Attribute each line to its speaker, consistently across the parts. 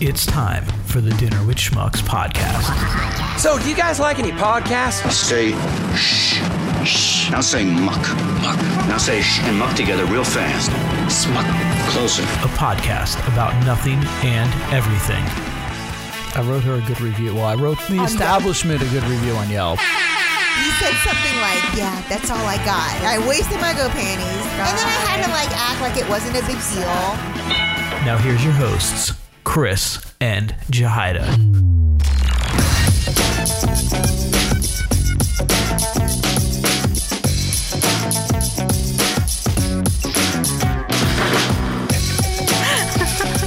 Speaker 1: It's time for the Dinner with Schmucks podcast.
Speaker 2: So, do you guys like any podcasts?
Speaker 3: Say shh, shh. Now say muck, muck. Now say shh and muck together real fast. Smuck. Closer.
Speaker 1: A podcast about nothing and everything.
Speaker 4: I wrote her a good review. Well, I wrote the establishment a good review on Yelp.
Speaker 5: You said something like, "Yeah, that's all I got. I wasted my go panties," and then I had to like act like it wasn't a big deal.
Speaker 1: Now here's your hosts, Chris and Jahida.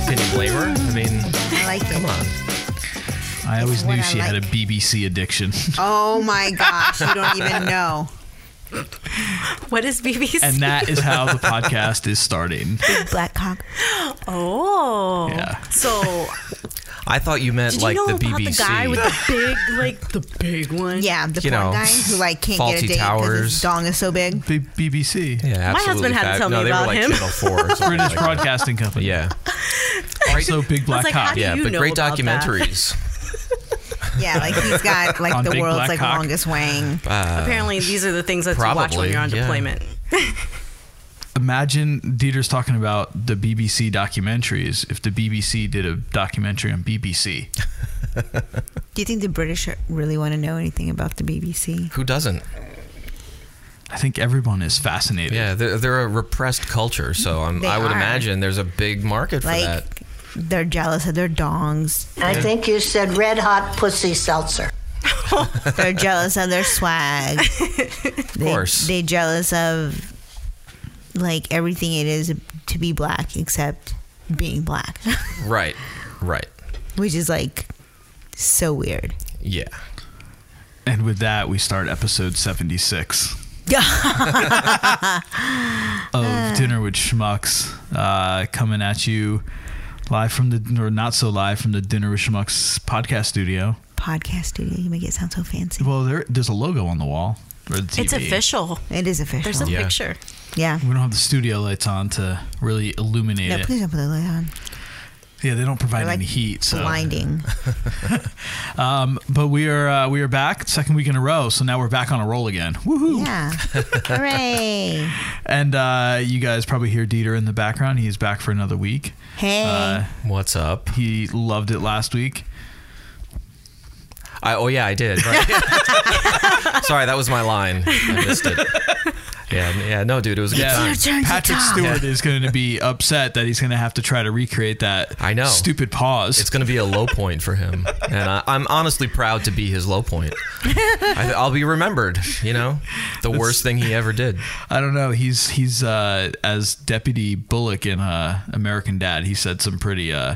Speaker 6: Can you blame her? I mean,
Speaker 5: I like it.
Speaker 6: come on.
Speaker 7: I always
Speaker 5: what
Speaker 7: knew
Speaker 5: I
Speaker 7: she had a
Speaker 5: like.
Speaker 7: BBC addiction.
Speaker 5: Oh my gosh, you don't even know.
Speaker 8: What is BBC?
Speaker 7: and that is how the podcast is starting.
Speaker 5: Black cock.
Speaker 8: oh.
Speaker 7: Yeah.
Speaker 8: So
Speaker 6: I thought you meant
Speaker 8: did
Speaker 6: like
Speaker 8: you know
Speaker 6: the
Speaker 8: about
Speaker 6: BBC.
Speaker 8: the guy with the big, like the big one?
Speaker 5: Yeah, the
Speaker 6: You
Speaker 5: porn
Speaker 6: know,
Speaker 5: guy who like can't get
Speaker 6: faulty
Speaker 5: a date because
Speaker 6: towers.
Speaker 5: his dong is so big.
Speaker 7: B- BBC.
Speaker 6: yeah,
Speaker 8: My
Speaker 6: absolutely
Speaker 8: husband had to
Speaker 6: fab-
Speaker 8: tell
Speaker 6: no,
Speaker 8: me
Speaker 6: they
Speaker 8: about
Speaker 6: were like
Speaker 8: him.
Speaker 6: Channel Four. Or something
Speaker 7: British
Speaker 6: like that.
Speaker 7: Broadcasting Company.
Speaker 6: Yeah,
Speaker 7: Also, Big Black
Speaker 8: like,
Speaker 7: Cock.
Speaker 8: how do
Speaker 6: yeah,
Speaker 8: you
Speaker 6: but
Speaker 8: know
Speaker 6: great
Speaker 8: about that?
Speaker 6: documentaries.
Speaker 5: Yeah, like he's got
Speaker 7: On
Speaker 5: like the
Speaker 7: Big
Speaker 5: world's
Speaker 7: Black
Speaker 5: like
Speaker 7: Cock.
Speaker 5: longest wang.
Speaker 8: Apparently, these are the things that you watch
Speaker 6: Probably,
Speaker 8: when you're on
Speaker 6: yeah.
Speaker 8: deployment.
Speaker 7: Imagine Dieter's talking about the BBC documentaries. If the BBC did a documentary on BBC,
Speaker 5: Do you think the British really want to know anything about the BBC?
Speaker 6: Who doesn't?
Speaker 7: I think everyone is fascinated.
Speaker 6: Yeah, they're, they're a repressed culture, so I'm,
Speaker 5: They
Speaker 6: I would
Speaker 5: are.
Speaker 6: imagine there's a big market for
Speaker 5: Like
Speaker 6: that.
Speaker 5: they're jealous of their dongs.
Speaker 9: I think you said red hot pussy seltzer.
Speaker 5: They're jealous of their swag.
Speaker 6: Of course.
Speaker 5: They jealous of like everything it is to be black except being black,
Speaker 6: right, right.
Speaker 5: which is like so weird.
Speaker 6: Yeah.
Speaker 7: And with that, we start episode 76 of
Speaker 5: Uh.
Speaker 7: Dinner with Schmucks, uh, coming at you live from the, or not so live from the Dinner with Schmucks podcast studio.
Speaker 5: Podcast studio, you make it sound so fancy.
Speaker 7: Well, there, there's a logo on the wall. Or the TV.
Speaker 8: It's official.
Speaker 5: It is official.
Speaker 8: There's a
Speaker 6: Yeah.
Speaker 8: picture.
Speaker 5: yeah.
Speaker 7: We don't have the studio lights on to really illuminate
Speaker 5: No,
Speaker 7: it.
Speaker 5: please don't put the light on.
Speaker 7: Yeah, they don't provide
Speaker 5: They're like
Speaker 7: any heat. So,
Speaker 5: blinding.
Speaker 7: um, but we are uh, we are back second week in a row. So now we're back on a roll again. Woohoo!
Speaker 5: Yeah. Hooray.
Speaker 7: And uh, you guys probably hear Dieter in the background. He's back for another week.
Speaker 5: Hey.
Speaker 7: Uh,
Speaker 6: What's up?
Speaker 7: he loved it last week.
Speaker 6: I, oh yeah, I did. Right. Sorry, that was my line. I missed it. Yeah, n- yeah. No, dude, it was a good time.
Speaker 7: Patrick Stewart is going to be upset that he's going to have to try to recreate that.
Speaker 6: I know.
Speaker 7: Stupid pause.
Speaker 6: It's going to be a low point for him, and I, I'm honestly proud to be his low point. I, I'll be remembered. You know, the worst thing he ever did.
Speaker 7: I don't know. He's he's uh, as Deputy Bullock in uh, American Dad. He said some pretty uh,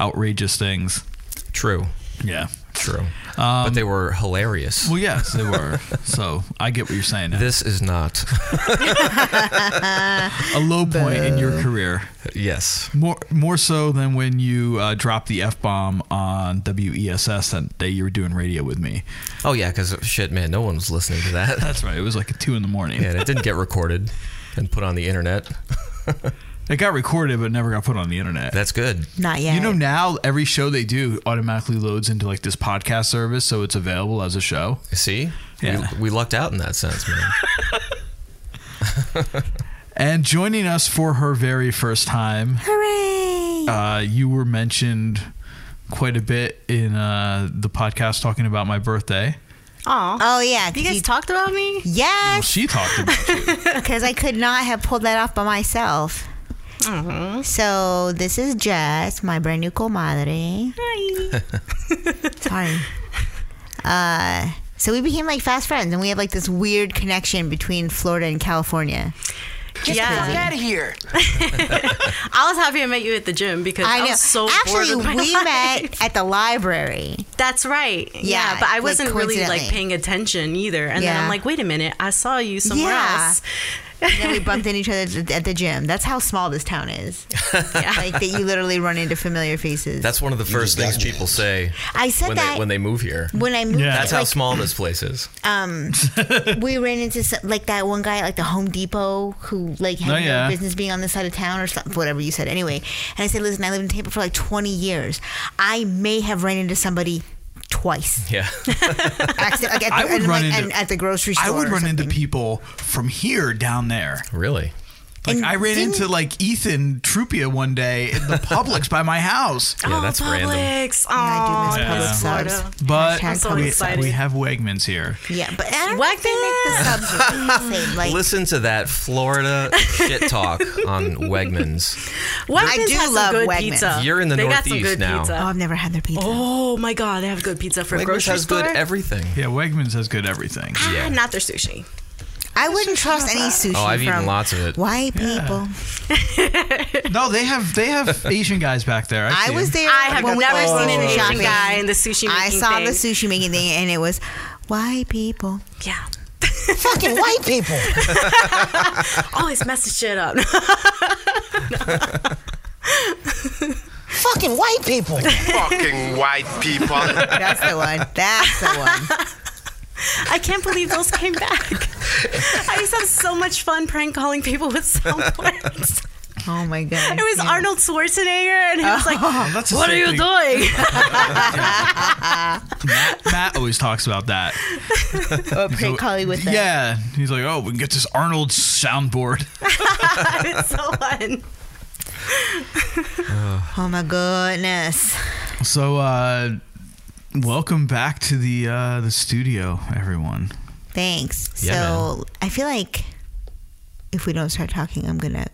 Speaker 7: outrageous things.
Speaker 6: True.
Speaker 7: Yeah.
Speaker 6: True. but
Speaker 7: Um,
Speaker 6: they were hilarious.
Speaker 7: Well, yes, they were. so I get what you're saying. now.
Speaker 6: this is not.
Speaker 7: a low point in your career,
Speaker 6: yes.
Speaker 7: more more so than when you uh, dropped the f bomb on WESS that day you were doing radio with me.
Speaker 6: Oh yeah, because shit, man, no one was listening to that.
Speaker 7: That's right. It was like at two in the morning.
Speaker 6: Yeah, and it didn't get recorded and put on the internet.
Speaker 7: It got recorded, but never got put on the internet.
Speaker 6: That's good.
Speaker 5: Not yet.
Speaker 7: You know, now every show they do automatically loads into like this podcast service, so it's available as a show.
Speaker 6: See,
Speaker 7: Yeah.
Speaker 6: we, we lucked out in that sense, man.
Speaker 7: And joining us for her very first time,
Speaker 5: Hooray.
Speaker 7: uh, you were mentioned quite a bit in uh, the podcast talking about my birthday.
Speaker 8: Aw.
Speaker 5: Oh, yeah.
Speaker 8: you
Speaker 5: 'cause
Speaker 8: guys talked about me?
Speaker 7: Well,
Speaker 5: Yes.
Speaker 7: she talked about you.
Speaker 5: because I could not have pulled that off by myself.
Speaker 8: Mm-hmm.
Speaker 5: So this is Jess, my brand new comadre.
Speaker 8: Hi.
Speaker 5: Sorry. Uh, so we became like fast friends, and we have like this weird connection between Florida and California.
Speaker 8: yeah.
Speaker 2: of here.
Speaker 8: I was happy I met you at the gym because I,
Speaker 5: I know.
Speaker 8: was so bored
Speaker 5: Actually,
Speaker 8: with my
Speaker 5: we
Speaker 8: life.
Speaker 5: met at the library.
Speaker 8: That's right. Yeah,
Speaker 5: Yeah,
Speaker 8: but I
Speaker 5: like,
Speaker 8: wasn't really like
Speaker 5: coincidentally.
Speaker 8: paying attention either. And then
Speaker 5: Yeah.
Speaker 8: I'm like, wait a minute, I saw you somewhere
Speaker 5: Yeah.
Speaker 8: else.
Speaker 5: And then we bumped into each other at the- at the gym. That's how small this town is. Like that, you literally run into familiar faces.
Speaker 6: That's one of the first things people say
Speaker 5: I said
Speaker 6: when
Speaker 5: that
Speaker 6: they when they move here.
Speaker 5: when I moved.
Speaker 7: Yeah.
Speaker 6: That's
Speaker 5: like,
Speaker 6: how small this place is.
Speaker 5: um, we ran into some, like that one guy at like the Home Depot who like had
Speaker 7: Oh,
Speaker 5: no
Speaker 7: yeah.
Speaker 5: business being on this side of town or something, whatever you said. Anyway, and I said, listen, I lived in Tampa for like 20 years. I may have ran into somebody twice.
Speaker 6: Yeah.
Speaker 5: Accident, like at the,
Speaker 7: I would
Speaker 5: and,
Speaker 7: run
Speaker 5: like,
Speaker 7: into-
Speaker 5: and at the grocery store.
Speaker 7: I would
Speaker 5: or
Speaker 7: run into
Speaker 5: something.
Speaker 7: people from here down there.
Speaker 6: really?
Speaker 7: Like
Speaker 5: And
Speaker 7: I ran
Speaker 5: didn't-
Speaker 7: into like Ethan Trupia one day in the Publix by my house.
Speaker 6: Yeah, that's
Speaker 8: oh,
Speaker 6: random.
Speaker 8: Publix.
Speaker 5: I do miss
Speaker 8: Oh,
Speaker 5: public
Speaker 8: Florida.
Speaker 5: subs.
Speaker 7: But
Speaker 5: Hashtag
Speaker 8: so
Speaker 5: public
Speaker 7: we,
Speaker 5: subs.
Speaker 8: excited.
Speaker 7: we have Wegmans here.
Speaker 5: Yeah, but I don't
Speaker 8: Whack
Speaker 5: think they make the subs look the same. Like,
Speaker 6: Listen to that Florida shit talk on Wegmans.
Speaker 8: Wegmans
Speaker 5: I do
Speaker 8: has some
Speaker 5: love
Speaker 8: good
Speaker 5: Wegmans.
Speaker 8: pizza.
Speaker 6: You're in the
Speaker 8: they got some
Speaker 6: Northeast
Speaker 8: good
Speaker 6: now.
Speaker 5: oh,
Speaker 8: Pizza.
Speaker 5: I've never had their pizza.
Speaker 8: Oh my god, they have good pizza for a
Speaker 6: Wegmans
Speaker 8: grocery
Speaker 6: has
Speaker 8: store.
Speaker 6: good everything.
Speaker 7: Yeah, Wegmans has good everything.
Speaker 8: Ah,
Speaker 6: yeah.
Speaker 8: Not their sushi.
Speaker 5: I wouldn't trust any sushi.
Speaker 6: Oh, I've
Speaker 5: from
Speaker 6: eaten lots of it.
Speaker 5: White people.
Speaker 7: No, they have they have Asian guys back there. I,
Speaker 5: I
Speaker 7: see
Speaker 5: was
Speaker 7: 'em.
Speaker 5: there.
Speaker 8: I have
Speaker 5: when we
Speaker 8: never
Speaker 5: went
Speaker 8: seen an
Speaker 5: sushi
Speaker 8: Asian
Speaker 5: shopping.
Speaker 8: guy in the sushi
Speaker 5: I
Speaker 8: making
Speaker 5: saw the
Speaker 8: thing.
Speaker 5: sushi making thing, and it was white people.
Speaker 8: Yeah.
Speaker 9: Fucking white people.
Speaker 8: Always mess the shit up.
Speaker 9: Fucking white people.
Speaker 10: Fucking white people.
Speaker 5: That's the one. That's the one.
Speaker 8: I can't believe those came back. I used to have so much fun prank calling people with sound words.
Speaker 5: Oh my god.
Speaker 8: It was
Speaker 5: Yeah.
Speaker 8: Arnold Schwarzenegger, and he was like,
Speaker 6: Oh,
Speaker 7: That's the
Speaker 8: "What are
Speaker 7: same
Speaker 8: you
Speaker 7: thing.
Speaker 8: doing?"
Speaker 7: Matt, Matt always talks about that.
Speaker 5: Oh, prank Holly with that.
Speaker 7: Yeah, he's like, oh, we can get this Arnold soundboard.
Speaker 8: it's so fun.
Speaker 5: Oh my goodness.
Speaker 7: So, uh, welcome back to the uh, the studio, everyone.
Speaker 5: Thanks.
Speaker 6: Yeah,
Speaker 5: so I feel like if we don't start talking, I'm gonna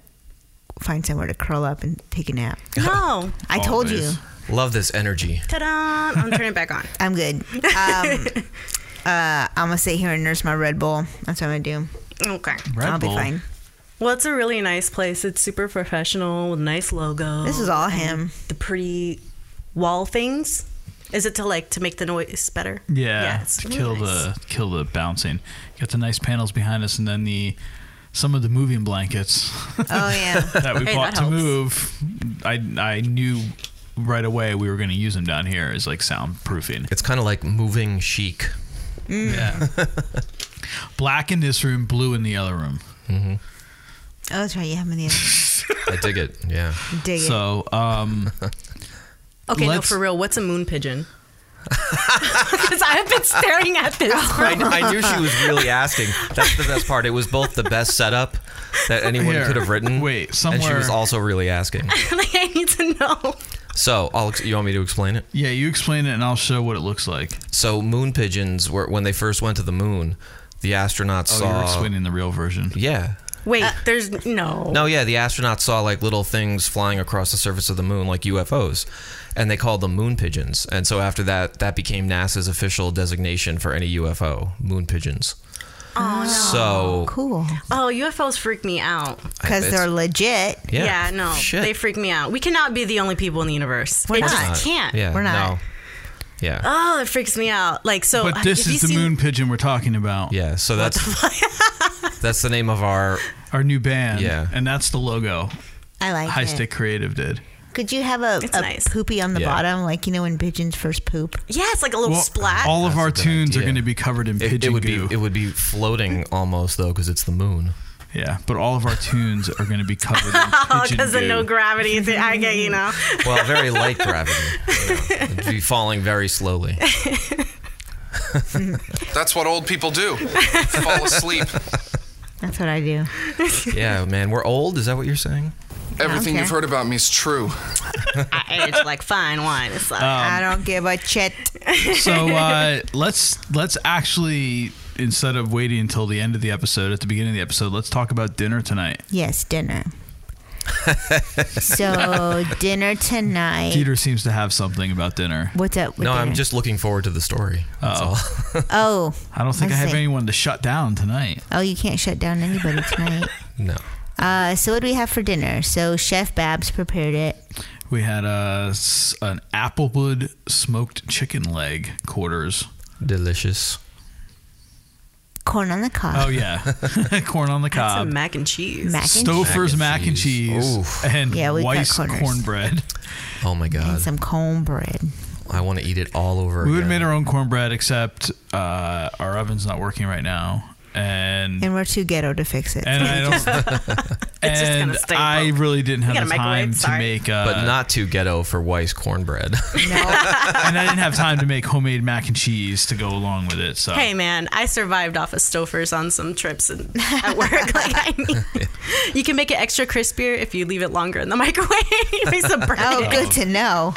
Speaker 5: find somewhere to curl up and take a nap.
Speaker 8: No,
Speaker 5: I told you.
Speaker 7: Always.
Speaker 6: Love this energy.
Speaker 8: ta-da! I'm turning it back on.
Speaker 5: I'm good. Um, uh, I'm gonna sit here and nurse my Red Bull. That's what I'm gonna do.
Speaker 8: Okay.
Speaker 7: Red
Speaker 5: I'll
Speaker 7: Bull.
Speaker 5: be fine.
Speaker 8: Well, it's a really nice place. It's super professional with nice logo.
Speaker 5: This is all
Speaker 8: and
Speaker 5: him.
Speaker 8: The pretty wall things. Is it to like to make the noise better?
Speaker 7: Yeah,
Speaker 8: it's
Speaker 7: to
Speaker 8: really
Speaker 7: kill
Speaker 8: nice.
Speaker 7: the kill the bouncing. Got the nice panels behind us, and then the some of the moving blankets
Speaker 5: Oh yeah.
Speaker 7: that we
Speaker 8: Hey,
Speaker 7: bought
Speaker 8: that
Speaker 7: to
Speaker 8: helps.
Speaker 7: move. I I knew right away we were going to use them down here as like soundproofing.
Speaker 6: It's kind of like moving chic.
Speaker 7: Yeah, black in this room, blue in the other room.
Speaker 5: oh, that's right. You have me in the
Speaker 6: I dig it. Yeah.
Speaker 5: other. Dig it.
Speaker 7: So, um,
Speaker 8: Okay,
Speaker 7: Let's-
Speaker 8: no, for real. What's a moon pigeon? Because I've been staring at this. for-
Speaker 6: I, I knew she was really asking. That's the best part. It was both the best setup that anyone
Speaker 7: Here.
Speaker 6: could have written.
Speaker 7: Wait,
Speaker 6: And she was
Speaker 7: somewhere-
Speaker 6: also really asking.
Speaker 8: like, I need to know.
Speaker 6: So, I'll, ex- you want me to explain it?
Speaker 7: yeah, you explain it, and I'll show what it looks like.
Speaker 6: So, moon pigeons were when they first went to the moon. The astronauts
Speaker 7: Oh, you're
Speaker 6: saw.
Speaker 7: explaining the real version.
Speaker 6: yeah.
Speaker 8: Wait,
Speaker 5: Uh,
Speaker 8: there's no.
Speaker 6: No, yeah, the astronauts saw like little things flying across the surface of the moon, like UFOs, and they called them moon pigeons. And so after that, that became NASA's official designation for any UFO, moon pigeons.
Speaker 8: Oh no.
Speaker 6: So
Speaker 5: Cool.
Speaker 8: Oh, UFOs freak me out.
Speaker 5: Because
Speaker 6: It's-
Speaker 5: they're legit.
Speaker 8: Yeah,
Speaker 6: yeah,
Speaker 8: no,
Speaker 6: shit.
Speaker 8: they freak me out. We cannot be the only people in the universe.
Speaker 5: We're
Speaker 8: it
Speaker 5: not.
Speaker 8: just can't.
Speaker 6: Yeah,
Speaker 5: We're not.
Speaker 6: No. Yeah,
Speaker 8: Oh, it freaks me out. Like so. uh,
Speaker 7: But this
Speaker 8: have
Speaker 7: is the
Speaker 8: Oh, you seen-
Speaker 7: moon pigeon we're talking about.
Speaker 6: yeah. So that's that's the name of our.
Speaker 7: Our new band.
Speaker 6: Yeah.
Speaker 7: And that's the logo
Speaker 5: I like
Speaker 7: High
Speaker 5: it.
Speaker 7: Stick Creative did.
Speaker 5: Could you have a,
Speaker 8: It's
Speaker 5: a
Speaker 8: nice.
Speaker 5: poopy on the
Speaker 6: Yeah.
Speaker 5: bottom, like you know when pigeons first poop?
Speaker 8: Yeah, it's like a little
Speaker 7: Well,
Speaker 8: Oh, splat.
Speaker 7: All of
Speaker 6: That's
Speaker 7: our
Speaker 6: a good
Speaker 7: tunes are
Speaker 6: idea.
Speaker 7: going to be covered in
Speaker 6: It,
Speaker 7: pigeon
Speaker 6: it would
Speaker 7: goo.
Speaker 6: be it would be floating almost though because it's the moon.
Speaker 7: yeah, but all of our tunes are going to be covered in
Speaker 8: oh,
Speaker 7: pigeon
Speaker 8: because
Speaker 7: goo.
Speaker 8: of no gravity. It's- I get you know.
Speaker 6: Well, very light gravity. You know. It'd be falling very slowly.
Speaker 10: That's what old people do. Fall asleep.
Speaker 5: That's what I do.
Speaker 6: Yeah, man, we're old. Is that what you're saying?
Speaker 10: Everything
Speaker 5: Okay.
Speaker 10: you've heard about me is true.
Speaker 8: I age like fine wine. It's
Speaker 7: Oh,
Speaker 8: like
Speaker 5: I don't give a shit.
Speaker 7: so uh, let's let's actually instead of waiting until the end of the episode, at the beginning of the episode, let's talk about dinner tonight.
Speaker 5: Yes, dinner. so dinner tonight.
Speaker 7: Peter seems to have something about dinner.
Speaker 5: What's up? With
Speaker 6: No, I'm
Speaker 5: dinner?
Speaker 6: just looking forward to the story.
Speaker 5: Uh,
Speaker 6: That's all.
Speaker 5: Oh,
Speaker 7: I don't think I
Speaker 5: Let's
Speaker 7: have
Speaker 5: see.
Speaker 7: anyone to shut down tonight.
Speaker 5: oh, you can't shut down anybody tonight.
Speaker 6: No.
Speaker 5: Uh, so what do we have for dinner? So Chef Babs prepared it.
Speaker 7: We had a s- an applewood smoked chicken leg quarters.
Speaker 6: Delicious.
Speaker 5: corn on the cob.
Speaker 7: Oh yeah, corn on the cob.
Speaker 8: Some mac and cheese.
Speaker 5: Mac and
Speaker 7: Stouffer's mac and cheese, and
Speaker 5: Yeah, we've got
Speaker 7: Weiss
Speaker 5: corners.
Speaker 7: cornbread.
Speaker 6: Oh my god,
Speaker 5: Some cornbread.
Speaker 6: I want to eat it all over
Speaker 7: We would have
Speaker 6: again.
Speaker 7: made our own cornbread, except uh, our oven's not working right now, and
Speaker 5: And we're too ghetto to fix it.
Speaker 7: and I don't.
Speaker 8: It's just
Speaker 7: and
Speaker 8: gonna stay
Speaker 7: I
Speaker 8: broke.
Speaker 7: really didn't
Speaker 8: We
Speaker 7: have
Speaker 8: got
Speaker 7: the
Speaker 8: a microwave,
Speaker 7: time to
Speaker 8: sorry.
Speaker 7: make, uh,
Speaker 6: but not too ghetto for Weiss cornbread.
Speaker 7: and I didn't have time to make homemade mac and cheese to go along with it. So
Speaker 8: Hey man, I survived off of Stouffer's on some trips and at work. like I mean, you can make it extra crispier if you leave it longer in the microwave. I used to burn
Speaker 5: oh,
Speaker 8: it.
Speaker 5: good to know.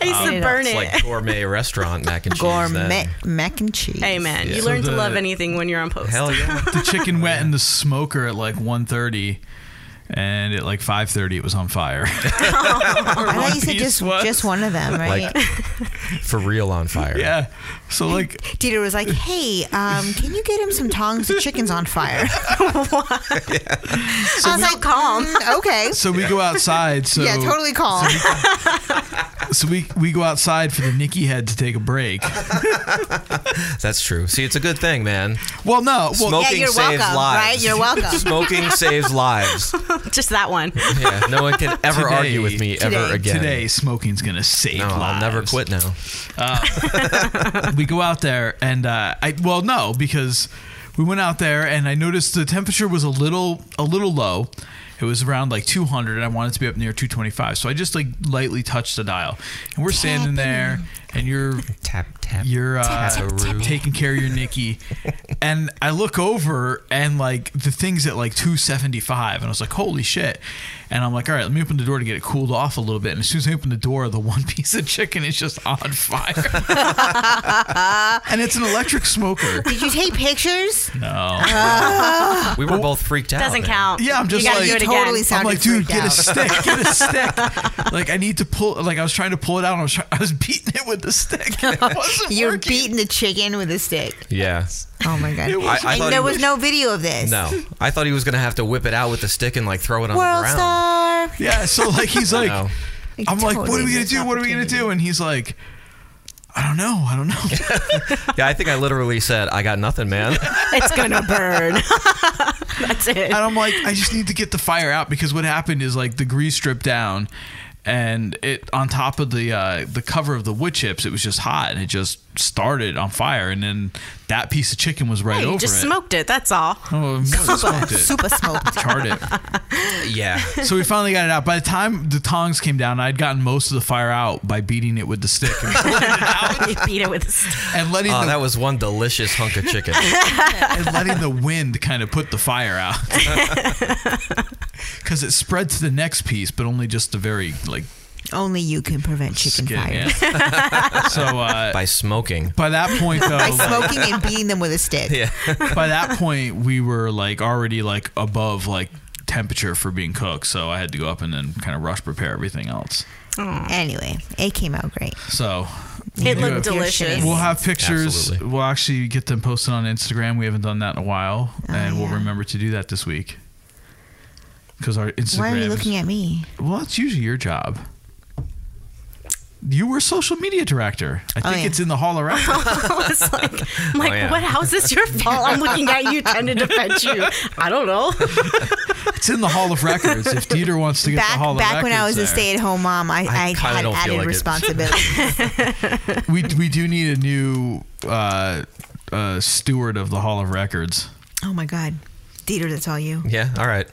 Speaker 8: I used to burn
Speaker 6: it's
Speaker 8: it.
Speaker 6: like gourmet restaurant mac and cheese. then.
Speaker 5: Gourmet mac and cheese.
Speaker 8: hey man,
Speaker 6: Yeah.
Speaker 8: you
Speaker 7: So
Speaker 8: learn
Speaker 7: the-
Speaker 8: to love anything when you're on post.
Speaker 6: Hell yeah.
Speaker 7: the chicken went in the smoker at like 1.30 and at like 5.30 it was on fire
Speaker 5: I thought you said just just one of them, right?
Speaker 6: Like for real on fire.
Speaker 7: yeah so like
Speaker 5: Dieter was like, "Hey, um, can you get him some tongs? The chicken's on fire." I was like,
Speaker 8: calm.
Speaker 5: "Mm, okay.
Speaker 7: so we go outside so
Speaker 5: yeah, totally calm.
Speaker 7: so we we go outside for the nicky head to take a break
Speaker 6: That's true. See, it's a good thing, man.
Speaker 7: well no well
Speaker 5: yeah,
Speaker 6: Smoking
Speaker 5: you're
Speaker 6: saves
Speaker 5: welcome,
Speaker 6: lives.
Speaker 5: right? You're welcome.
Speaker 6: Smoking saves lives.
Speaker 8: Just that one.
Speaker 6: Yeah, no one can ever
Speaker 7: Today-
Speaker 6: argue with me ever
Speaker 5: today-
Speaker 6: again.
Speaker 7: Today, smoking's gonna save
Speaker 6: No, I'll
Speaker 7: lives.
Speaker 6: never quit now.
Speaker 7: we go out there and uh, I well no because we went out there and I noticed the temperature was a little a little low. It was around like 200 and I wanted to be up near 225. So I just like lightly touched the dial. And we're standing there and you're
Speaker 6: Tap tap.
Speaker 7: you're uh,
Speaker 6: Tap-a-roo.
Speaker 7: taking care of your Nikki. and I look over and like the thing's at like 275 and I was like, holy shit. And I'm like, all right, let me open the door to get it cooled off a little bit. And as soon as I open the door, the one piece of chicken is just on fire. and it's an electric smoker.
Speaker 5: Did you take pictures?
Speaker 7: No.
Speaker 6: We were both freaked out.
Speaker 8: Doesn't
Speaker 6: man.
Speaker 8: count.
Speaker 7: Yeah, I'm just
Speaker 8: you gotta
Speaker 7: like-
Speaker 8: do it again.
Speaker 5: totally
Speaker 7: I'm
Speaker 5: sounded
Speaker 7: like, dude, get
Speaker 5: freaked
Speaker 7: a
Speaker 5: out.
Speaker 7: stick, get a stick. like, I need to pull. Like, I was trying to pull it out. And I was, try- I was beating it with the stick. and it wasn't
Speaker 5: You're
Speaker 7: working.
Speaker 5: beating the chicken with a stick.
Speaker 6: Yeah.
Speaker 5: Oh my god!
Speaker 6: was- I- I thought
Speaker 5: and there
Speaker 6: it
Speaker 5: was,
Speaker 6: was-
Speaker 5: no video of this.
Speaker 6: No, I thought he was gonna have to whip it out with the stick and like throw it on the
Speaker 5: World
Speaker 6: ground.
Speaker 5: star.
Speaker 7: Yeah. So like, he's like,
Speaker 6: No.
Speaker 7: I'm like, what are
Speaker 5: Totally
Speaker 7: we gonna
Speaker 5: missed
Speaker 7: do? What are we gonna do? And he's like, I don't know. I don't know.
Speaker 6: Yeah, I think I literally said, "I got nothing, man."
Speaker 8: It's gonna burn. That's it.
Speaker 7: and I'm like, I just need to get the fire out because what happened is like the grease dripped down, and it on top of the uh, the cover of the wood chips, it was just hot and it just started on fire. And then that piece of chicken was right
Speaker 8: Hey, you
Speaker 7: over
Speaker 8: just
Speaker 7: it.
Speaker 8: smoked it. That's all.
Speaker 7: Oh, no, it smoked it.
Speaker 5: Super smoked.
Speaker 7: Charred it.
Speaker 6: yeah.
Speaker 7: So we finally got it out. By the time the tongs came down, I'd gotten most of the fire out by beating it with the stick and,
Speaker 8: you beat it with a stick.
Speaker 7: and letting
Speaker 6: Oh,
Speaker 7: the
Speaker 6: that was one delicious hunk of chicken.
Speaker 7: and letting the wind kind of put the fire out because it spread to the next piece but only just the very like
Speaker 5: Only you can prevent chicken
Speaker 7: skin
Speaker 5: fires.
Speaker 7: yeah. so uh, by,
Speaker 6: by smoking.
Speaker 7: that point though
Speaker 6: Oh
Speaker 5: By
Speaker 7: like,
Speaker 5: smoking and beating them with a stick.
Speaker 7: by that point we were like already like above like temperature for being cooked so i had to go up and then kind of rush prepare everything else
Speaker 5: Anyway, it came out great.
Speaker 7: so
Speaker 8: It
Speaker 7: we'll
Speaker 8: looked
Speaker 7: do
Speaker 8: delicious.
Speaker 7: We'll have pictures.
Speaker 6: Absolutely.
Speaker 7: We'll actually get them posted on Instagram. We haven't done that in a while,
Speaker 5: Oh,
Speaker 7: and we'll remember to do that this week. Because our Instagram.
Speaker 5: Why are you
Speaker 7: is-
Speaker 5: looking at me?
Speaker 7: Well, that's usually your job. You were social media director. I think
Speaker 5: Oh, yeah.
Speaker 7: it's in the hall around.
Speaker 8: I was like, I'm like,
Speaker 6: Oh, yeah.
Speaker 8: what? How is this your fault? I'm looking at you trying to defend you. I don't know.
Speaker 7: it's in the hall of records. If Dieter wants to get the
Speaker 5: Back
Speaker 7: hall of
Speaker 5: back
Speaker 7: records,
Speaker 5: when I was a
Speaker 7: there.
Speaker 5: stay-at-home mom, I, I,
Speaker 6: kinda
Speaker 5: had
Speaker 6: don't feel
Speaker 5: added
Speaker 6: like it.
Speaker 5: responsibility.
Speaker 7: we we do need a new uh, uh, steward of the hall of records.
Speaker 5: oh my god, Dieter, that's all you.
Speaker 6: Yeah. All right.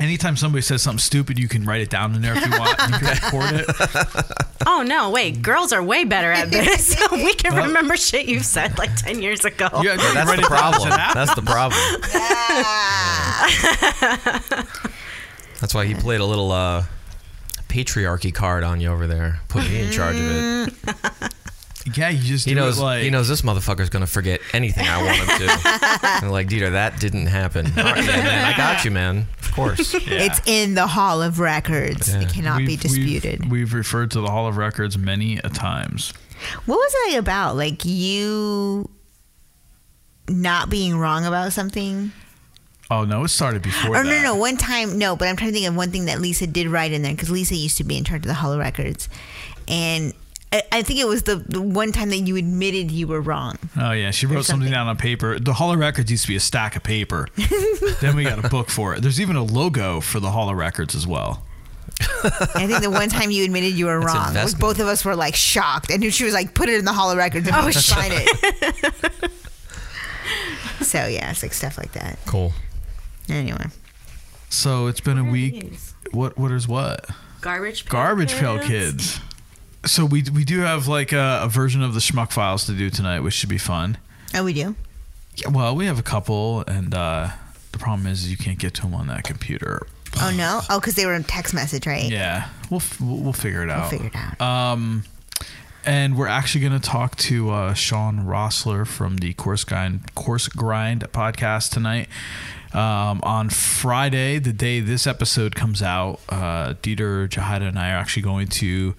Speaker 7: Anytime somebody says something stupid, you can write it down in there if you want. You can record it.
Speaker 8: Oh no, wait. Girls are way better at this. we can remember shit you've said like ten years ago.
Speaker 7: Yeah,
Speaker 6: Yeah, that's the problem. That's the problem. That's why he played a little uh, patriarchy card on you over there. Put me in charge of it.
Speaker 7: Yeah, you just
Speaker 6: He
Speaker 7: do it
Speaker 6: knows.
Speaker 7: like
Speaker 6: he knows this motherfucker's gonna forget anything I want him to. And like Dieter, that didn't happen. All right, yeah, man, I got you, man. Of course.
Speaker 7: Yeah.
Speaker 5: It's in the Hall of Records. It cannot be disputed.
Speaker 7: We've, referred to the Hall of Records many a times.
Speaker 5: what was that about? Like you not being wrong about something?
Speaker 7: Oh no, it started before.
Speaker 5: Or no,
Speaker 7: that.
Speaker 5: no, no, one time, no, but I'm trying to think of one thing that Lisa did write in there because Lisa used to be in charge of the Hall of Records, and I, I think it was the, the one time that you admitted you were wrong.
Speaker 7: Oh yeah, she wrote something down on paper. The Hall of Records used to be a stack of paper. then we got a book for it. There's even a logo for the Hall of Records as well.
Speaker 5: I think the one time you admitted you were wrong, was
Speaker 7: investment.
Speaker 5: both of us were like shocked, and she was like, "Put it in the Hall of Records and
Speaker 8: Oh,
Speaker 5: oh,
Speaker 8: shit.
Speaker 5: sign it." so yeah, it's like stuff like that.
Speaker 6: Cool.
Speaker 5: Anyway,
Speaker 7: So it's been a week. What what is what?
Speaker 8: Garbage. Pail
Speaker 7: Garbage Pail
Speaker 8: Kids.
Speaker 7: Kids. So we we do have like a, a version of the Schmuck Files to do tonight, which should be fun.
Speaker 5: oh, we do.
Speaker 7: Yeah, well, we have a couple, and uh, the problem is you can't get to them on that computer.
Speaker 5: Oh no, oh because they were in text message, right?
Speaker 7: Yeah, Oh. we'll f- we'll we'll figure it
Speaker 5: We'll
Speaker 7: out.
Speaker 5: figure it out.
Speaker 7: Um, and we're actually going to talk to uh, Sean Rossler from the Course Grind Course Grind podcast tonight. Um, on Friday, the day this episode comes out, uh, Dieter Jahida and I are actually going to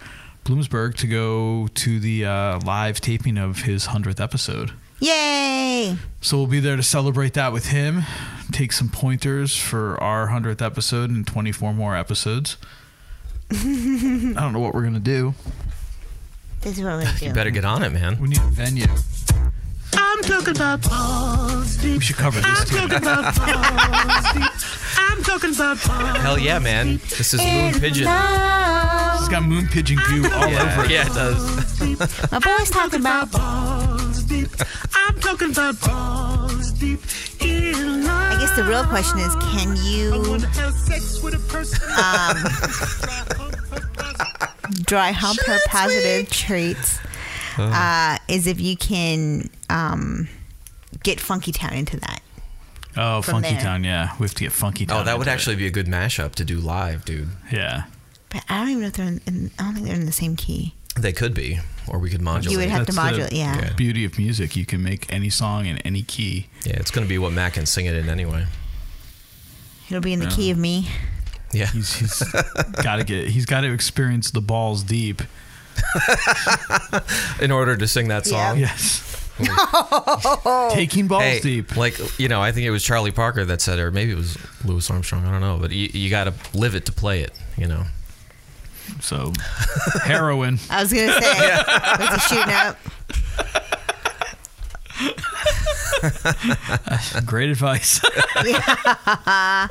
Speaker 7: Bloomsburg to go to the uh, live taping of his hundredth episode.
Speaker 5: Yay!
Speaker 7: So we'll be there to celebrate that with him, take some pointers for our 100th episode and 24 more episodes. I don't know what we're going to do.
Speaker 5: This is what we're gonna do.
Speaker 6: You better get on it, man.
Speaker 7: We need a venue.
Speaker 11: I'm talking about balls deep.
Speaker 7: We should cover
Speaker 11: I'm
Speaker 6: this. too.
Speaker 11: talking about balls deep. I'm talking about balls.
Speaker 6: Hell yeah, man. This is Moon Pigeon.
Speaker 7: It's got moon pigeon goo all
Speaker 6: yeah,
Speaker 7: over it.
Speaker 6: Yeah, it does.
Speaker 5: My boy's talking about
Speaker 11: Balls deep. I'm talking about balls deep in love.
Speaker 5: I guess the real question is, can you
Speaker 11: Wanna have sex with a person.
Speaker 5: dry hump her positive traits? Uh, is if you can um, get Funky Town into that.
Speaker 7: Oh,
Speaker 5: From
Speaker 7: Funky
Speaker 5: there.
Speaker 7: Town, yeah. We have to get Funky Town.
Speaker 6: Oh, that would
Speaker 7: into it.
Speaker 6: actually be a good mashup to do live, dude.
Speaker 7: Yeah.
Speaker 5: But I don't even know if they're in, in I don't think they're in the same key.
Speaker 6: They could be, or we could modulate.
Speaker 5: You would have to
Speaker 7: That's the-
Speaker 5: modulate, yeah.
Speaker 6: yeah.
Speaker 7: Beauty of music. You can make any song in any key.
Speaker 6: yeah, it's gonna be what Matt can sing it in anyway.
Speaker 5: It'll be in the key of me.
Speaker 6: Yeah,
Speaker 7: He's, he's got to get, he's got to experience the balls deep.
Speaker 6: in order to sing that song.
Speaker 7: Yes. Taking balls
Speaker 6: Hey,
Speaker 7: deep.
Speaker 6: like you know, I think it was Charlie Parker that said, or maybe it was Louis Armstrong. I don't know, but you, you got to live it to play it. You know,
Speaker 7: So, heroin.
Speaker 5: I was gonna say, with the shooting up.
Speaker 7: Great advice.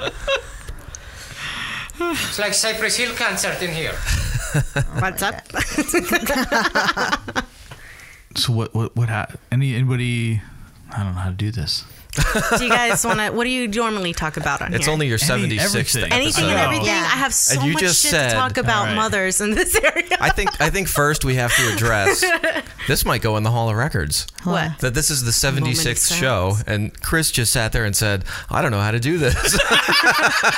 Speaker 12: It's like Cypress Hill concert in here.
Speaker 5: What's up?
Speaker 7: so what? What? What? Ha- any anybody? I don't know how to do this.
Speaker 8: Do you guys want to? What do you normally talk about on
Speaker 6: it's
Speaker 8: here?
Speaker 6: only your seventy sixth
Speaker 7: everything.
Speaker 6: episode.
Speaker 8: anything and
Speaker 7: Oh.
Speaker 8: everything.
Speaker 5: Yeah.
Speaker 8: I have so
Speaker 6: And you
Speaker 8: much
Speaker 6: just
Speaker 8: shit
Speaker 6: said-
Speaker 8: to talk about
Speaker 7: Alright.
Speaker 8: mothers in this area.
Speaker 6: I think I think first we have to address this might go in the Hall of Records.
Speaker 8: What?
Speaker 6: That this is the seventy sixth
Speaker 8: Moment of
Speaker 6: show,
Speaker 8: silence.
Speaker 6: and Chris just sat there and said, "I don't know how to do this."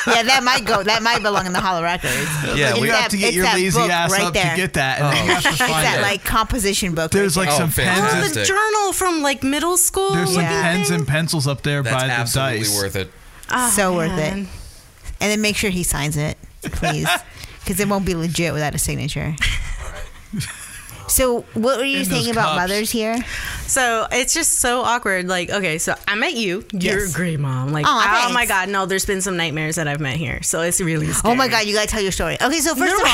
Speaker 5: Yeah, that might go. That might belong in the Hall of Records.
Speaker 6: yeah,
Speaker 5: It's
Speaker 6: we,
Speaker 5: that- it's that book right there.
Speaker 7: that. And then you have to
Speaker 5: It's
Speaker 7: find
Speaker 5: that
Speaker 7: it.
Speaker 5: like composition book.
Speaker 7: there's
Speaker 5: right
Speaker 7: like
Speaker 6: Oh,
Speaker 7: some
Speaker 8: Oh,
Speaker 7: pens.
Speaker 6: fantastic.
Speaker 7: And,
Speaker 8: the
Speaker 6: Fantastic.
Speaker 8: journal from like middle school.
Speaker 7: there's some
Speaker 8: looking
Speaker 5: Yeah.
Speaker 7: pens
Speaker 8: thing?
Speaker 7: and pencils up there
Speaker 6: that's
Speaker 7: by the
Speaker 6: absolutely
Speaker 7: dice.
Speaker 6: worth it.
Speaker 8: Oh,
Speaker 5: so worth it.
Speaker 8: man.
Speaker 5: there. and then make sure he signs it, please, because it won't be legit without a signature. So, what were you
Speaker 7: In
Speaker 5: saying
Speaker 7: those cups.
Speaker 5: about mothers here?
Speaker 8: So it's just so awkward. Like, okay, so I met you. You're
Speaker 5: Yes.
Speaker 8: a great mom. Like,
Speaker 5: Aw,
Speaker 8: oh,
Speaker 5: thanks.
Speaker 8: my god, no. There's been some nightmares that I've met here. So it's really. Scary.
Speaker 5: Oh my God, you gotta tell your story. Okay, so first of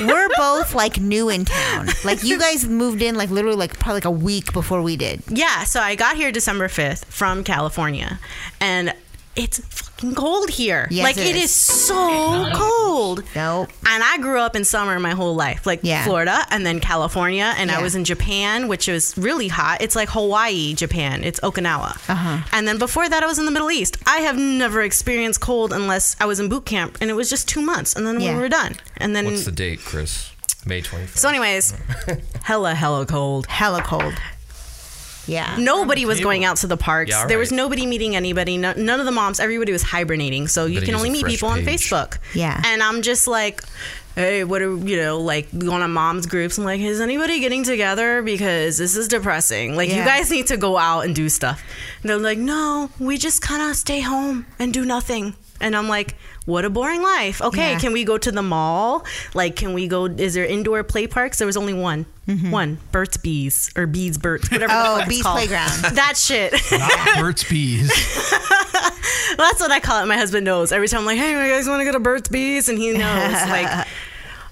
Speaker 5: all, we're both like new in town. Like you guys moved in like literally like probably like a week before we did.
Speaker 8: Yeah, so I got here December 5th from California and it's fucking cold here.
Speaker 5: Yes,
Speaker 8: like
Speaker 5: it
Speaker 8: it
Speaker 5: is.
Speaker 8: is so cold.
Speaker 5: Nope.
Speaker 8: And I grew up in summer my whole life, like
Speaker 5: Yeah.
Speaker 8: Florida and then California. And
Speaker 5: Yeah.
Speaker 8: I was in Japan, which is really hot. It's like Hawaii, Japan. It's Okinawa.
Speaker 5: Uh-huh.
Speaker 8: And then before that, I was in the Middle East. I have never experienced cold unless I was in boot camp and it was just two months. And then
Speaker 5: Yeah.
Speaker 8: we were done. And then.
Speaker 6: What's the date, Chris? May twenty first.
Speaker 8: so, anyways, hella, hella cold.
Speaker 5: Hella cold. Yeah.
Speaker 8: Nobody was going out to the parks.
Speaker 6: Yeah, all
Speaker 8: There was
Speaker 6: right.
Speaker 8: nobody meeting anybody. No, none of the moms. Everybody was hibernating. So you
Speaker 6: Better
Speaker 8: can
Speaker 6: use
Speaker 8: only
Speaker 6: a
Speaker 8: meet
Speaker 6: fresh
Speaker 8: people on
Speaker 6: page.
Speaker 8: Facebook.
Speaker 5: Yeah.
Speaker 8: And I'm just like, hey, what are you know like going on moms groups? I'm like, is anybody getting together because this is depressing. Like
Speaker 5: Yeah.
Speaker 8: you guys need to go out and do stuff. And they're like, no, we just kind of stay home and do nothing. And I'm like, what a boring life. Okay,
Speaker 5: Yeah.
Speaker 8: can we go to the mall? Like, can we go? Is there indoor play parks? There was only one, one Burt's Bees or Bees Burt's, whatever. the
Speaker 5: Mm-hmm. Oh,
Speaker 8: fuck it's
Speaker 5: Bees
Speaker 8: called.
Speaker 5: Playground.
Speaker 8: That shit.
Speaker 7: Not Ah, Burt's Bees.
Speaker 8: Well, that's what I call it. My husband knows. Every time I'm like, hey, you guys want to go to Burt's Bees? And he knows. Like,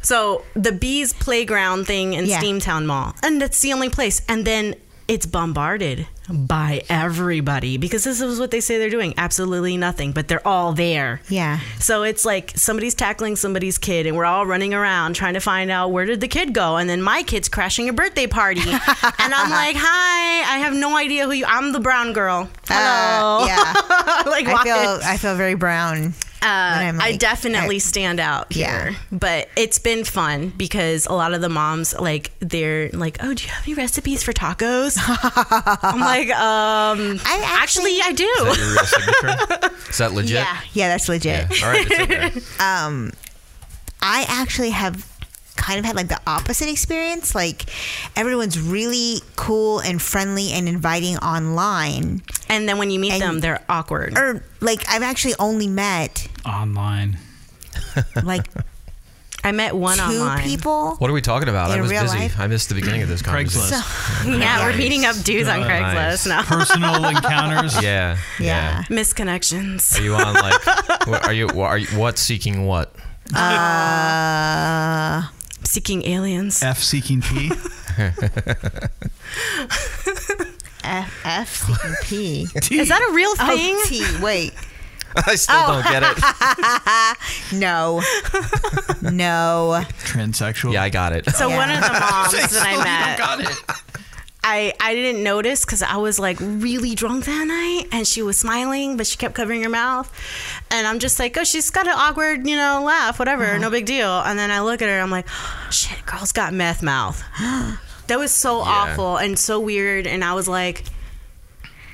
Speaker 8: So the bees playground thing in
Speaker 5: Yeah.
Speaker 8: Steamtown Mall, and that's the only place. And then it's bombarded by everybody because this is what they say they're doing. Absolutely nothing, but they're all there.
Speaker 5: Yeah.
Speaker 8: So it's like somebody's tackling somebody's kid, and we're all running around trying to find out where did the kid go, and then my kid's crashing a birthday party, and I'm like, "Hi, I have no idea who you. I'm the brown girl. Hello.
Speaker 5: Uh, yeah.
Speaker 8: like
Speaker 5: I
Speaker 8: why?
Speaker 5: feel I feel very brown.
Speaker 8: Uh,
Speaker 5: I'm
Speaker 8: I
Speaker 5: like-
Speaker 8: definitely
Speaker 5: I-
Speaker 8: stand out here,
Speaker 5: Yeah.
Speaker 8: but it's been fun because a lot of the moms like they're like, "Oh, do you have any recipes for tacos?" I'm like, um, I actually, I do.
Speaker 6: Is that your real signature? Is that legit?
Speaker 5: Yeah, yeah, that's legit.
Speaker 6: Yeah. All right,
Speaker 5: um, I actually have kind of had like the opposite experience. Like everyone's really cool and friendly and inviting online,
Speaker 8: and then when you meet them, they're awkward.
Speaker 5: Or like I've actually only met
Speaker 7: Online.
Speaker 5: like
Speaker 8: I met one
Speaker 5: two
Speaker 8: online.
Speaker 5: people.
Speaker 6: What are we talking about?
Speaker 5: In
Speaker 6: I was
Speaker 5: real
Speaker 6: busy.
Speaker 5: life?
Speaker 6: I missed the beginning of this conversation.
Speaker 8: yeah, we're meeting up dudes on
Speaker 6: Nice.
Speaker 8: Craigslist now.
Speaker 6: Yeah. Yeah.
Speaker 8: Misconnections.
Speaker 6: Are you on like? what, are you? What, are you? What seeking? What?
Speaker 8: Uh, seeking aliens.
Speaker 7: F seeking P.
Speaker 5: F F C P.
Speaker 8: Is that a real thing?
Speaker 5: Oh, T. Wait.
Speaker 6: I still don't get it.
Speaker 5: it. no. No.
Speaker 7: Transsexual.
Speaker 6: Yeah, I got it.
Speaker 8: So one of the moms that
Speaker 6: Oh
Speaker 8: I met,
Speaker 7: got it.
Speaker 8: I, I didn't notice because I was like really drunk that night and she was smiling, but she kept covering her mouth. And I'm just like, oh, she's got an awkward, you know, laugh, whatever,
Speaker 5: Uh-huh.
Speaker 8: no big deal. And then I look at her, I'm like, shit, girl's got meth mouth. that was so awful and so weird. And I was like,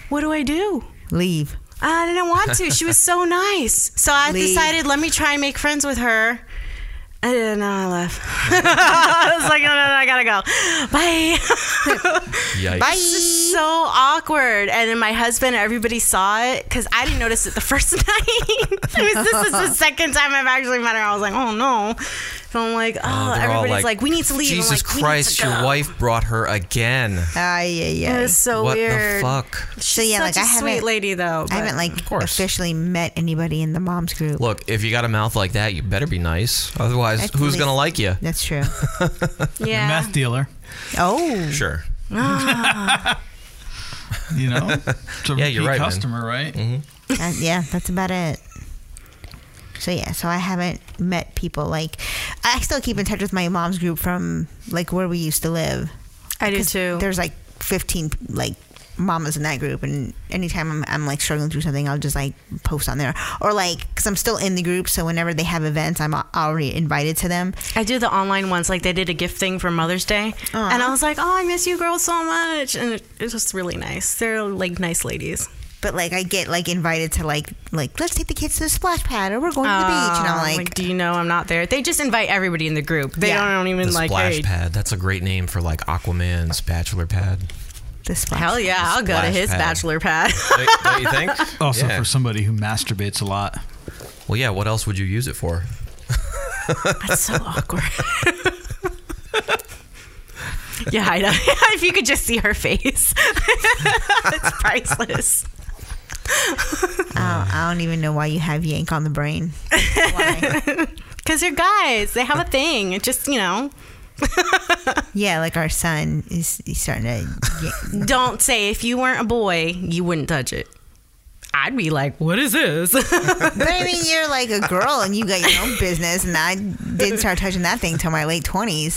Speaker 8: what do I do?
Speaker 5: Leave.
Speaker 8: I didn't want to. She was so nice. So I
Speaker 5: Leave.
Speaker 8: decided, let me try and make friends with her. And then I left. I was like, no, no, no, I gotta go. Bye.
Speaker 6: Yikes.
Speaker 8: Bye. So awkward. And then my husband, everybody saw it because I didn't notice it the first night. it was, this is the second time I've actually met her. I was like, oh no. So I'm like, oh,
Speaker 6: They're all
Speaker 8: everybody's like, we need to leave. I'm
Speaker 6: Jesus
Speaker 8: like, "We need to
Speaker 6: Christ, your
Speaker 8: go."
Speaker 6: wife brought her again.
Speaker 5: Ay, ay, ay.
Speaker 8: It was so
Speaker 6: what
Speaker 8: weird.
Speaker 6: the fuck?
Speaker 5: So yeah, like
Speaker 8: Such
Speaker 5: I
Speaker 8: a sweet
Speaker 5: haven't
Speaker 8: lady though.
Speaker 5: I haven't
Speaker 8: but-
Speaker 5: like officially met anybody in the moms group.
Speaker 6: Look, if you got a mouth like that, you better be nice. Otherwise,
Speaker 5: At
Speaker 6: who's
Speaker 5: least-
Speaker 6: gonna like you?
Speaker 5: That's true.
Speaker 8: Yeah.
Speaker 7: Meth dealer.
Speaker 5: Oh.
Speaker 6: Sure.
Speaker 7: You know? It's a
Speaker 6: Yeah, you're
Speaker 7: repeat
Speaker 6: right, man. Mm-hmm.
Speaker 7: customer, right?
Speaker 5: Uh, yeah, that's about it. So yeah, so I haven't met people like I still keep in touch with my mom's group from like where we used to live.
Speaker 8: I do
Speaker 5: 'Cause
Speaker 8: too.
Speaker 5: There's like 15 like mamas in that group, and anytime I'm, I'm like struggling through something, I'll just like post on there or like because I'm still in the group, so whenever they have events, I'm al- already invited to them.
Speaker 8: I do the online ones. Like they did a gift thing for Mother's Day, and I was like, "Oh, I miss you girls so much," and it, it's just really nice. They're like nice ladies.
Speaker 5: But like I get like invited to like like let's take the kids to the splash pad or we're going to the beach, and I'm
Speaker 8: Oh,
Speaker 5: like,
Speaker 8: "Do you know I'm not there?" They just invite everybody in the group. They
Speaker 5: Yeah.
Speaker 8: don't, even
Speaker 6: The
Speaker 8: like.
Speaker 6: splash
Speaker 8: hey,
Speaker 6: pad. That's a great name for like Aquaman's bachelor pad.
Speaker 5: the splash.
Speaker 8: Hell yeah, I'll go to
Speaker 6: splash
Speaker 8: his
Speaker 6: pad.
Speaker 8: bachelor pad.
Speaker 6: Don't you think?
Speaker 7: Also
Speaker 6: Yeah.
Speaker 7: for somebody who masturbates a lot.
Speaker 6: Well, yeah. What else would you use it for?
Speaker 8: That's so awkward. yeah, I know. if you could just see her face, it's priceless.
Speaker 5: I don't, I don't even know why you have yank on the brain.
Speaker 8: Because they're guys. They have a thing. It just you know.
Speaker 5: Yeah, like our son is he's starting to. Yeah.
Speaker 8: Don't say if you weren't a boy, you wouldn't touch it. I'd be like, what is this?
Speaker 5: but I mean, you're like a girl and you got your own business, and I didn't start touching that thing till my late twenties.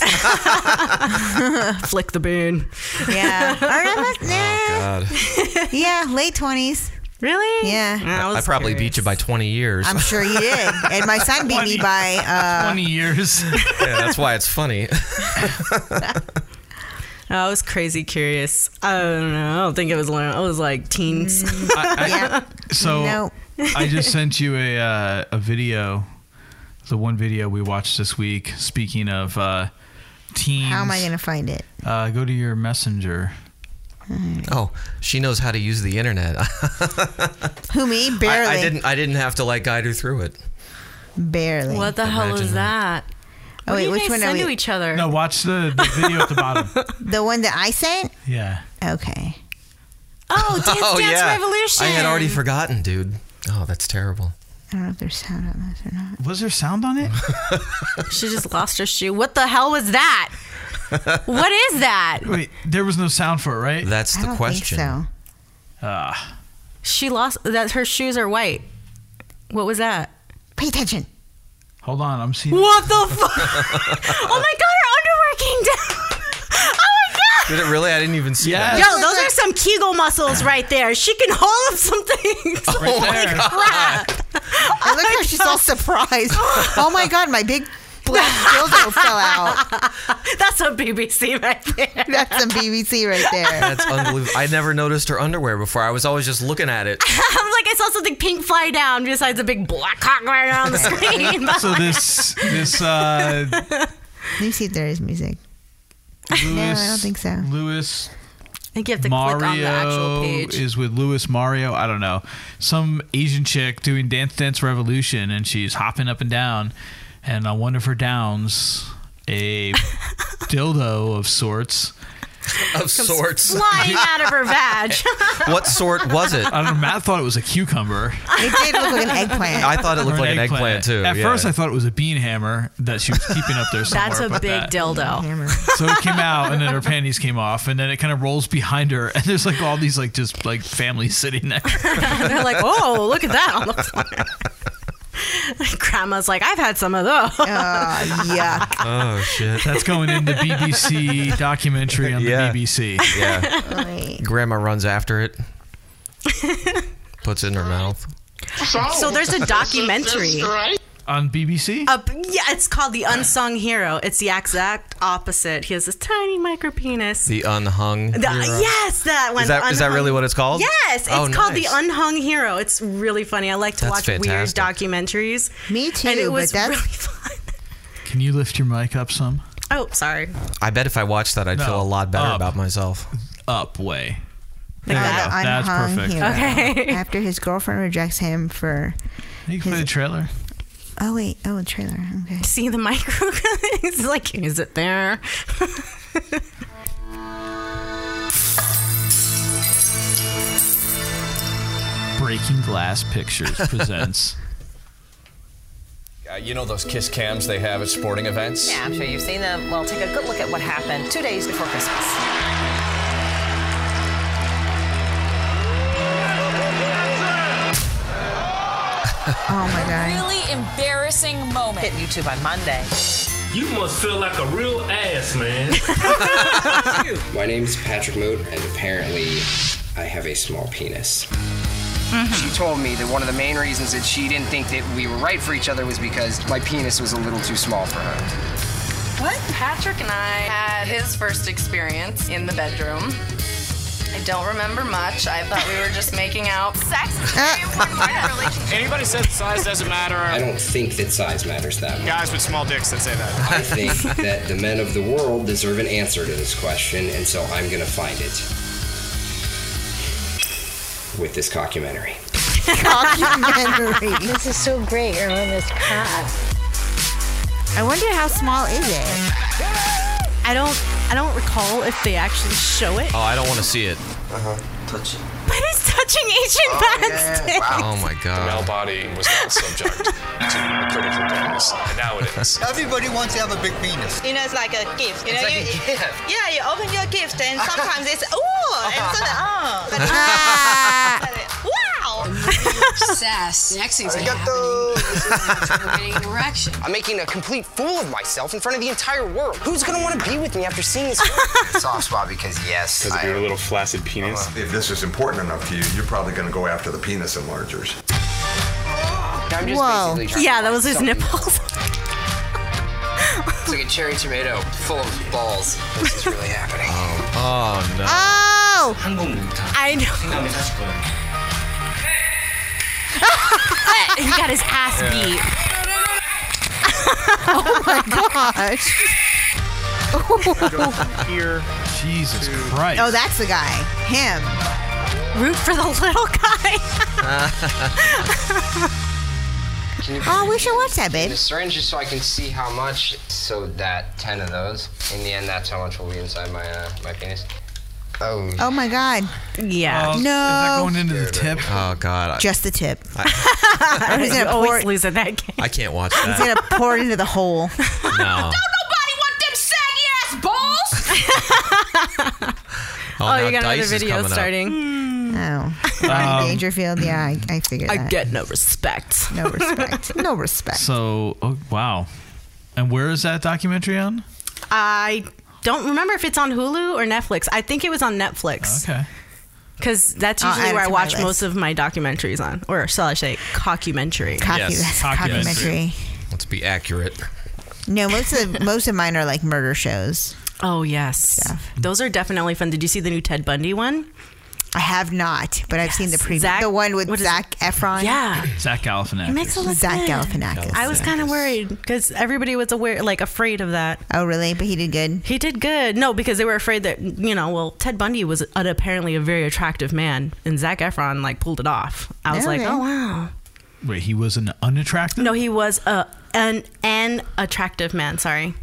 Speaker 8: Flick the boon.
Speaker 5: Yeah, or I'm not-
Speaker 6: God,
Speaker 5: nah. yeah, late twenties.
Speaker 8: Really?
Speaker 5: Yeah,
Speaker 6: I, probably beat you by 20 years.
Speaker 5: I'm sure you did. And my son beat me by. Uh,
Speaker 7: 20 years.
Speaker 6: yeah, that's why it's funny.
Speaker 8: I was crazy curious. I don't know. I don't think it was long. I was like teens.
Speaker 7: I- I-
Speaker 5: yeah.
Speaker 7: So
Speaker 5: No.
Speaker 7: I just sent you a uh, a video, the one video we watched this week. Speaking of uh, teens,
Speaker 5: How am
Speaker 8: mm.
Speaker 5: I gonna find it?
Speaker 7: Uh, go to your messenger.
Speaker 6: oh, she knows how to use the internet.
Speaker 5: Who me?
Speaker 6: I,
Speaker 5: Barely.
Speaker 6: I didn't. I didn't have to like guide her through it.
Speaker 5: Barely.
Speaker 8: what the hell
Speaker 6: Imagine
Speaker 8: is that?
Speaker 5: Oh,
Speaker 8: what
Speaker 5: wait,
Speaker 8: do you
Speaker 5: which
Speaker 8: guys
Speaker 5: one are
Speaker 8: send
Speaker 5: we-
Speaker 8: to each other?
Speaker 7: No, watch the, the video at the bottom.
Speaker 5: The one that I sent.
Speaker 7: Yeah,
Speaker 5: Okay.
Speaker 8: Oh, Dance Dance Revolution.
Speaker 6: I had already forgotten, dude. Oh, that's terrible.
Speaker 5: I don't know if there's sound on this or not.
Speaker 7: Was there sound on it?
Speaker 8: she just lost her shoe. What the hell was that? What is that?
Speaker 7: Wait, there was no sound for it, right?
Speaker 6: That's
Speaker 8: I the don't think question. so.
Speaker 7: Ah.
Speaker 8: She lost that her shoes are white. What was that?
Speaker 5: Pay attention.
Speaker 7: hold on, I'm seeing.
Speaker 8: What the fuck? oh my god, her underwear came down. Oh
Speaker 6: Did it really? I didn't even see that.
Speaker 8: Yo, those are some Kegel muscles right there. She can hold up some things.
Speaker 6: Oh my
Speaker 8: Holy
Speaker 6: God.
Speaker 8: crap.
Speaker 5: I look how she's all surprised. Oh my god, my big black dildo fell out.
Speaker 8: That's some BBC right there.
Speaker 5: That's some BBC right there.
Speaker 6: That's unbelievable. I never noticed her underwear before. I was always just looking at it.
Speaker 8: I'm like, I saw something pink fly down besides a big black cock right on the screen.
Speaker 7: so this this uh,
Speaker 5: Let me see if there is music. no, I
Speaker 7: Louis-
Speaker 5: don't think so.
Speaker 7: Lewis
Speaker 8: I think you have to click on the actual
Speaker 7: Mario
Speaker 8: page.
Speaker 7: is with Louis Mario. I don't know. Some Asian chick doing Dance Dance Revolution, and she's hopping up and down. And on one of her downs, a dildo of sorts.
Speaker 6: Of sorts.
Speaker 8: Flying out of her vag.
Speaker 6: What sort was it?
Speaker 7: I don't know. Matt thought it was a cucumber.
Speaker 5: It did look like an eggplant.
Speaker 6: I thought it looked
Speaker 7: Or
Speaker 6: like an eggplant, too,
Speaker 7: At
Speaker 6: yeah.
Speaker 7: first, I thought it was a bean hammer that she was keeping up there somewhere.
Speaker 8: That's a
Speaker 7: but
Speaker 8: big
Speaker 7: that-
Speaker 8: dildo.
Speaker 7: So it came out, and then her panties came off, and then it kind of rolls behind her, and there's like all these like just like families sitting there.
Speaker 8: They're like, oh, look at that on the floor. Grandma's like, I've had some of those.
Speaker 5: yeah.
Speaker 6: Oh shit.
Speaker 7: That's going in the BBC documentary on
Speaker 6: Yeah.
Speaker 7: the BBC.
Speaker 6: Yeah. Grandma runs after it. Puts it in her mouth.
Speaker 8: So there's a documentary.
Speaker 7: On BBC?
Speaker 8: Up, yeah, it's called The Unsung Hero. It's the exact opposite. He has this tiny micro penis.
Speaker 6: The unhung.
Speaker 8: The-
Speaker 6: hero.
Speaker 8: yes, that one.
Speaker 6: Is that- is that
Speaker 8: Unhung-
Speaker 6: really what it's called?
Speaker 8: Yes, it's
Speaker 6: Oh,
Speaker 8: called
Speaker 6: nice.
Speaker 8: The Unhung Hero. It's really funny. I like to
Speaker 6: That's
Speaker 8: watch
Speaker 6: fantastic.
Speaker 8: weird documentaries.
Speaker 5: Me too,
Speaker 8: And it
Speaker 5: but
Speaker 8: was
Speaker 5: that's-
Speaker 8: really fun.
Speaker 7: Can you lift your mic up some?
Speaker 8: Oh, sorry.
Speaker 6: I bet if I watched that, I'd
Speaker 7: No,
Speaker 6: feel a lot better
Speaker 7: up.
Speaker 6: about myself.
Speaker 7: Up way.
Speaker 5: Like that
Speaker 7: That's
Speaker 5: unhung
Speaker 7: perfect.
Speaker 5: hero.
Speaker 8: Okay.
Speaker 5: After his girlfriend rejects him for.
Speaker 7: You can play the trailer.
Speaker 5: Oh wait. Oh, a trailer. Okay.
Speaker 8: See the micro? it's like, is it there?
Speaker 7: Breaking Glass Pictures presents.
Speaker 13: Uh, you know those kiss cams they have at sporting events?
Speaker 14: Yeah, I'm sure you've seen them. Well, take a good look at what happened two days before Christmas.
Speaker 5: Oh my god.
Speaker 14: Really embarrassing moment. Hit YouTube on Monday.
Speaker 11: You must feel like a real ass, man.
Speaker 15: My name's Patrick Moot, and apparently I have a small penis.
Speaker 9: She told me that one of the main reasons that she didn't think that we were right for each other was because my penis was a little too small for her.
Speaker 16: What? Patrick and I had his first experience in the bedroom. I don't remember much. I thought we were just making out. Sex is very important part of a relationship.
Speaker 11: Anybody says size doesn't
Speaker 15: I
Speaker 11: matter.
Speaker 15: don't think that size matters that much.
Speaker 11: Guys with small dicks that say that.
Speaker 15: I think that the men of the world deserve an answer to this question, and so I'm gonna find it with this documentary.
Speaker 5: Documentary.
Speaker 17: This is so great. You're on this path.
Speaker 5: I wonder how small Oh, is it.
Speaker 8: I don't. I don't recall if they actually show it.
Speaker 6: Oh, I don't want to see it.
Speaker 13: Uh huh. Touch it.
Speaker 8: But it's touching ancient man's dick.
Speaker 6: Oh my
Speaker 13: The male
Speaker 6: god.
Speaker 13: body was not subject to a critical illness, and now it is.
Speaker 18: Everybody wants to have a big penis.
Speaker 19: You know, it's like a gift. You
Speaker 18: It's
Speaker 19: know, you,
Speaker 18: like a gift.
Speaker 19: Yeah, you open your gift, and sometimes it's oh, and sometimes oh. But
Speaker 17: Wow. Obsessed. Next thing's gonna happen. We're getting an erection.
Speaker 9: I'm making a complete fool of myself in front of the entire world. Who's gonna want to be with me after seeing this? Soft spot because yes,
Speaker 20: Because of your little flaccid penis. if this is important enough to you, you're probably going to go after the penis enlargers.
Speaker 9: I'm just
Speaker 5: Whoa.
Speaker 9: basically trying to
Speaker 5: Yeah, that
Speaker 9: find
Speaker 5: was his
Speaker 9: something-
Speaker 5: nipples.
Speaker 9: It's like a cherry tomato full of balls. This is really happening.
Speaker 6: Oh no.
Speaker 5: Oh.
Speaker 8: I know. he got his ass
Speaker 6: Yeah.
Speaker 8: beat.
Speaker 5: oh my gosh.
Speaker 7: Here. Jesus Christ.
Speaker 5: Oh, that's the guy. Him.
Speaker 8: Root for the little guy.
Speaker 5: oh, we should watch that,
Speaker 9: In
Speaker 5: babe.
Speaker 9: the syringe just so I can see how much. So that ten of those. In the end, that's how much will be inside my uh, my penis.
Speaker 5: Oh. Oh my God.
Speaker 8: Yeah.
Speaker 6: Um,
Speaker 5: no.
Speaker 7: into the tip?
Speaker 6: Oh God. I-
Speaker 5: Just the tip.
Speaker 6: I,
Speaker 5: Or he's
Speaker 8: You
Speaker 5: gonna
Speaker 8: always
Speaker 5: pour. it-
Speaker 8: lose in that game.
Speaker 6: I can't watch
Speaker 5: He's
Speaker 6: that.
Speaker 5: gonna pour it into the hole.
Speaker 6: No.
Speaker 17: Nobody want them saggy ass balls.
Speaker 6: Oh, now Dice is coming up. Mm.
Speaker 5: Oh,
Speaker 7: Um,
Speaker 5: Dangerfield. Yeah, I, I figured.
Speaker 7: I
Speaker 5: that.
Speaker 7: get
Speaker 8: no respect.
Speaker 5: No respect. no respect.
Speaker 7: So, oh, wow. And where is that documentary on?
Speaker 8: I don't remember if it's on Hulu or Netflix. I think it was on Netflix.
Speaker 7: Okay.
Speaker 8: Because that's
Speaker 5: I'll Uh, add
Speaker 8: usually
Speaker 5: it
Speaker 8: where I
Speaker 5: to my
Speaker 8: watch
Speaker 5: list.
Speaker 8: most of my documentaries on, or shall I say, cockumentary.
Speaker 5: Yes, cockumentary. cockumentary.
Speaker 6: Let's be accurate.
Speaker 5: No, most of most of mine are like murder shows.
Speaker 8: Oh yes, those are definitely fun. Did you see the new Ted Bundy one?
Speaker 5: I have not, but I've seen the previous, the one with Zach Efron.
Speaker 8: Yeah,
Speaker 7: Zach Galifianakis.
Speaker 8: it makes a lot
Speaker 5: Zach
Speaker 8: sense.
Speaker 5: Galifianakis.
Speaker 8: I was kind of worried because everybody was aware, like afraid of that.
Speaker 5: Oh, really? But he did good.
Speaker 8: He did good. No, because they were afraid that you know. Well, Ted Bundy was an, apparently a very attractive man, and Zach Efron like pulled it off. I was like,
Speaker 7: Okay.
Speaker 8: oh wow.
Speaker 7: Wait, he was an unattractive?
Speaker 8: No, he was a an an attractive man. Sorry.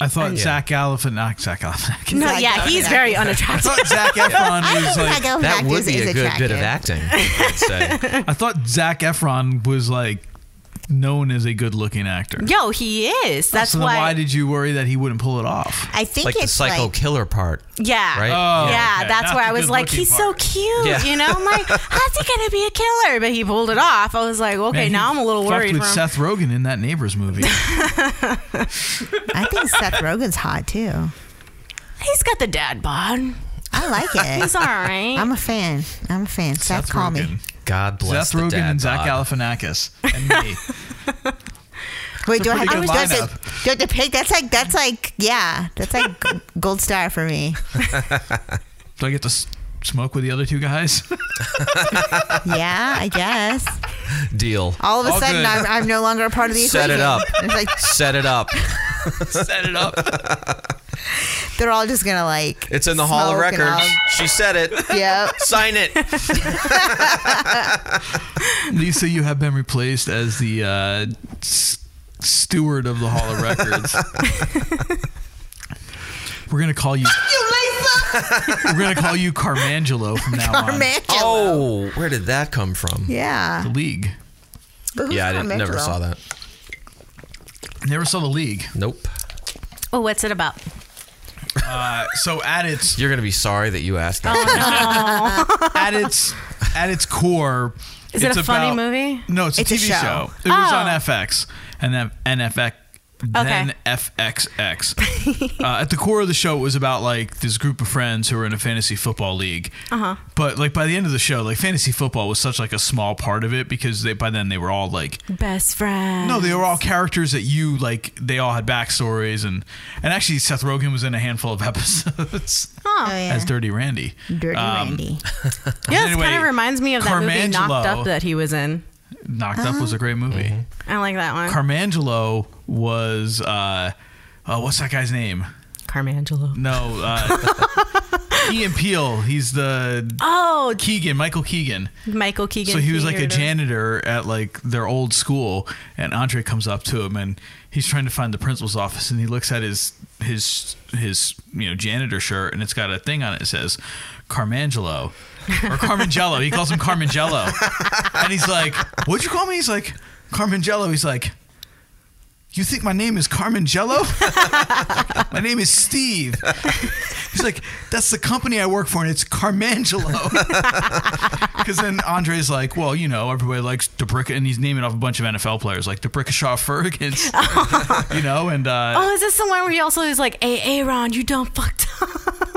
Speaker 7: I thought
Speaker 8: Yeah.
Speaker 7: Zach Galifianakis. Zach Galifianakis.
Speaker 8: No, yeah, he's very unattractive.
Speaker 7: I thought Zach
Speaker 8: I
Speaker 7: Efron
Speaker 8: think
Speaker 7: was like
Speaker 8: Zach That would Galifianakis be a is good bit of
Speaker 6: acting. I'd say.
Speaker 7: I thought Zach Efron was like known as a good-looking actor.
Speaker 8: Yo, he is. That's
Speaker 7: so then
Speaker 8: why.
Speaker 7: why did you worry that he wouldn't pull it off?
Speaker 8: I think
Speaker 6: like the
Speaker 8: it's
Speaker 6: psycho
Speaker 8: like-
Speaker 6: killer part.
Speaker 8: yeah,
Speaker 6: Right?
Speaker 8: yeah,
Speaker 6: Oh, okay.
Speaker 8: that's
Speaker 6: Not
Speaker 8: where
Speaker 6: the
Speaker 8: I was like,
Speaker 6: good-looking
Speaker 8: he's so cute,
Speaker 6: Yeah.
Speaker 8: you know. I'm like, how's he gonna be a killer? But he pulled it off. I was like, okay,
Speaker 7: Man, he
Speaker 8: now I'm a little
Speaker 7: fucked
Speaker 8: worried.
Speaker 7: with
Speaker 8: for him.
Speaker 7: Seth Rogen in that Neighbors movie.
Speaker 5: I think Seth Rogen's hot too.
Speaker 8: He's got the dad bod.
Speaker 5: I like it.
Speaker 8: He's all right.
Speaker 5: I'm a fan. I'm a fan. Seth, call me.
Speaker 6: God bless
Speaker 7: Seth
Speaker 6: the
Speaker 7: Rogen
Speaker 6: dad
Speaker 7: and Zach
Speaker 6: bod.
Speaker 7: Galifianakis and me.
Speaker 5: Wait, do I
Speaker 7: It's a pretty
Speaker 5: have to, do
Speaker 7: good
Speaker 5: I have to,
Speaker 7: lineup.
Speaker 5: do I have to pick? That's like that's like yeah, that's like g- gold star for me.
Speaker 7: Do I get to s- smoke with the other two guys?
Speaker 5: Yeah, I guess.
Speaker 6: Deal.
Speaker 5: All of a
Speaker 6: All
Speaker 5: sudden,
Speaker 6: good.
Speaker 5: I'm, I'm no longer a part of the
Speaker 6: Set it
Speaker 5: equation.
Speaker 6: up.
Speaker 5: It's like
Speaker 6: Set it up. Set it up.
Speaker 5: they're all just gonna like.
Speaker 6: It's in the Hall of
Speaker 5: smoke and
Speaker 6: Records. She said it.
Speaker 5: Yep.
Speaker 6: Sign it.
Speaker 7: Lisa, you have been replaced as the uh, s- steward of the Hall of Records. We're gonna call you. We're gonna call you Carmangelo from now
Speaker 5: Carmangelo.
Speaker 6: Oh, where did that come from?
Speaker 5: Yeah.
Speaker 7: on. The League.
Speaker 5: But who's
Speaker 6: yeah, I didn't, never
Speaker 5: Carmangelo?
Speaker 6: saw that.
Speaker 7: Never saw the League.
Speaker 6: Nope.
Speaker 8: Oh, what's it about?
Speaker 7: Uh, so at its,
Speaker 6: you're gonna be sorry that you asked that.
Speaker 7: at its, at its core,
Speaker 8: Is it
Speaker 7: it's
Speaker 8: a funny
Speaker 7: about-
Speaker 8: movie?
Speaker 7: No, it's a
Speaker 8: It's a
Speaker 7: TV
Speaker 8: show.
Speaker 7: show. It was
Speaker 8: Oh.
Speaker 7: on FX and then NFX. Then
Speaker 8: Okay.
Speaker 7: FXX. uh, at the core of the show, it was about like this group of friends who were in a fantasy football league.
Speaker 8: Uh huh.
Speaker 7: But like by the end of the show, like fantasy football was such like a small part of it because they by then they were all like
Speaker 8: Best friend.
Speaker 7: no, they were all characters that you like. They all had backstories and and actually Seth Rogen was in a handful of episodes
Speaker 8: Oh, yeah.
Speaker 7: as Dirty Randy.
Speaker 5: Dirty
Speaker 7: Randy.
Speaker 8: Yeah, this kind of reminds me of that movie Knocked
Speaker 7: Carmangelo-
Speaker 8: Up that he was in.
Speaker 7: Knocked Up was a great movie.
Speaker 8: I like that one.
Speaker 7: Carmangelo was uh, uh what's that guy's name?
Speaker 8: Carmangelo.
Speaker 7: No, uh Ian Peel. He's the
Speaker 8: oh
Speaker 7: Keegan, Michael Keegan.
Speaker 8: Michael Keegan.
Speaker 7: So he was like a
Speaker 8: Keegan.
Speaker 7: janitor at like their old school, and Andre comes up to him and he's trying to find the principal's office, and he looks at his his his you know janitor shirt, and it's got a thing on it that says Carmangelo or Carmangelo. he calls him Carmangelo, and he's like, "What'd you call me?" He's like, "Carmangelo." He's like. You think my name is Carmangelo? my name is Steve. He's like, that's the company I work for, and it's Carmangelo. Because then Andre's like, well, you know, everybody likes DeBrick, and he's naming off a bunch of NFL players like DeBrickashaw Fergus, you know, and uh,
Speaker 8: oh, is this the one where he also is like, "Hey, Aaron, you dumb fucked up."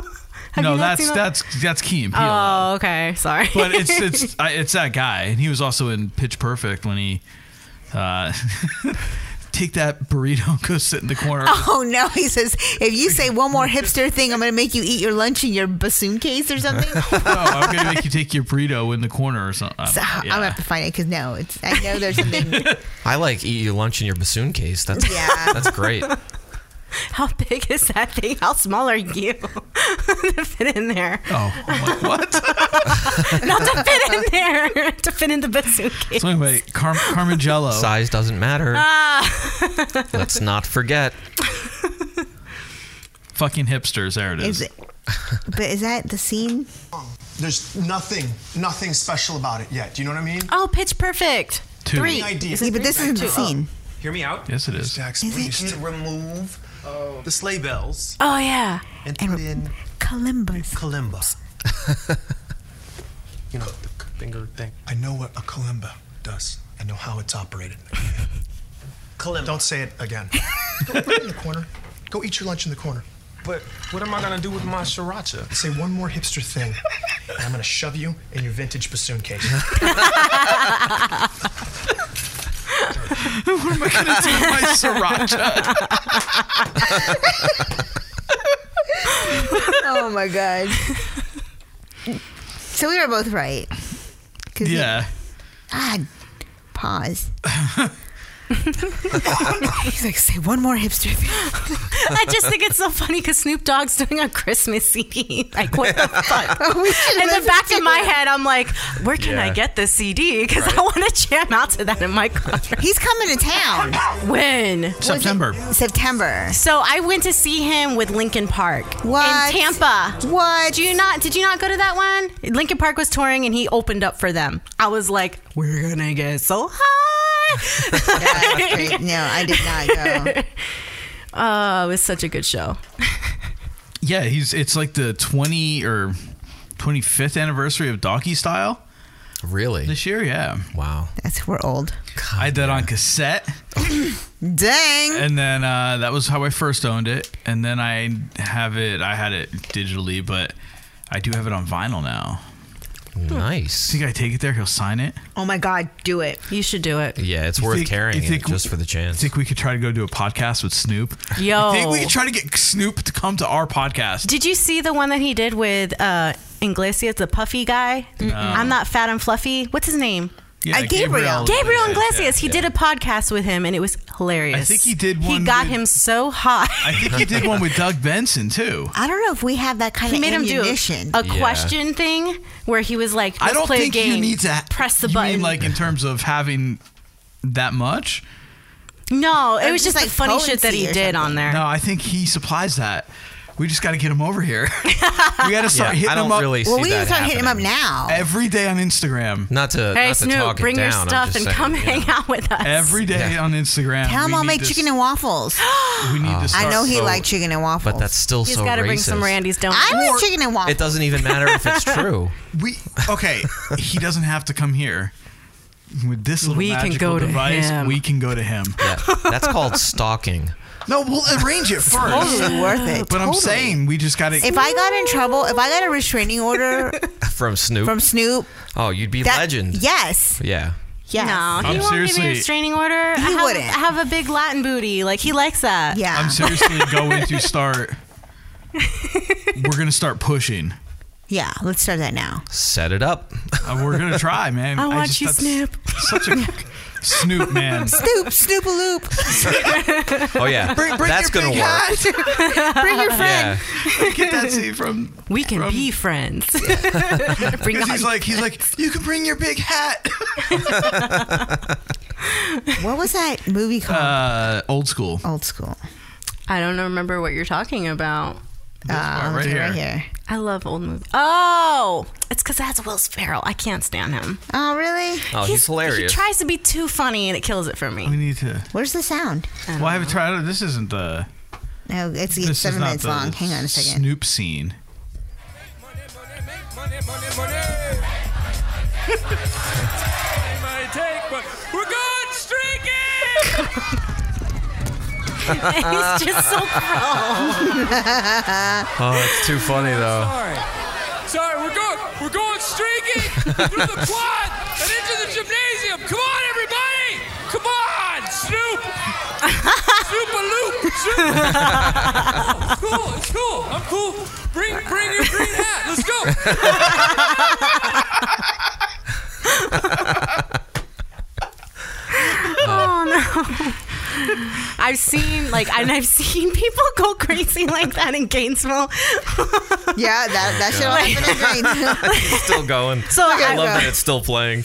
Speaker 8: Oh, Have
Speaker 7: no,
Speaker 8: you not
Speaker 7: that's
Speaker 8: seen that?
Speaker 7: that's that's Key and Peele.
Speaker 8: Oh, okay, sorry.
Speaker 7: but it's it's I- it's that guy, and he was also in Pitch Perfect when he. Uh, Take that burrito and go sit in the corner.
Speaker 5: Oh no, he says if you say one more hipster thing, I'm gonna make you eat your lunch in your bassoon case or something.
Speaker 7: no, I'm gonna make you take your burrito in the corner or something. Uh,
Speaker 5: So, I'm gonna have to find it because no, it's I know there's something.
Speaker 6: I like eat your lunch in your bassoon case. That's
Speaker 5: Yeah.
Speaker 6: that's great.
Speaker 8: How big is that thing? How small are you to fit in there?
Speaker 7: Oh,
Speaker 8: what? Not to fit in there. to fit in the bassoon case.
Speaker 7: So anyway, Car- Carmangelo.
Speaker 6: Size doesn't matter.
Speaker 8: Ah.
Speaker 6: Let's not forget.
Speaker 7: Fucking hipsters. There it is.
Speaker 5: Is it? But is that the scene?
Speaker 21: There's nothing, nothing special about it yet. Do you know what I mean?
Speaker 8: Oh, Pitch Perfect.
Speaker 21: Two.
Speaker 8: Three.
Speaker 21: Any idea?
Speaker 8: Is
Speaker 21: Yeah,
Speaker 8: it
Speaker 21: but this
Speaker 8: three?
Speaker 21: isn't the
Speaker 8: Two.
Speaker 21: scene.
Speaker 22: Hear me out.
Speaker 7: Yes, it is.
Speaker 21: Jax,
Speaker 5: Is
Speaker 21: please.
Speaker 22: To remove the sleigh bells.
Speaker 8: Oh yeah.
Speaker 22: And put in
Speaker 5: Columbus.
Speaker 22: Columbus. you know, the c- finger thing.
Speaker 21: I know what a kalimba does. I know how it's operated. kalimba. Don't say it again. Go put it in the corner. Go eat your lunch in the corner. But what am I gonna do with my sriracha? Say one more hipster thing, and I'm gonna shove you in your vintage bassoon case.
Speaker 11: what am I going to do with my
Speaker 5: sriracha? oh my god. So we were both right. 'Cause he-
Speaker 7: Yeah.
Speaker 5: God. Pause. He's like, say one more hipster thing.
Speaker 8: I just think it's so funny because Snoop Dogg's doing a Christmas CD. Like, what the fuck?
Speaker 5: Oh, We should
Speaker 8: In the
Speaker 5: listen
Speaker 8: back
Speaker 5: to
Speaker 8: of my
Speaker 5: it.
Speaker 8: head, I'm like, where can I
Speaker 5: Yeah.
Speaker 8: get this CD? Because I want to jam out to that in my car.
Speaker 5: He's coming to town.
Speaker 8: When?
Speaker 7: September.
Speaker 5: September.
Speaker 8: So I went to see him with Linkin Park
Speaker 5: What?
Speaker 8: in Tampa.
Speaker 5: What?
Speaker 8: Do you not? Did you not go to that one? Linkin Park was touring and he opened up for them. I was like, we're gonna get so high.
Speaker 5: no, I did not go.
Speaker 8: Oh, it was such a good show.
Speaker 7: Yeah, he's it's like the 20 or 25th anniversary of Donkey Style.
Speaker 6: Really?
Speaker 7: This year, yeah.
Speaker 6: Wow.
Speaker 5: That's we're old.
Speaker 7: I had that on cassette.
Speaker 5: Dang.
Speaker 7: And then uh, that was how I first owned it. And then I have it, I had it digitally, but I do have it on vinyl now.
Speaker 6: Nice.
Speaker 7: Think I take it there? He'll sign it.
Speaker 5: Oh my god, do it.
Speaker 8: You should do it.
Speaker 6: Yeah, it's
Speaker 7: You
Speaker 6: worth
Speaker 7: think-
Speaker 6: carrying
Speaker 7: you think
Speaker 6: it just for the chance.
Speaker 7: Think we could try to go do a podcast with Snoop?
Speaker 8: Yo.
Speaker 7: think we could try to get Snoop to come to our podcast?
Speaker 8: Did you see the one that he did with uh, Iglesias, the puffy guy?
Speaker 7: No.
Speaker 8: I'm not fat and fluffy. What's his name?
Speaker 7: Yeah, Uh, Gabriel. Gabriel
Speaker 8: Gabriel
Speaker 7: Iglesias,
Speaker 8: Iglesias. He
Speaker 7: yeah.
Speaker 8: did a podcast with him, and it was hilarious.
Speaker 7: I think he did one
Speaker 8: He got
Speaker 7: with-
Speaker 8: him so high.
Speaker 7: I think he did one with Doug Benson too.
Speaker 5: I don't know if we have that kind
Speaker 8: He
Speaker 5: of
Speaker 8: made him do
Speaker 5: ammunition.
Speaker 8: a
Speaker 7: Yeah.
Speaker 8: question thing where he was like,
Speaker 7: I
Speaker 8: "Let's
Speaker 7: don't
Speaker 8: play
Speaker 7: think
Speaker 8: a game.
Speaker 7: you need to
Speaker 8: press the
Speaker 7: you
Speaker 8: button."
Speaker 7: Mean like in terms of having that much.
Speaker 8: no, it
Speaker 5: Or
Speaker 8: was
Speaker 5: just
Speaker 8: just
Speaker 5: like
Speaker 8: the funny shit that he
Speaker 5: potency or
Speaker 8: did on there.
Speaker 7: No, I think he supplies that. We just got to get him over here. we got to start
Speaker 6: Yeah,
Speaker 7: hitting
Speaker 6: I don't
Speaker 7: him up.
Speaker 6: really Well, see we need to that start hitting him
Speaker 5: up now.
Speaker 7: Every day on Instagram.
Speaker 6: Not to
Speaker 8: Hey Snoop, bring your stuff and come hang out with us.
Speaker 7: Every day on Instagram.
Speaker 5: Tell him
Speaker 7: we
Speaker 5: I'll
Speaker 7: need
Speaker 5: make
Speaker 7: to-
Speaker 5: chicken and waffles.
Speaker 7: We need to
Speaker 5: I
Speaker 7: start-
Speaker 5: know he
Speaker 6: so-
Speaker 5: liked chicken and waffles.
Speaker 6: But that's still so
Speaker 5: gotta
Speaker 6: racist.
Speaker 5: Randy's donuts. I like chicken and waffles.
Speaker 6: It doesn't even matter if it's true.
Speaker 7: We okay. he doesn't have to come here. With this little
Speaker 6: We can
Speaker 7: magical
Speaker 6: go to
Speaker 7: device,
Speaker 6: him.
Speaker 7: we can go to him.
Speaker 6: Yeah, that's called stalking.
Speaker 7: No, we'll arrange it first.
Speaker 5: Totally worth it.
Speaker 7: But I'm
Speaker 5: Totally.
Speaker 7: saying we just got to.
Speaker 5: If I got in trouble, if I got a restraining order
Speaker 6: From Snoop.
Speaker 5: from Snoop,
Speaker 6: oh, you'd be
Speaker 5: that-
Speaker 6: legend.
Speaker 5: Yes.
Speaker 6: Yeah.
Speaker 5: Yes.
Speaker 8: No, he
Speaker 6: I'm
Speaker 8: won't give me
Speaker 6: seriously-
Speaker 8: a restraining order. I have,
Speaker 5: wouldn't.
Speaker 8: I have a big Latin booty. Like he likes that.
Speaker 5: Yeah.
Speaker 7: I'm seriously going to start. We're gonna start pushing.
Speaker 5: Yeah, let's start that now.
Speaker 6: Set it up.
Speaker 7: Uh, we're gonna try, man.
Speaker 5: I want you,
Speaker 7: that's
Speaker 5: Snoop.
Speaker 7: Such a Snoop man.
Speaker 5: Snoop, Snoop a loop.
Speaker 6: Oh yeah,
Speaker 7: Bring- bring
Speaker 6: that's
Speaker 7: your
Speaker 6: gonna
Speaker 7: big
Speaker 6: work.
Speaker 5: Bring your friend.
Speaker 7: Get that scene from.
Speaker 8: We can be friends. Bring
Speaker 7: Because
Speaker 8: on
Speaker 7: he's like, he's like, you can bring your big hat.
Speaker 5: What was that movie called?
Speaker 7: Uh, old school.
Speaker 5: Old school.
Speaker 8: I don't remember what you're talking about.
Speaker 5: Uh,
Speaker 7: right
Speaker 5: it's
Speaker 7: here.
Speaker 8: I love old movies. Oh, it's because that's Will Ferrell. I can't stand him.
Speaker 5: Oh, really?
Speaker 6: Oh, he's hilarious.
Speaker 8: He tries to be too funny and it kills it for me.
Speaker 7: We need to.
Speaker 5: Where's the sound?
Speaker 7: Well, I haven't tried. This isn't the.
Speaker 5: No, it's,
Speaker 7: this
Speaker 5: it's
Speaker 7: is
Speaker 5: seven
Speaker 7: not
Speaker 5: minutes
Speaker 7: the
Speaker 5: long. Hang on a second.
Speaker 7: Snoop scene.
Speaker 11: my take, but we're going streaking!
Speaker 8: He's just so
Speaker 11: cruel.
Speaker 6: Oh, it's too funny though.
Speaker 11: Sorry. Sorry, we're going, we're going streaking through the quad and into the gymnasium. Come on, everybody! Come on, Snoop! Snoop a loop! Snoop! Oh, it's cool, it's cool. I'm cool. Bring, bring your green hat. Let's go.
Speaker 8: oh no. I've seen like and I've seen people go crazy like that in Gainesville.
Speaker 5: yeah, that that
Speaker 7: Oh
Speaker 5: shit'll happen in Gainesville.
Speaker 6: It's still going.
Speaker 8: So
Speaker 6: I
Speaker 8: I-
Speaker 6: love that it's still playing.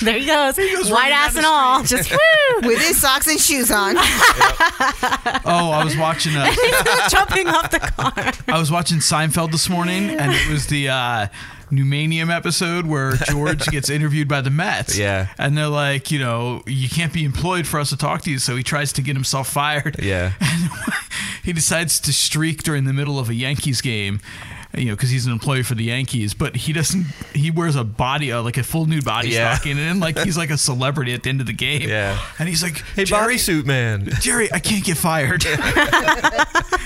Speaker 8: There he goes, white
Speaker 5: running
Speaker 8: ass and all, just woo.
Speaker 5: with his socks and shoes on.
Speaker 7: Oh, I was watching. A,
Speaker 8: jumping off the car.
Speaker 7: I was watching Seinfeld this morning, and it was the uh, Numanium episode where George gets interviewed by the Mets.
Speaker 6: Yeah.
Speaker 7: and they're like, you know, you can't be employed for us to talk to you, so he tries to get himself fired.
Speaker 6: Yeah.
Speaker 7: he decides to streak during the middle of a Yankees game. You know, because he's an employee for the Yankees, but he doesn't. He wears a body, uh, like a full nude body
Speaker 6: Yeah.
Speaker 7: stocking, and like he's like a celebrity at the end of the game.
Speaker 6: Yeah.
Speaker 7: and he's like,
Speaker 6: Hey,
Speaker 7: Jerry-
Speaker 6: Barry Suit Man.
Speaker 7: Jerry, I can't get fired.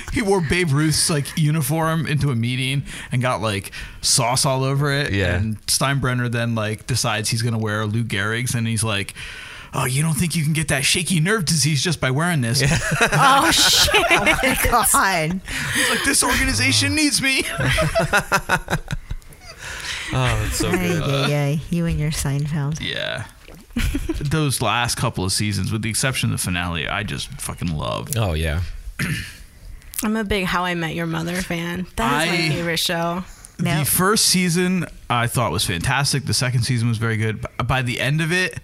Speaker 7: he wore Babe Ruth's like uniform into a meeting and got like sauce all over it.
Speaker 6: Yeah.
Speaker 7: And Steinbrenner then like decides he's gonna wear Lou Gehrig's and he's like, Oh, you don't think you can get that shaky nerve disease just by wearing this?
Speaker 8: oh shit!
Speaker 5: Oh my god!
Speaker 7: He's like, This organization needs me.
Speaker 6: Oh, it's so
Speaker 5: Ay,
Speaker 6: good.
Speaker 5: ay, ay. you and your Seinfeld.
Speaker 7: Yeah. Those last couple of seasons, with the exception of the finale, I just fucking love.
Speaker 6: Oh yeah.
Speaker 8: I'm a big How I Met Your Mother fan. That
Speaker 7: I-
Speaker 8: is my favorite show.
Speaker 7: The first season I thought was fantastic. The second season was very good. But by the end of it,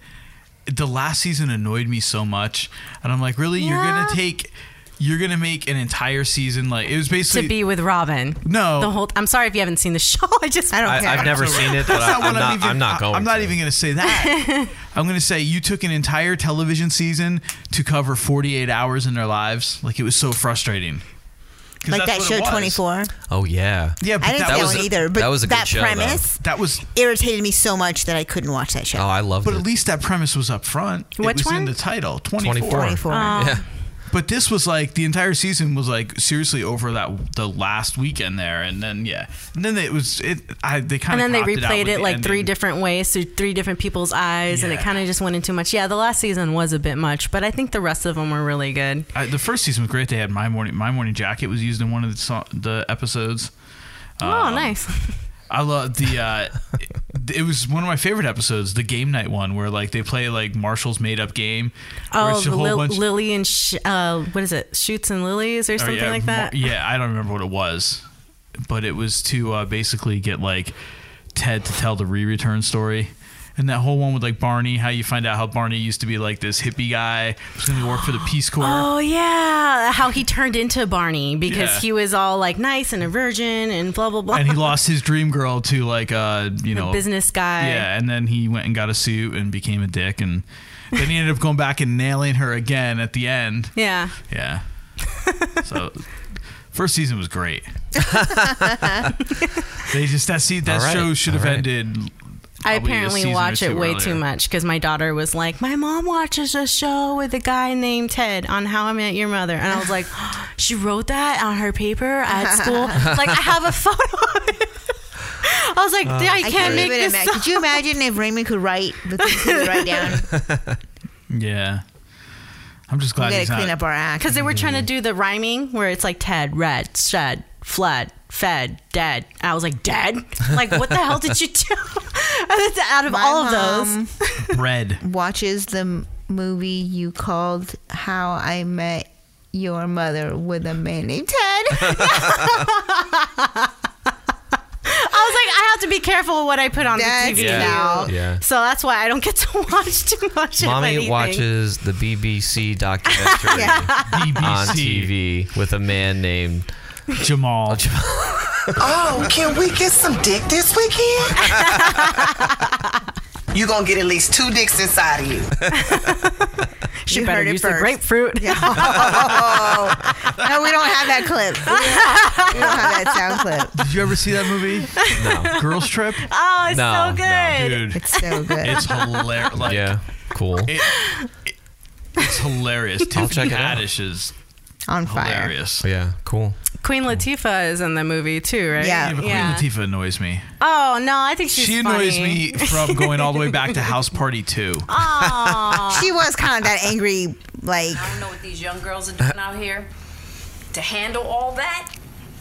Speaker 7: the last season annoyed me so much, and I'm like, really, you're gonna
Speaker 8: Yeah.
Speaker 7: take, you're gonna make an entire season like it was basically
Speaker 8: to be with Robin.
Speaker 7: No.
Speaker 8: the whole. I'm sorry if you haven't seen the show. I just I
Speaker 6: I- care. I've never seen it, but I- I'm not- I'm not going
Speaker 7: I'm not
Speaker 6: to.
Speaker 7: even gonna say that. I'm gonna say you took an entire television season to cover 48 hours in their lives. Like it was so frustrating. 'Cause
Speaker 5: Like
Speaker 7: that's what
Speaker 5: that show
Speaker 7: it was.
Speaker 5: Twenty Four.
Speaker 6: Oh yeah.
Speaker 7: Yeah, but
Speaker 5: I
Speaker 7: that
Speaker 5: didn't see that
Speaker 7: was
Speaker 5: one
Speaker 7: a-
Speaker 5: either. But
Speaker 6: that was a good show, though.
Speaker 5: premise
Speaker 7: That was
Speaker 5: irritated me so much that I couldn't watch that show.
Speaker 6: Oh, I loved
Speaker 7: But
Speaker 6: it.
Speaker 7: at least that premise was up front.
Speaker 5: Which
Speaker 7: it was
Speaker 5: one?
Speaker 7: in the title. 24.
Speaker 6: 24. 24. Oh. Yeah.
Speaker 7: But this was like the entire season was like seriously over that the last weekend there, and then yeah, and then it was it. I they kind
Speaker 8: and
Speaker 7: of
Speaker 8: then they replayed it like three different ways through three different people's eyes, and it
Speaker 7: Yeah.
Speaker 8: kind of just went into much. Yeah, the last season was a bit much, but I think the rest of them were really good.
Speaker 7: I, the first season was great. They had my morning my morning jacket was used in one of the so- the episodes.
Speaker 8: oh,
Speaker 7: Um,
Speaker 8: nice.
Speaker 7: I love the. Uh, it, it was one of my favorite episodes, the game night one, where like they play like Marshall's made up game. where
Speaker 8: Oh,
Speaker 7: it's a whole
Speaker 8: Lil-
Speaker 7: bunch-
Speaker 8: Lily and sh- uh, what is it? Shoots and lilies or something
Speaker 7: Oh, yeah,
Speaker 8: like that.
Speaker 7: Mar- yeah, I don't remember what it was, but it was to uh, basically get like Ted to tell the re-return story. And that whole one with like Barney, how you find out how Barney used to be like this hippie guy who's going to work for the Peace Corps.
Speaker 8: Oh yeah, how he turned into Barney because
Speaker 7: Yeah.
Speaker 8: he was all like nice and a virgin and blah blah blah.
Speaker 7: And he lost his dream girl to like uh you know
Speaker 8: business guy.
Speaker 7: Yeah, and then he went and got a suit and became a dick, and then he ended up going back and nailing her again at the end.
Speaker 8: Yeah.
Speaker 7: Yeah. so first season was great. they just that see that
Speaker 6: All right,
Speaker 7: show should
Speaker 6: all
Speaker 7: have
Speaker 6: right.
Speaker 7: ended.
Speaker 8: I
Speaker 7: probably a
Speaker 8: apparently
Speaker 7: season or
Speaker 8: watch it
Speaker 7: two
Speaker 8: way
Speaker 7: earlier.
Speaker 8: too much because my daughter was like, "My mom watches a show with a guy named Ted on How I Met Your Mother," and I was like, "She wrote that on her paper at school." like I have a photo. of it. I was like,
Speaker 6: Uh,
Speaker 8: "I can't make this."
Speaker 5: Imagine. Could you imagine if Raymond could write the things he would write down?
Speaker 7: Yeah. I'm just
Speaker 5: We
Speaker 7: glad
Speaker 5: gotta
Speaker 7: he's
Speaker 5: clean
Speaker 7: not.
Speaker 5: up our act.
Speaker 8: Because they were trying to do the rhyming where it's like Ted, red, shed, fled, fed, dead. And I was like, dead? Like, what the hell did you do? And it's out of
Speaker 5: My
Speaker 8: all
Speaker 5: mom
Speaker 8: of those.
Speaker 7: Red.
Speaker 5: watches the m- movie you called How I Met Your Mother with a man named Ted.
Speaker 8: I was like, I have to be careful what I put on
Speaker 5: That's
Speaker 8: the TV
Speaker 6: cute.
Speaker 8: now.
Speaker 6: Yeah.
Speaker 8: So that's why I don't get to watch too much. of
Speaker 6: Mommy
Speaker 8: anything.
Speaker 6: watches the BBC documentary on TV with a man named
Speaker 7: Jamal.
Speaker 18: Oh, can we get some dick this weekend? you gonna get at least two dicks inside of you.
Speaker 8: She better use the grapefruit.
Speaker 5: no, we don't have that clip. We don't, we don't have that sound clip.
Speaker 7: Did you ever see that movie?
Speaker 6: No.
Speaker 7: Girls Trip.
Speaker 8: Oh, it's
Speaker 6: No,
Speaker 8: so
Speaker 6: no.
Speaker 8: good.
Speaker 7: Dude.
Speaker 5: It's so good.
Speaker 7: It's hilarious. Like,
Speaker 6: yeah, cool.
Speaker 7: It, it- it's hilarious.
Speaker 6: I'll
Speaker 7: Tiffany
Speaker 6: check it out. Oh,
Speaker 7: Haddish is
Speaker 5: on fire.
Speaker 7: hilarious.
Speaker 6: Yeah, cool.
Speaker 8: Queen Latifah is in the movie too, right?
Speaker 7: but Queen Latifah annoys me.
Speaker 8: Oh no, I think she's
Speaker 7: she annoys me
Speaker 8: funny.
Speaker 7: from going all the way back to House Party 2.
Speaker 5: She was kind of that angry, like
Speaker 17: I don't know what these young girls are doing out here to handle all that,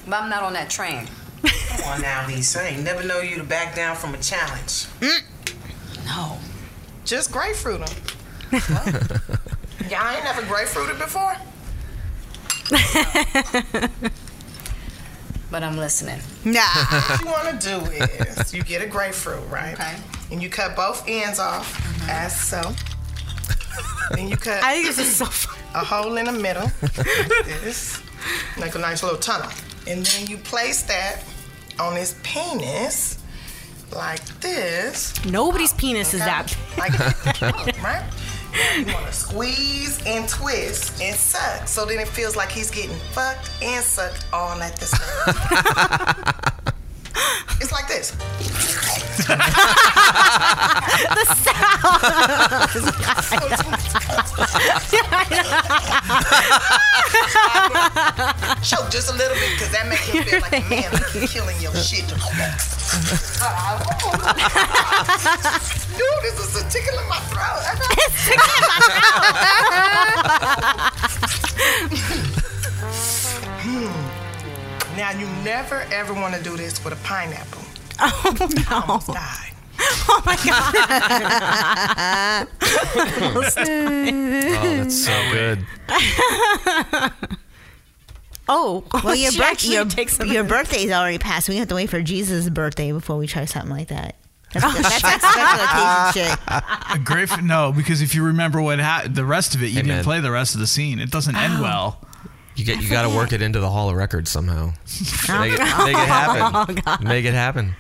Speaker 17: but I'm not on that train.
Speaker 18: Come on now, Lisa. I ain't never know you to back down from a Mm. challenge.
Speaker 17: No.
Speaker 18: Just grapefruit 'em. Yeah, I ain't never grapefruited before.
Speaker 17: But I'm listening.
Speaker 18: Nah. what you want to do is you get a grapefruit, right? Okay. And you cut both ends off
Speaker 17: Mm-hmm.
Speaker 18: as so. Then you cut. I think this is so fun. A hole in the middle. like this, like a nice little tunnel. And then you place that on his penis, like this.
Speaker 8: Nobody's penis is
Speaker 18: Okay.
Speaker 8: that.
Speaker 18: Like, right? You want to squeeze and twist and suck, so then it feels like he's getting fucked and sucked all at the same. time. it's like this.
Speaker 11: The
Speaker 18: Choke just a little bit because that makes him feel like a man like you're killing your shit. Dude, this is a tickle in my throat. It's tickling my now you never ever want to do this with a pineapple.
Speaker 11: Oh no! Oh my god!
Speaker 6: Oh, that's so good.
Speaker 8: Oh,
Speaker 5: Well, your,
Speaker 8: she
Speaker 5: birth,
Speaker 8: actually
Speaker 5: your,
Speaker 8: takes some of
Speaker 5: your
Speaker 8: this.
Speaker 5: birthday's already passed. We have to wait for Jesus' birthday before we try something like that. That's,
Speaker 8: Oh,
Speaker 5: that's,
Speaker 8: shit.
Speaker 5: that's special occasion shit.
Speaker 7: A grapefruit? No, because if you remember what happened, the rest of it, you didn't
Speaker 6: man.
Speaker 7: play the rest of the scene. It doesn't end
Speaker 6: Oh.
Speaker 7: well.
Speaker 6: You get you got to work it into the Hall of Records somehow. make, it,
Speaker 7: Oh,
Speaker 6: make it happen.
Speaker 7: God.
Speaker 6: Make it happen.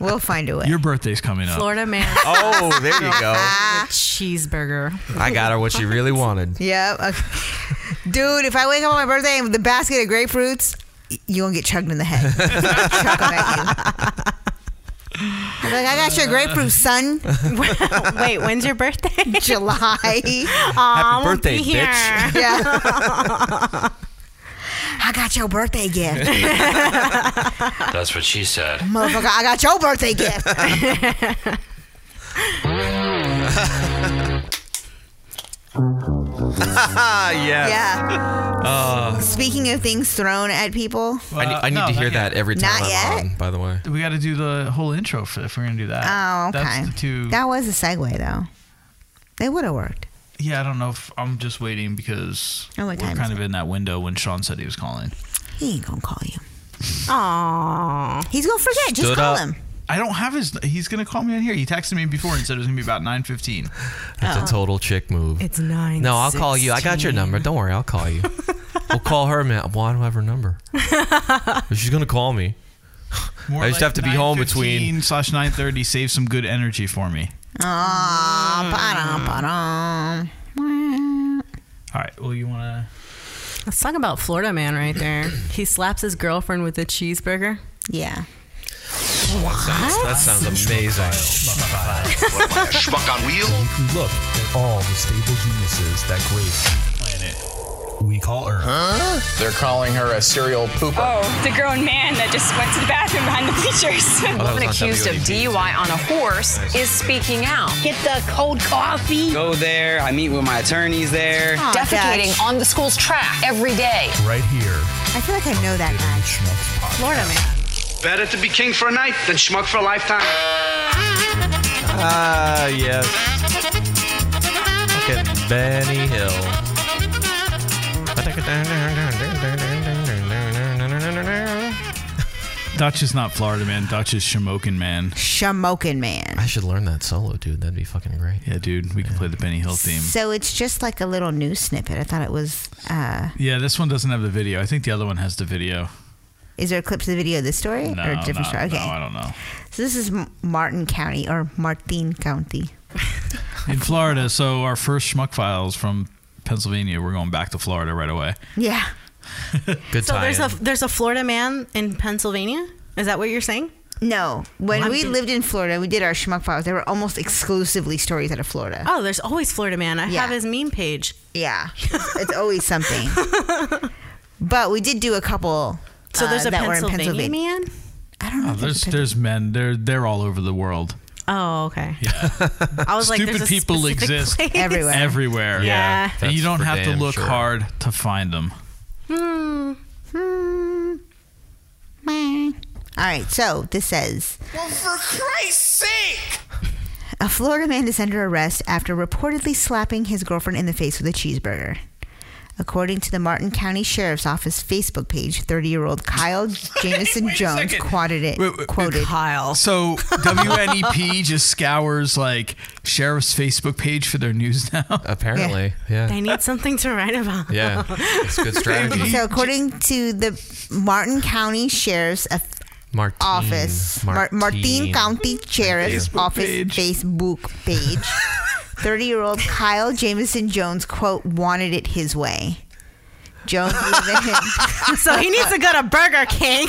Speaker 5: We'll find a way.
Speaker 7: Your birthday's coming up.
Speaker 8: Florida man.
Speaker 6: Oh, there you go.
Speaker 8: With Cheeseburger.
Speaker 6: I got her what she really wanted.
Speaker 5: Yep. Okay. Dude, if I wake up on my birthday with a basket of grapefruits, y- you won't get chugged in the head. Chuck 'em at you. I'm like, I got your grapefruit, son.
Speaker 8: Wait, when's your birthday?
Speaker 5: July.
Speaker 8: Aw, I won't be
Speaker 6: birthday,
Speaker 8: here.
Speaker 6: bitch.
Speaker 5: Yeah. I got your birthday gift.
Speaker 3: That's what she said.
Speaker 5: Motherfucker, I got your birthday gift.
Speaker 6: Ah, yes.
Speaker 5: Yeah.
Speaker 7: Oh.
Speaker 6: Uh,
Speaker 5: Speaking of things thrown at people,
Speaker 6: I, ne- I need
Speaker 7: Uh, no, not
Speaker 6: to hear
Speaker 7: yet.
Speaker 6: that every time
Speaker 5: Not
Speaker 6: I'm
Speaker 5: yet?
Speaker 6: on, by the way.
Speaker 7: We got to do the whole intro for, if we're going to do that.
Speaker 5: Oh, okay.
Speaker 7: That's the two.
Speaker 5: That was a segue, though. They would have worked.
Speaker 7: yeah, I don't know if I'm just waiting because
Speaker 5: Oh,
Speaker 7: we're
Speaker 5: what time
Speaker 7: kind of in that window when Sean said he was calling.
Speaker 5: He ain't gonna call you.
Speaker 8: Aww.
Speaker 5: He's gonna forget. Just
Speaker 7: Stood
Speaker 5: call
Speaker 7: up.
Speaker 5: him.
Speaker 7: I don't have his. He's gonna call me on here. He texted me before and said it was gonna be about nine fifteen.
Speaker 6: That's
Speaker 8: Oh.
Speaker 6: a total chick move.
Speaker 8: It's nine.
Speaker 6: No, I'll call you. I got your
Speaker 8: 16.
Speaker 6: number. Don't worry, I'll call you. we'll call her, man. Well, I don't have her number. She's gonna call me. I just have to be home between.
Speaker 7: slash nine thirty. Save some good energy for me.
Speaker 5: Aw,
Speaker 7: Mm.
Speaker 5: ba-dum, ba-dum.
Speaker 7: All right. Well, you wanna.
Speaker 8: Let's talk about Florida man right there. He slaps his girlfriend with a cheeseburger.
Speaker 5: Yeah.
Speaker 6: That sounds amazing.
Speaker 11: What am I, a
Speaker 4: schmuck on wheels?
Speaker 23: Look at all the stable geniuses that grace planet we call Earth. Huh?
Speaker 4: They're calling her a serial pooper.
Speaker 24: Oh, the grown man that just went to the bathroom behind the bleachers.
Speaker 4: that was
Speaker 24: Woman
Speaker 4: not
Speaker 24: accused of
Speaker 4: WADP.
Speaker 24: DUI on a horse is speaking out. Get the cold coffee.
Speaker 4: Go there. I meet with my attorneys there.
Speaker 24: Defecating
Speaker 5: gosh.
Speaker 24: on the school's track every day.
Speaker 23: Right here.
Speaker 5: I feel like I know that guy. Florida man.
Speaker 4: Better to be king for a night than schmuck for a lifetime.
Speaker 6: Ah, yes. Look at Benny Hill.
Speaker 7: Dutch is not Florida man. Dutch is Shamokin man.
Speaker 5: Shamokin man.
Speaker 6: I should learn that solo, dude. That'd be fucking great.
Speaker 7: Yeah, dude. We can play the Benny Hill theme.
Speaker 5: So it's just like a little news snippet. I thought it was. Uh,
Speaker 7: Yeah, this one doesn't have the video. I think the other one has the video.
Speaker 5: is there a clip to the video of this story
Speaker 7: No,
Speaker 5: or a different
Speaker 7: no,
Speaker 5: story?
Speaker 7: no,
Speaker 5: Okay.
Speaker 7: I don't know.
Speaker 5: So this is M- Martin County or Martin County.
Speaker 7: In Florida, so our first schmuck files from Pennsylvania. We're going back to Florida right away.
Speaker 5: Yeah.
Speaker 7: Good
Speaker 8: So there's a there's a Florida man in Pennsylvania. Is that what you're saying?
Speaker 5: No, when
Speaker 8: Well, I'm
Speaker 5: we
Speaker 8: big-
Speaker 5: lived in Florida, we did our schmuck files. They were almost exclusively stories out of Florida.
Speaker 8: Oh, there's always Florida man. I
Speaker 5: Yeah.
Speaker 8: have his meme page.
Speaker 5: Yeah, it's, it's always something. but we did do a couple.
Speaker 8: So there's
Speaker 5: uh,
Speaker 8: a
Speaker 5: that were in
Speaker 8: Pennsylvania man.
Speaker 7: Oh, there's there's men. They're they're all over the world.
Speaker 8: Oh, okay.
Speaker 7: Yeah.
Speaker 8: I was like,
Speaker 7: Stupid
Speaker 8: there's a
Speaker 7: people
Speaker 8: specific
Speaker 7: exist
Speaker 8: place.
Speaker 7: Everywhere.
Speaker 8: Yeah.
Speaker 7: And you
Speaker 6: That's
Speaker 7: don't
Speaker 6: for
Speaker 7: have to
Speaker 6: damn
Speaker 7: look
Speaker 6: sure.
Speaker 7: hard to find them.
Speaker 5: Hmm. Hmm. Meh. All right, so this says
Speaker 18: Well, for Christ's sake!
Speaker 5: A Florida man is under arrest after reportedly slapping his girlfriend in the face with a cheeseburger. According to the Martin County Sheriff's Office Facebook page, 30 year old Kyle Jamison Jones quoted it. quoted Kyle.
Speaker 7: So WNEP just scours like sheriff's Facebook page for their news now.
Speaker 6: Apparently, yeah.
Speaker 8: They need something to write about.
Speaker 6: Yeah, it's good strategy.
Speaker 5: So, according to the Martin County Sheriff's of-
Speaker 6: Martin. Mm,
Speaker 5: Office, Mar- Martin County Sheriff's
Speaker 6: Facebook
Speaker 5: Office Facebook page, 30 year old Kyle Jamison Jones, quote, wanted it his way. Jones even.
Speaker 8: so he needs to go to Burger King.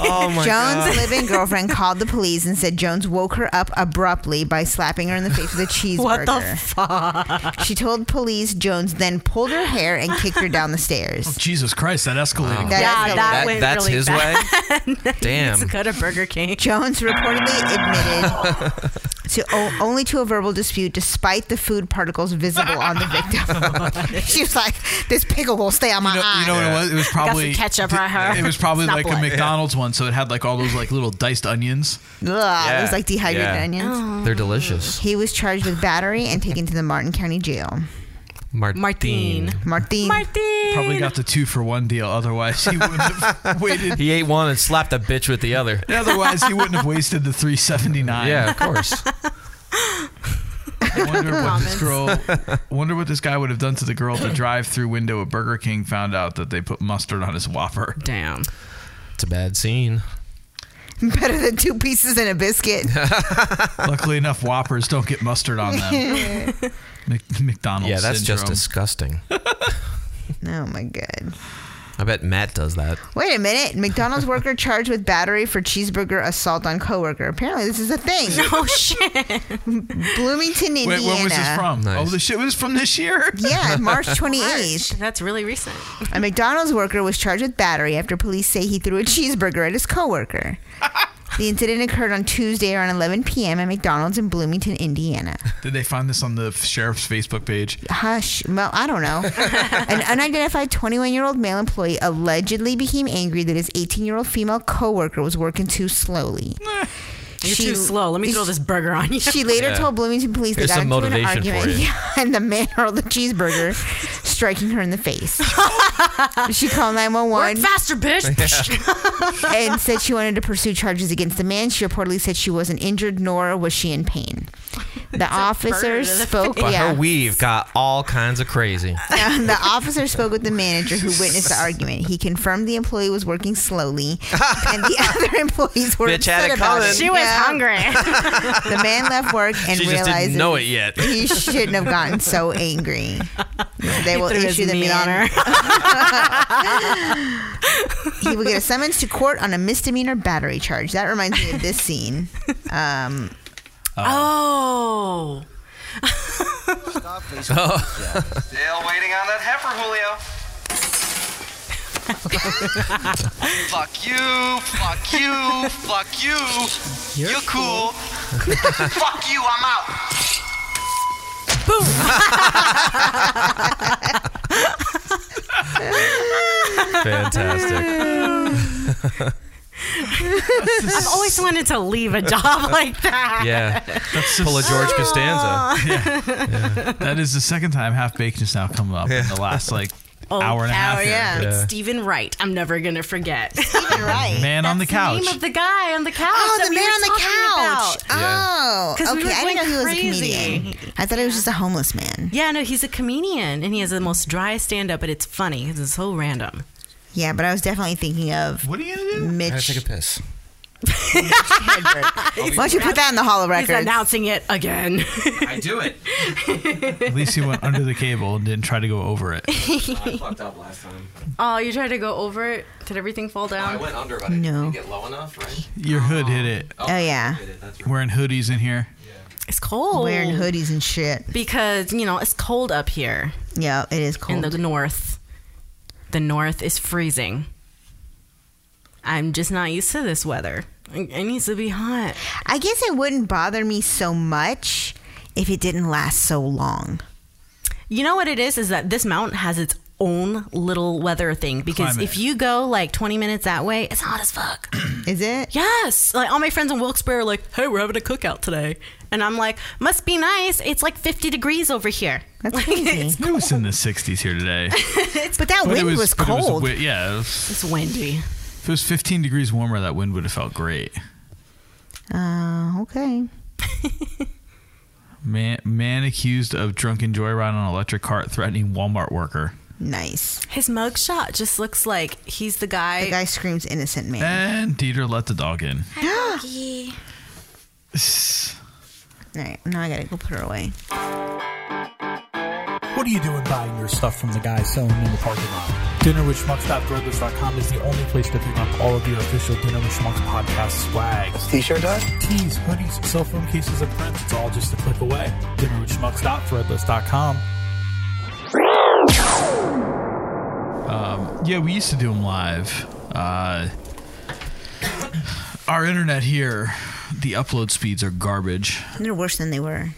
Speaker 6: Oh my
Speaker 5: Jones'
Speaker 6: god.
Speaker 5: living girlfriend called the police and said Jones woke her up abruptly by slapping her in the face with a cheeseburger.
Speaker 8: What the
Speaker 5: fuck? She told police Jones then pulled her hair and kicked her down the stairs.
Speaker 7: Jesus Christ, that escalated.
Speaker 5: That Yeah, escalated. that went
Speaker 6: that's
Speaker 5: really
Speaker 6: his way. Damn.
Speaker 5: go
Speaker 8: to Burger King.
Speaker 5: Jones reportedly admitted to o- only to a verbal dispute, despite the food particles visible on the victim. she was like, "This pickle will stay on my
Speaker 7: You know,
Speaker 5: eye."
Speaker 7: you know what it was? It was probably
Speaker 8: th-
Speaker 7: It was probably
Speaker 5: It's not
Speaker 7: like a
Speaker 5: blood.
Speaker 7: McDonald's one, so it had like all those like little diced onions.
Speaker 5: Ugh, It was like dehydrated onions.
Speaker 8: Oh.
Speaker 6: They're delicious.
Speaker 5: He was charged with battery and taken to the Martin County Jail.
Speaker 6: Martin.
Speaker 5: Martin.
Speaker 8: Martin.
Speaker 7: Probably got the two for one deal. Otherwise, he wouldn't have waited.
Speaker 6: He ate one and slapped a bitch with the other.
Speaker 7: Otherwise, he wouldn't have wasted the three seventy nine.
Speaker 6: Yeah, of course.
Speaker 7: I wonder what this girl, wonder what this guy would have done to the girl at the drive-through window at Burger King found out that they put mustard on his Whopper.
Speaker 8: Damn,
Speaker 7: it's a bad scene.
Speaker 5: Better than two pieces and a biscuit.
Speaker 7: Luckily enough, Whoppers don't get mustard on them. Mc, McDonald's.
Speaker 6: Yeah, that's just
Speaker 7: syndrome.
Speaker 6: disgusting.
Speaker 5: oh my god.
Speaker 6: I bet Matt does that.
Speaker 5: Wait a minute. McDonald's worker charged with battery for cheeseburger assault on coworker. Apparently, this is a thing.
Speaker 8: No Oh, shit.
Speaker 5: Bloomington, Indiana.
Speaker 7: Wait, when was this from? Oh, the shit was from this year.
Speaker 5: Yeah, March 28th.
Speaker 8: March. That's really recent.
Speaker 5: A McDonald's worker was charged with battery after police say he threw a cheeseburger at his coworker. The incident occurred on Tuesday around 11 p.m. at McDonald's in Bloomington, Indiana.
Speaker 7: Did they find this on the sheriff's Facebook page?
Speaker 5: Hush. Well, I don't know. An unidentified 21 year old male employee allegedly became angry that his 18 year old female coworker was working too slowly.
Speaker 8: You're too slow. Let me throw this burger on you.
Speaker 5: She later
Speaker 8: Yeah.
Speaker 5: told Bloomington police they
Speaker 8: Here's
Speaker 5: got
Speaker 8: some
Speaker 5: into an
Speaker 8: motivation for
Speaker 5: argument,
Speaker 8: you.
Speaker 5: Yeah, and the man hurled the cheeseburger, striking her in the face. she called 911.
Speaker 8: Work faster, bitch.
Speaker 5: and said she wanted to pursue charges against the man. She reportedly said she wasn't injured, nor was she in pain. The officer
Speaker 6: Burger to the
Speaker 5: spoke.
Speaker 6: But
Speaker 5: yeah.
Speaker 6: her weave Oh, got all kinds of crazy.
Speaker 5: the officer spoke with the manager who witnessed the argument. He confirmed the employee was working slowly, and the other employees were
Speaker 6: Bitch had
Speaker 5: upset
Speaker 6: it
Speaker 5: about
Speaker 6: coming.
Speaker 5: it.
Speaker 6: She was
Speaker 8: hungry.
Speaker 5: the man left work and
Speaker 6: She just
Speaker 5: realized
Speaker 6: didn't
Speaker 5: that
Speaker 6: know
Speaker 5: he-
Speaker 6: it yet.
Speaker 5: He shouldn't have gotten so angry. They will
Speaker 8: threw his
Speaker 5: issue the
Speaker 8: meat on
Speaker 5: man. he will get a summons to court on a misdemeanor battery charge. That reminds me of this scene. Um,
Speaker 8: oh.
Speaker 9: Still waiting on that heifer, Julio. fuck you, fuck you, fuck you. You're, cool. fuck you, I'm out.
Speaker 6: Fantastic.
Speaker 8: I've always wanted to leave a job like that.
Speaker 6: yeah. Pull a George Costanza.
Speaker 7: That is the second time half baked is now coming up in the last like hour and a half.
Speaker 8: Oh yeah, it's Stephen Wright. I'm never gonna forget. Stephen
Speaker 5: Wright.
Speaker 7: Man on the couch.
Speaker 8: Name of the guy on the couch.
Speaker 5: Oh,
Speaker 8: that
Speaker 5: the
Speaker 8: we
Speaker 5: man
Speaker 8: were
Speaker 5: on the couch. Oh,
Speaker 8: talking about. 'Cause we
Speaker 5: okay.
Speaker 8: were
Speaker 5: I didn't
Speaker 8: going
Speaker 5: know he was a
Speaker 8: crazy.
Speaker 5: comedian. I thought he was just a homeless man.
Speaker 8: Yeah, no, he's a comedian and he has the most dry stand up, but it's funny 'cause it's so random.
Speaker 5: Yeah, but I was definitely thinking of what are you gonna do? Mitch.
Speaker 8: gotta take a
Speaker 6: piss.
Speaker 5: Why don't you put that in the hall of
Speaker 8: He's
Speaker 5: records?
Speaker 8: announcing it again.
Speaker 6: I do it.
Speaker 7: At least he went under the cable and didn't try to go over it.
Speaker 6: fucked up last time.
Speaker 8: oh, you tried to go over it? Did everything fall down?
Speaker 6: under,
Speaker 5: but I No. didn't get
Speaker 6: low enough, right?
Speaker 7: Your hood hit it.
Speaker 5: Oh, yeah.
Speaker 7: Wearing hoodies in here.
Speaker 8: It's cold.
Speaker 5: Wearing hoodies and shit.
Speaker 8: Because, you know, it's cold up here
Speaker 5: Yeah, it is cold.
Speaker 8: in the north. The north is freezing. I'm just not used to this weather. It it needs to be hot.
Speaker 5: I guess it wouldn't bother me so much if it didn't last so long.
Speaker 8: You know what it is? Is that this mountain has its own little weather thing because
Speaker 5: Climate.
Speaker 8: if you go like 20 minutes that way, it's hot as fuck.
Speaker 5: Is it?
Speaker 8: Yes. Like all my friends in Wilkes-Barre are like, "Hey, we're having a cookout today." And I'm like, "Must be nice. It's like 50 degrees over here." That's like, crazy.
Speaker 7: It was in the 60s here today.
Speaker 5: but that
Speaker 7: But it
Speaker 5: wind was,
Speaker 7: but it was
Speaker 5: cold.
Speaker 7: wi- yeah. It was,
Speaker 8: it's windy.
Speaker 7: If it was 15 degrees warmer, that wind would have felt great.
Speaker 5: Uh, okay.
Speaker 7: Man, man accused of drunken joyride on electric cart threatening Walmart worker.
Speaker 5: Nice.
Speaker 8: His mugshot just looks like he's the guy. The
Speaker 5: guy screams innocent man.
Speaker 7: And Dieter let the dog in.
Speaker 5: All right, now I gotta go put her away.
Speaker 1: What are you doing buying your stuff from the guy selling in the parking lot? Dinner with Schmucks.threadless.com is the only place to pick up all of your official Dinner with Schmucks podcast swag.
Speaker 2: T-shirt does?
Speaker 1: Tees, hoodies, cell phone cases, and prints. It's all just a click away. Dinner with Schmucks.threadless.com.
Speaker 7: Um, yeah, we used to do them live. Uh, our internet here, the upload speeds are garbage.
Speaker 5: They're worse than they were.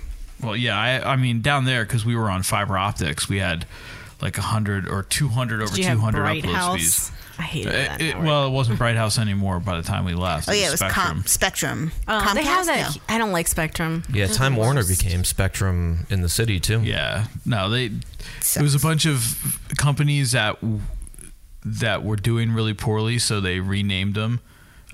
Speaker 7: Well, yeah, I, I mean down there because we were on fiber optics, we had like hundred or two hundred over
Speaker 5: Did you have
Speaker 7: two hundred
Speaker 5: Bright
Speaker 7: upload
Speaker 5: House?
Speaker 7: speeds. Eh,
Speaker 8: I hated
Speaker 7: it,
Speaker 8: that
Speaker 7: Uh, it-
Speaker 8: network.
Speaker 7: well, it wasn't Bright House anymore by the time we left.
Speaker 5: Oh yeah, it was
Speaker 7: Spectrum.
Speaker 5: Com- Spectrum.
Speaker 8: Oh, they have
Speaker 5: Comcast?
Speaker 8: that. I don't like Spectrum.
Speaker 6: Yeah,
Speaker 8: Those
Speaker 6: Time
Speaker 8: are the
Speaker 6: Warner
Speaker 8: worst.
Speaker 6: became Spectrum in the city too.
Speaker 7: Yeah, no, they. It was a bunch of companies that w- that were doing really poorly, so they renamed them.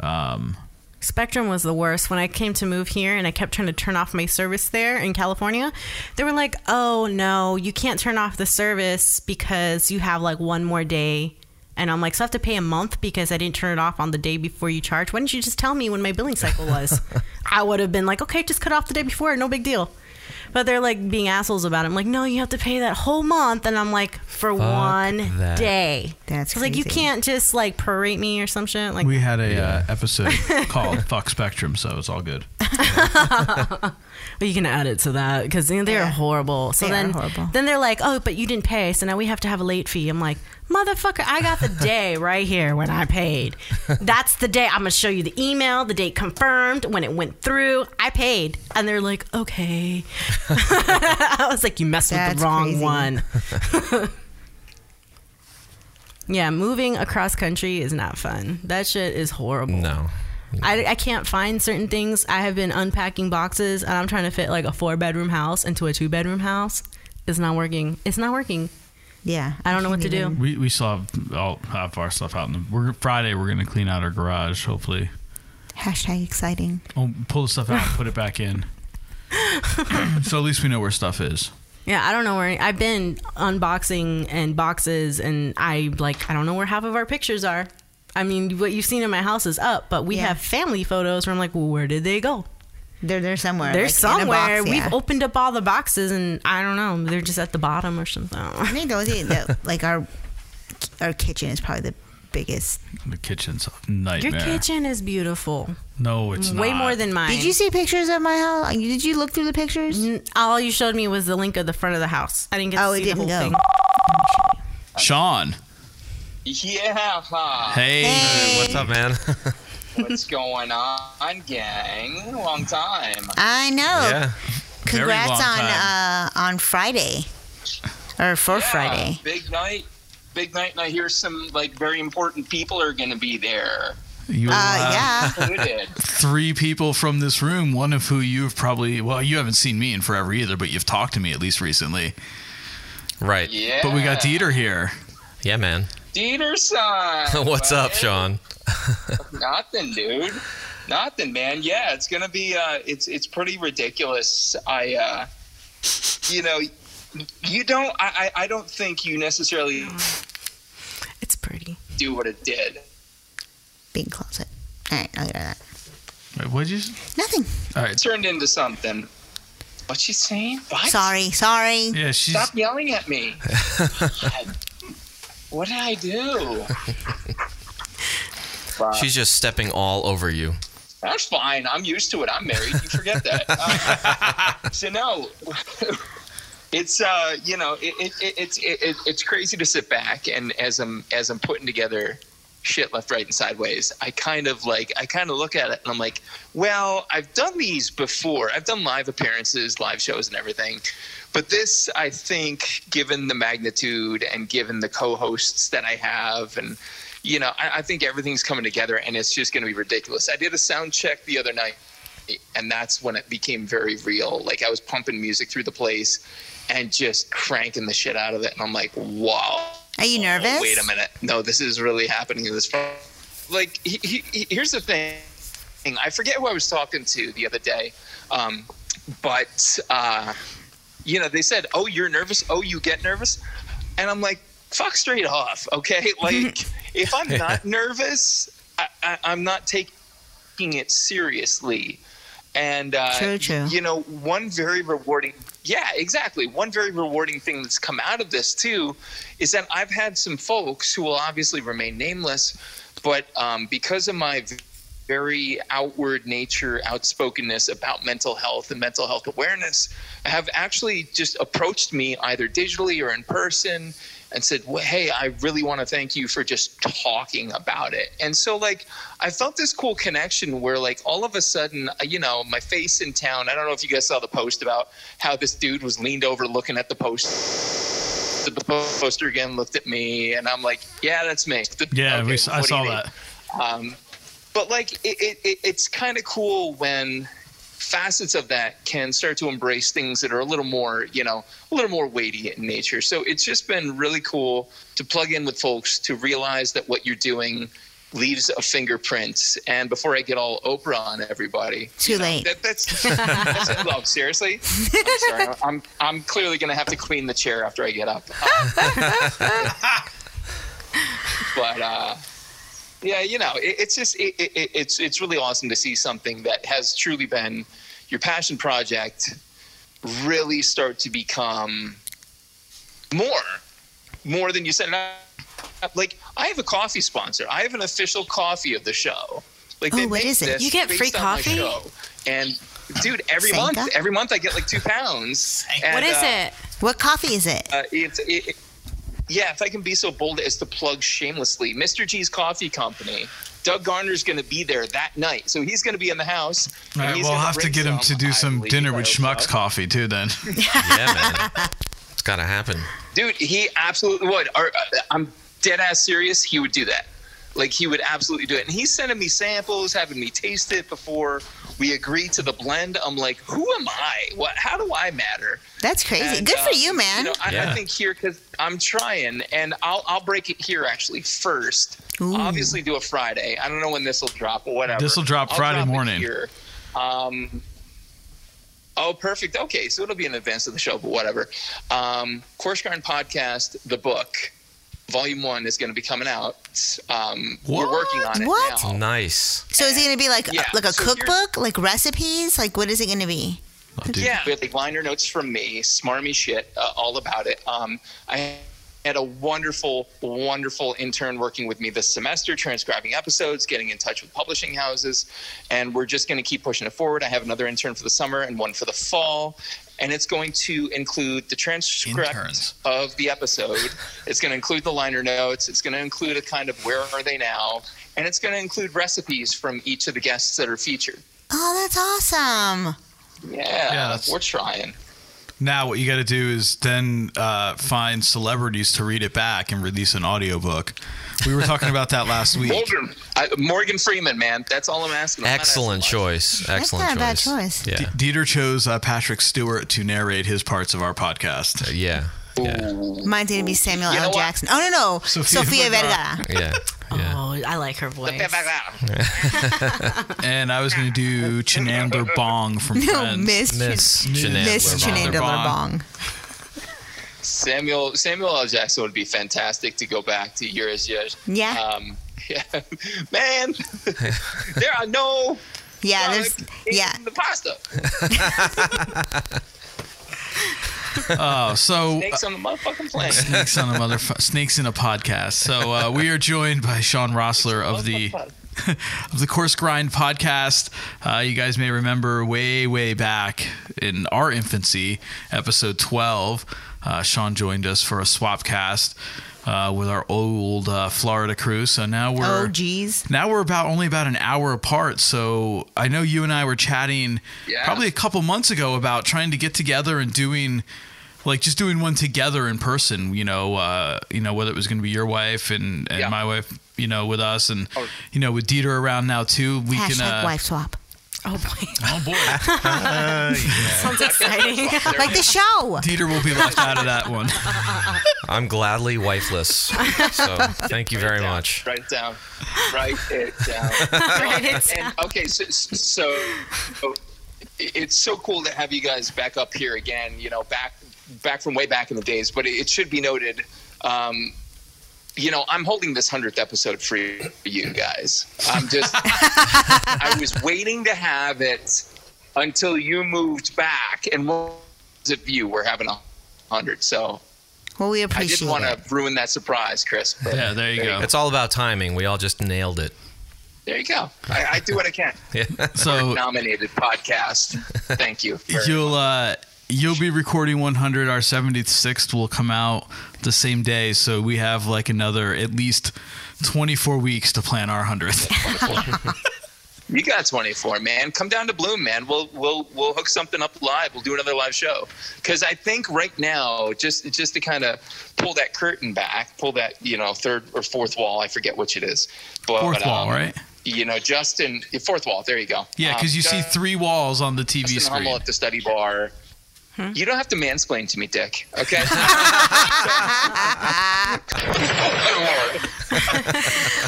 Speaker 7: Um,
Speaker 8: Spectrum was the worst. When I came to move here and I kept trying to turn off my service there in California, they were like, oh no, you can't turn off the service because you have like one more day. And I'm like, so I have to pay a month because I didn't turn it off on the day before you charge. Why didn't you just tell me when my billing cycle was? I would have been like, okay, just cut off the day before, no big deal. But they're like being assholes about it. I'm like, no, you have to pay that whole month. And I'm like, for
Speaker 7: Fuck
Speaker 8: one
Speaker 7: that.
Speaker 8: day.
Speaker 5: That's
Speaker 8: I was like, you
Speaker 5: crazy.
Speaker 8: can't just like berate me or some shit. Like
Speaker 7: we had a uh, episode called "Fuck Spectrum," so it's all good.
Speaker 8: But you can add it to that because they're horrible. So
Speaker 5: They are
Speaker 8: then,
Speaker 5: horrible.
Speaker 8: then they're like, "Oh, but you didn't pay, so now we have to have a late fee." I'm like, "Motherfucker, I got the day right here when I paid. That's the day. I'm gonna show you the email, the date confirmed, when it went through. I paid." And they're like, "Okay." I was like, "You messed with
Speaker 5: That's
Speaker 8: the wrong
Speaker 5: crazy.
Speaker 8: one." yeah, moving across country is not fun. That shit is horrible.
Speaker 6: No.
Speaker 8: I, I can't find certain things. I have been unpacking boxes and I'm trying to fit like a four bedroom house into a two bedroom house. It's not working. It's not working.
Speaker 5: Yeah.
Speaker 8: I don't know what to do.
Speaker 7: We we still have all half of our stuff out in the. We're, Friday we're gonna clean out our garage. Hopefully,
Speaker 5: Hashtag exciting.
Speaker 7: oh, pull the stuff out, and put it back in. so at least we know where stuff is.
Speaker 8: Yeah, I don't know where I've been unboxing and boxes and I like I don't know where half of our pictures are. I mean, what you've seen in my house is up, but we have family photos where I'm like, well, where did they go?
Speaker 5: They're they're somewhere.
Speaker 8: They're
Speaker 5: like, In a box,
Speaker 8: somewhere.
Speaker 5: yeah.
Speaker 8: We've opened up all the boxes and I don't know. They're just at the bottom or something. I
Speaker 5: think those that, like our our kitchen is probably the biggest.
Speaker 7: The kitchen's a nightmare.
Speaker 8: Your kitchen is beautiful.
Speaker 7: No, it's
Speaker 8: way
Speaker 7: not.
Speaker 8: more than mine.
Speaker 5: Did you see pictures of my house? Did you look through the pictures?
Speaker 8: Mm. All you showed me was the link of the front of the house. I didn't get
Speaker 5: Oh,
Speaker 8: to
Speaker 5: it
Speaker 8: see the whole
Speaker 5: didn't
Speaker 8: thing.
Speaker 5: go.
Speaker 7: Sean.
Speaker 10: Yeah. Huh.
Speaker 7: Hey.
Speaker 6: What's up, man?
Speaker 10: What's going on, gang? Long time.
Speaker 5: I know.
Speaker 10: Yeah. Very
Speaker 5: Congrats
Speaker 10: long
Speaker 5: on uh,
Speaker 10: time.
Speaker 5: on Friday or for Friday.
Speaker 10: Big night. Big night, and I hear some like very important people are going to be there.
Speaker 7: You
Speaker 10: Uh,
Speaker 7: will have
Speaker 10: yeah.
Speaker 7: Three people from this room, one of who you've probably well, you haven't seen me in forever either, but you've talked to me at least recently.
Speaker 6: Right.
Speaker 10: Yeah.
Speaker 7: But we got Dieter here.
Speaker 6: Yeah, man.
Speaker 10: Dieterson.
Speaker 6: What's up,
Speaker 10: buddy?
Speaker 6: Sean?
Speaker 10: Nothing, dude. Nothing, man. Yeah, it's gonna be. Uh, it's it's pretty ridiculous. I, uh, you know, you don't. I I I don't think you necessarily.
Speaker 8: It's pretty.
Speaker 10: Do what it did.
Speaker 5: Big closet. All right, I'll get rid of that.
Speaker 7: Wait, what'd you?
Speaker 5: Nothing.
Speaker 7: All right.
Speaker 10: Turned into something. What's she saying? What?
Speaker 5: Sorry, sorry.
Speaker 7: Yeah,
Speaker 10: Stop yelling at me. God. What did I do?
Speaker 6: She's just stepping all over you.
Speaker 10: That's fine. I'm used to it. I'm married. You forget that. Uh, so no, it's uh, you know, it, it, it, it's it, it, it's crazy to sit back and as I'm as I'm putting together shit left, right, and sideways, I kind of like I kind of look at it and I'm like, well, I've done these before. I've done live appearances, live shows, and everything. But this, I think, given the magnitude and given the co-hosts that I have, and you know, I, I think everything's coming together, and it's just going to be ridiculous. I did a sound check the other night, and that's when it became very real. Like I was pumping music through the place, and just cranking the shit out of it, and I'm like, wow.
Speaker 5: Are you nervous?
Speaker 10: Oh, wait a minute. No, this is really happening. This, like, he, he, he- here's the thing. I forget who I was talking to the other day, um, but uh, you know, they said, "Oh, you're nervous. Oh, you get nervous," and I'm like, "Fuck straight off, okay? Like, if I'm not nervous, I, I, I'm not taking it seriously." And uh,
Speaker 5: True, true.
Speaker 10: you know, one very rewarding, yeah, exactly. One very rewarding thing that's come out of this too is that I've had some folks who will obviously remain nameless, but um, because of my v- very outward nature, outspokenness about mental health and mental health awareness, have actually just approached me either digitally or in person and said, well, Hey, I really want to thank you for just talking about it. And so, like, I felt this cool connection where, like, all of a sudden, uh, you know, my face in town. I don't know if you guys saw the post about how this dude was leaned over looking at the post. The poster again looked at me, and I'm like, Yeah, that's me.
Speaker 7: Yeah, we, s- I
Speaker 10: what do you
Speaker 7: saw
Speaker 10: mean?
Speaker 7: that.
Speaker 10: Um, but like it, it, it, it's kind of cool when facets of that can start to embrace things that are a little more you know a little more weighty in nature so it's just been really cool to plug in with folks to realize that what you're doing leaves a fingerprint and before i get all oprah on everybody
Speaker 5: Too late.
Speaker 10: that, that's, that's no, seriously i'm sorry i'm, I'm clearly going to have to clean the chair after i get up but uh, yeah, you know, it, it's just it, it, it- it's it's really awesome to see something that has truly been your passion project really start to become more, more than you said. And I- Like I have a coffee sponsor. I have an official coffee of the show. Like
Speaker 5: Oh,
Speaker 10: they
Speaker 5: what
Speaker 10: make
Speaker 5: is it?
Speaker 10: this
Speaker 5: You get
Speaker 10: based
Speaker 5: free
Speaker 10: on my
Speaker 5: coffee?
Speaker 10: show. And dude, every
Speaker 5: Sanka?
Speaker 10: month, every month I get like two pounds.
Speaker 5: What is it?
Speaker 12: uh,
Speaker 5: What coffee is it?
Speaker 10: Uh, it's it, it- yeah, if I can be so bold as to plug shamelessly, Mr. G's Coffee Company. Doug Garner's going to be there that night, so he's going to be in the house.
Speaker 7: All right,
Speaker 10: and he's
Speaker 7: we'll
Speaker 10: gonna
Speaker 7: have to
Speaker 10: bring
Speaker 7: get him to
Speaker 10: some,
Speaker 7: do
Speaker 10: I
Speaker 7: some
Speaker 10: believe,
Speaker 7: dinner
Speaker 10: I
Speaker 7: with
Speaker 10: hope
Speaker 7: Schmuck's coffee too. Then
Speaker 6: yeah, man. It's gotta happen.
Speaker 10: Dude, he absolutely would. Or, uh, I'm dead ass serious. He would do that. Like he would absolutely do it. And he's sending me samples, having me taste it before we agree to the blend. I'm like, who am I? What? How do I matter?
Speaker 5: That's crazy.
Speaker 10: And,
Speaker 5: Good for
Speaker 10: um,
Speaker 5: you, man.
Speaker 10: know, I, I think here because I'm trying, and I'll I'll break it here actually first.
Speaker 7: Ooh.
Speaker 10: I'll Obviously, do a Friday. I don't know when this will drop, but whatever.
Speaker 7: This'll drop
Speaker 10: I'll
Speaker 7: Friday
Speaker 10: it
Speaker 7: morning.
Speaker 10: here. Um, Oh, perfect. Okay, so it'll be in advance of the show, but whatever. Um, Course Grind Podcast, the book, Volume One is going to be coming out. Um, We're working on it
Speaker 5: What?
Speaker 10: now.
Speaker 6: Nice.
Speaker 5: So is it going to be like uh,
Speaker 10: Yeah,
Speaker 5: like a
Speaker 10: so here's-
Speaker 5: cookbook, like recipes? Like what is it going to be?
Speaker 10: Yeah, we had like liner notes from me, smarmy shit, uh, all about it. Um, I had a wonderful, wonderful intern working with me this semester, transcribing episodes, getting in touch with publishing houses, and we're just going to keep pushing it forward. I have another intern for the summer and one for the fall. And it's going to include the transcript of the episode. It's going to include the liner notes. It's going to include a kind of where are they now? And it's going to include recipes from each of the guests that are featured.
Speaker 5: Oh, that's awesome.
Speaker 10: Yeah,
Speaker 7: that's-
Speaker 10: we're trying.
Speaker 7: now what you got to do is then uh, find celebrities to read it back and release an audiobook. We were talking about that last week.
Speaker 10: Morgan, I, Morgan Freeman, man. That's all I'm asking. I'm not
Speaker 6: Excellent choice. Excellent
Speaker 10: not a bad
Speaker 6: choice.
Speaker 10: choice.
Speaker 6: Yeah.
Speaker 7: D- Dieter chose uh, Patrick Stewart to narrate his parts of our podcast.
Speaker 6: yeah.
Speaker 5: Mine's going to be Samuel
Speaker 8: You know
Speaker 5: L.
Speaker 8: what?
Speaker 5: Jackson. Oh no no,
Speaker 7: Sofia
Speaker 5: Sofia,
Speaker 7: Vergara.
Speaker 5: Vergara.
Speaker 6: Yeah.
Speaker 8: Oh, I like her voice.
Speaker 7: and I was going to do Chenamber Bong from
Speaker 5: No,
Speaker 7: Friends.
Speaker 5: Miss Chen- Miss Miss Chenandler Bong.
Speaker 10: Samuel Samuel L. Jackson would be fantastic to go back to years, years.
Speaker 5: Yeah.
Speaker 10: Um, yeah. Man, there are no.
Speaker 5: Yeah, there's yeah.
Speaker 10: The pasta.
Speaker 7: Oh, so
Speaker 10: Snakes on the motherfucking plane.
Speaker 7: snakes on a mother snakes in a podcast. So uh, we are joined by Sean Rossler of the of the Course Grind podcast. Uh, you guys may remember way way back in our infancy, episode twelve. Uh, Sean joined us for a swapcast. uh, with our old uh, Florida crew. So now we're
Speaker 5: Oh, geez.
Speaker 7: now we're about only about an hour apart. So I know you and I were chatting probably a couple months ago about trying to get together and doing like just doing one together in person. You know, uh, you know whether it was going to be your wife and, and my wife. You know, with us and you know with Dieter around now too. We
Speaker 5: Hashtag
Speaker 7: can uh,
Speaker 5: wife swap.
Speaker 8: Oh boy.
Speaker 7: Oh boy. Uh, yeah.
Speaker 8: Sounds exciting.
Speaker 5: like the show.
Speaker 7: Dieter will be left out of that one.
Speaker 6: I'm gladly wifeless. So thank you very much.
Speaker 10: Write it down. Write it down.
Speaker 6: Write it
Speaker 10: And- okay, so, so so it's so cool to have you guys back up here again. You know, back back from way back in the days. But it should be noted, um, you know, I'm holding this hundredth episode for you guys. I'm just, I was waiting to have it until you moved back, and most of you were having a hundred. So
Speaker 5: Well, we
Speaker 10: I
Speaker 5: appreciate
Speaker 10: didn't want to ruin that surprise, Chris. But
Speaker 6: Yeah,
Speaker 7: there you
Speaker 6: go. It's all about timing. We all just nailed it.
Speaker 10: there you go. I, I do what I can.
Speaker 6: Yeah.
Speaker 7: So-
Speaker 10: nominated podcast. Thank you. for-
Speaker 7: You'll uh, you'll be recording 100. Our 76th will come out the same day, so we have like another at least 24 weeks to plan our 100th.
Speaker 10: You got 24, man. Come down to Bloom, man. We'll we'll we'll hook something up live. We'll do another live show. Because I think right now, just just to kind of pull that curtain back, pull that you know third or fourth wall. I forget which it is. But, um,
Speaker 7: Fourth wall, right?
Speaker 10: You know, Justin, fourth wall. There you go.
Speaker 7: yeah, because
Speaker 10: Um,
Speaker 7: you see three walls on the TV
Speaker 10: Justin Hummel
Speaker 7: screen.
Speaker 10: at the study bar.
Speaker 5: Hmm?
Speaker 10: You don't have to mansplain to me, Dick. Okay.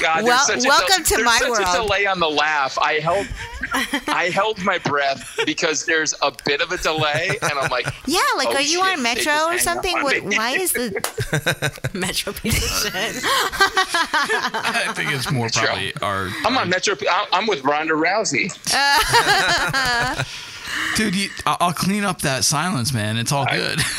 Speaker 10: God, there's
Speaker 5: Well,
Speaker 10: such a
Speaker 5: welcome to
Speaker 10: there's
Speaker 5: my
Speaker 10: such A
Speaker 5: world.
Speaker 10: delay on the laugh. I held, I held my breath because there's a bit of a delay, and I'm like,
Speaker 5: Yeah, like
Speaker 10: oh,
Speaker 5: are you
Speaker 10: shit,
Speaker 5: on
Speaker 10: they just
Speaker 5: Metro
Speaker 10: hang
Speaker 5: or
Speaker 10: up
Speaker 5: something?
Speaker 10: on
Speaker 5: What,
Speaker 10: me.
Speaker 5: why is the
Speaker 8: Metro piece of shit?
Speaker 7: I think it's more probably our.
Speaker 10: I'm on Metro. I- I'm with Ronda Rousey.
Speaker 7: Dude, you, I- I'll clean up that silence, man. It's all good.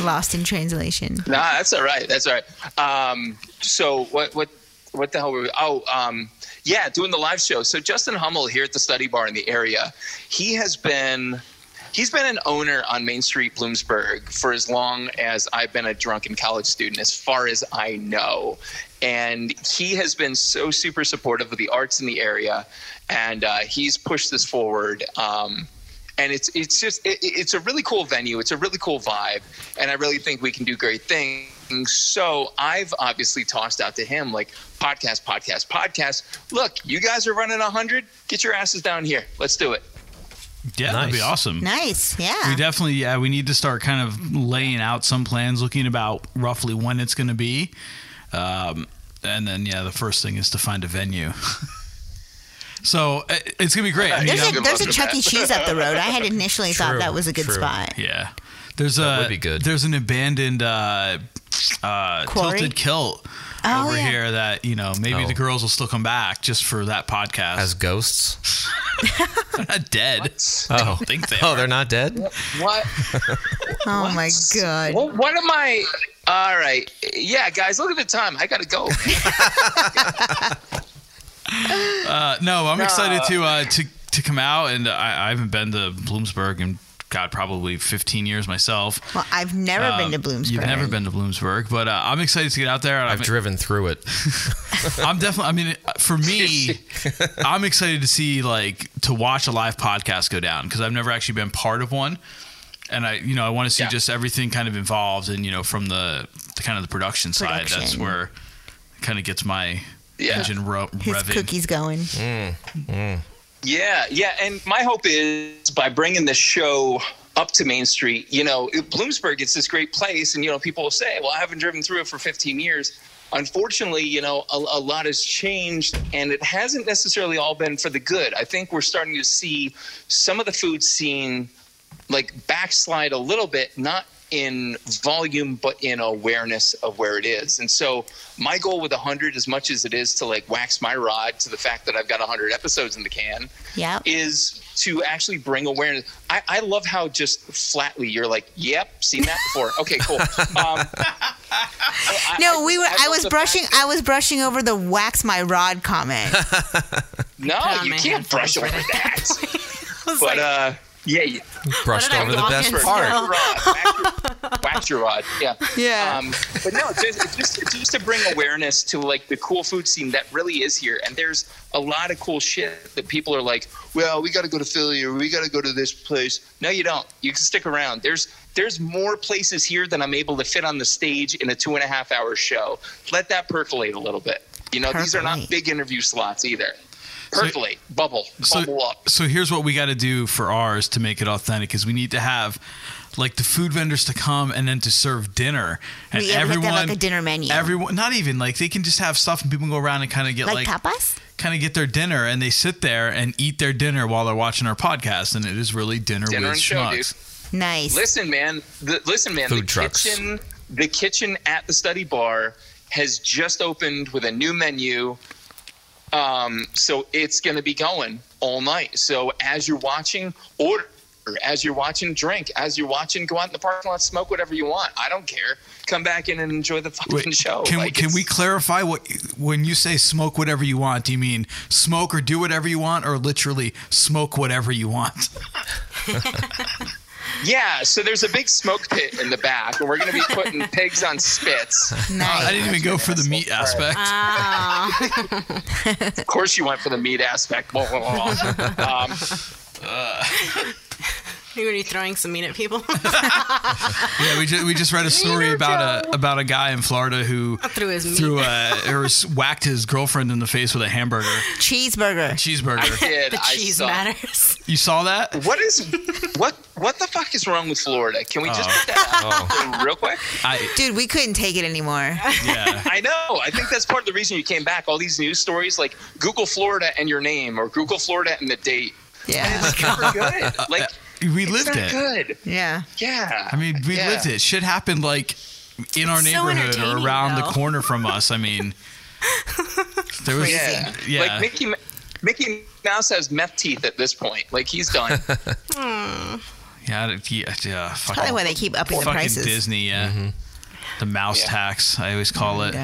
Speaker 5: lost in translation?
Speaker 10: Nah, that's all right. That's all right. Um, so what what what the hell were we? Oh, um, yeah, doing the live show. So Justin Hummel here at the Study Bar in the area, he has been. He's been an owner on Main Street, Bloomsburg, for as long as I've been a drunken college student, as far as I know. And he has been so super supportive of the arts in the area, and uh, he's pushed this forward. Um, and it's it's just it, it- it's a really cool venue. It's a really cool vibe, and I really think we can do great things. So I've obviously tossed out to him like podcast, podcast, podcast. Look, you guys are running hundred. Get your asses down here. Let's do it.
Speaker 7: yeah, that'd be
Speaker 10: Nice.
Speaker 7: awesome.
Speaker 5: Nice. Yeah.
Speaker 7: We definitely, yeah, we need to start kind of laying out some plans, looking about roughly when it's going to be. Um, and then, yeah, the first thing is to find a venue. so uh, it's going to be great. I mean,
Speaker 5: There's a
Speaker 7: I'm-
Speaker 5: there's a Chuck E. Cheese up the road. I had initially thought
Speaker 7: True,
Speaker 5: that was a good
Speaker 7: true.
Speaker 5: spot.
Speaker 7: Yeah. There's a there's an abandoned uh, uh,
Speaker 5: Quarry?
Speaker 7: tilted kilt
Speaker 5: Oh,
Speaker 7: over
Speaker 5: yeah.
Speaker 7: here that you know maybe the girls will still come back just for that podcast as
Speaker 6: ghosts.
Speaker 7: They're not dead. I don't think they.
Speaker 6: Oh, they're not dead?
Speaker 10: What?
Speaker 5: Oh my god.
Speaker 10: What, what am I? All right, yeah, guys, look at the time. I gotta go.
Speaker 7: Uh, no, I'm
Speaker 10: No.
Speaker 7: excited to uh, to to come out, and I, I haven't been to Bloomsburg in God probably 15 years myself.
Speaker 5: Well, I've never been to
Speaker 7: Um,
Speaker 5: Bloomsburg.
Speaker 7: You've never been to Bloomsburg, but uh, I'm excited to get out there. I've
Speaker 6: driven through it.
Speaker 7: I'm definitely. I mean, for me, I'm excited to see like to watch a live podcast go down because I've never actually been part of one, and I, you know, I want to see just everything kind of involved, and you know, from the, the kind of the production, side, that's
Speaker 5: Production.
Speaker 7: where it kind of gets my
Speaker 10: Yeah.
Speaker 7: engine ro-
Speaker 5: His
Speaker 7: revving.
Speaker 5: cookies going.
Speaker 7: Hmm?
Speaker 10: Yeah, yeah, and my hope is by bringing the show up to Main Street, you know, it- Bloomsburg, it's this great place, and you know, people will say, "Well, I haven't driven through it for 15 years." Unfortunately, you know, a, a lot has changed, and it hasn't necessarily all been for the good. I think we're starting to see some of the food scene like backslide a little bit, not in volume, but in awareness of where it is. And so my goal with 100, as much as it is to like wax my rod to the fact that I've got 100 episodes in the can,
Speaker 5: yeah.
Speaker 10: is to actually bring awareness. I, I love how just flatly you're like, yep, seen that before. Okay, cool. Um,
Speaker 5: No, we were. I,
Speaker 10: love
Speaker 5: was
Speaker 10: the
Speaker 5: brushing. I was brushing over the wax my rod comment.
Speaker 10: no,
Speaker 5: Put on
Speaker 10: you
Speaker 5: my
Speaker 10: can't brush over that. but uh, Yeah, yeah.
Speaker 6: Brushed What did I over the walk best in part. still?
Speaker 10: part. Wax your rod. Yeah.
Speaker 6: Yeah.
Speaker 10: Um, but no, it's just, it's just it's just to bring awareness to like the cool food scene that really is here, and there's a lot of cool shit that people are like, well, we got to go to Philly or we got to go to this place. No, you don't. You can stick around. There's there's more places here than I'm able to fit on the stage in a two and a half hour show. Let that percolate a little bit. You know, these are not big interview slots either. Percolate, bubble, bubble up.
Speaker 7: So here's what we got to do for ours to make it authentic is we need to have like the food vendors to come and then to serve dinner and
Speaker 5: We have to
Speaker 7: everyone
Speaker 5: have like a dinner menu.
Speaker 7: Everyone, not even like they can just have stuff and people can go around and kind of get
Speaker 5: Like
Speaker 7: like,
Speaker 5: tapas?
Speaker 7: Kind of get their dinner and they sit there and eat their dinner while they're watching our podcast and it is really dinner,
Speaker 10: Dinner
Speaker 7: with
Speaker 10: and show, dude.
Speaker 7: schmucks.
Speaker 5: Nice.
Speaker 10: Listen, man. The, listen, man. the
Speaker 7: Food trucks.
Speaker 10: kitchen, the kitchen at the study bar has just opened with a new menu. Um, so it's going to be going all night. So as you're watching, order. As you're watching, drink. As you're watching, go out in the parking lot, smoke whatever you want. I don't care. Come back in and enjoy the fucking show.
Speaker 7: Can
Speaker 10: Like,
Speaker 7: we, can we clarify what when you say smoke whatever you want? Do you mean smoke or do whatever you want, or literally smoke whatever you want?
Speaker 10: yeah. So there's a big smoke pit in the back, and we're going to be putting pigs on spits.
Speaker 7: I didn't even go for the meat aspect.
Speaker 10: of course, you went for the meat aspect. Blah, blah, blah, blah. Um,
Speaker 8: You're gonna be throwing some meat at people.
Speaker 7: Yeah, we just we just read a story about a about a guy in Florida who
Speaker 8: Through his meat.
Speaker 7: threw a or s- whacked his girlfriend in the face with a hamburger.
Speaker 5: Cheeseburger.
Speaker 7: Cheeseburger.
Speaker 8: the cheese matters.
Speaker 7: You saw that?
Speaker 10: What is what what the fuck is wrong with Florida? Can we just
Speaker 7: Oh.
Speaker 10: put that out there real quick?
Speaker 7: I
Speaker 5: Dude, we couldn't take it anymore.
Speaker 7: yeah.
Speaker 10: I know. I think that's part of the reason you came back. All these news stories like Google Florida and your name or Google Florida and the date.
Speaker 5: Yeah.
Speaker 10: It's never good. Like
Speaker 7: we
Speaker 10: it's
Speaker 7: lived
Speaker 10: not
Speaker 7: it.
Speaker 10: good.
Speaker 5: Yeah.
Speaker 10: Yeah.
Speaker 7: I mean, we
Speaker 10: Yeah.
Speaker 7: lived it. Shit happened like in our
Speaker 10: It's so
Speaker 7: neighborhood or
Speaker 10: entertaining,
Speaker 7: around
Speaker 10: though.
Speaker 7: the corner from us. I mean, there was
Speaker 10: Yeah.
Speaker 7: yeah.
Speaker 10: Like Mickey M- Mickey Mouse has meth teeth at this point. Like he's done.
Speaker 5: Hmm.
Speaker 7: Yeah, I don't- yeah, yeah fucking,
Speaker 5: probably why they keep upping the
Speaker 7: fucking
Speaker 5: prices.
Speaker 7: Disney, yeah. The mouse tax, I always
Speaker 5: Oh
Speaker 7: call it.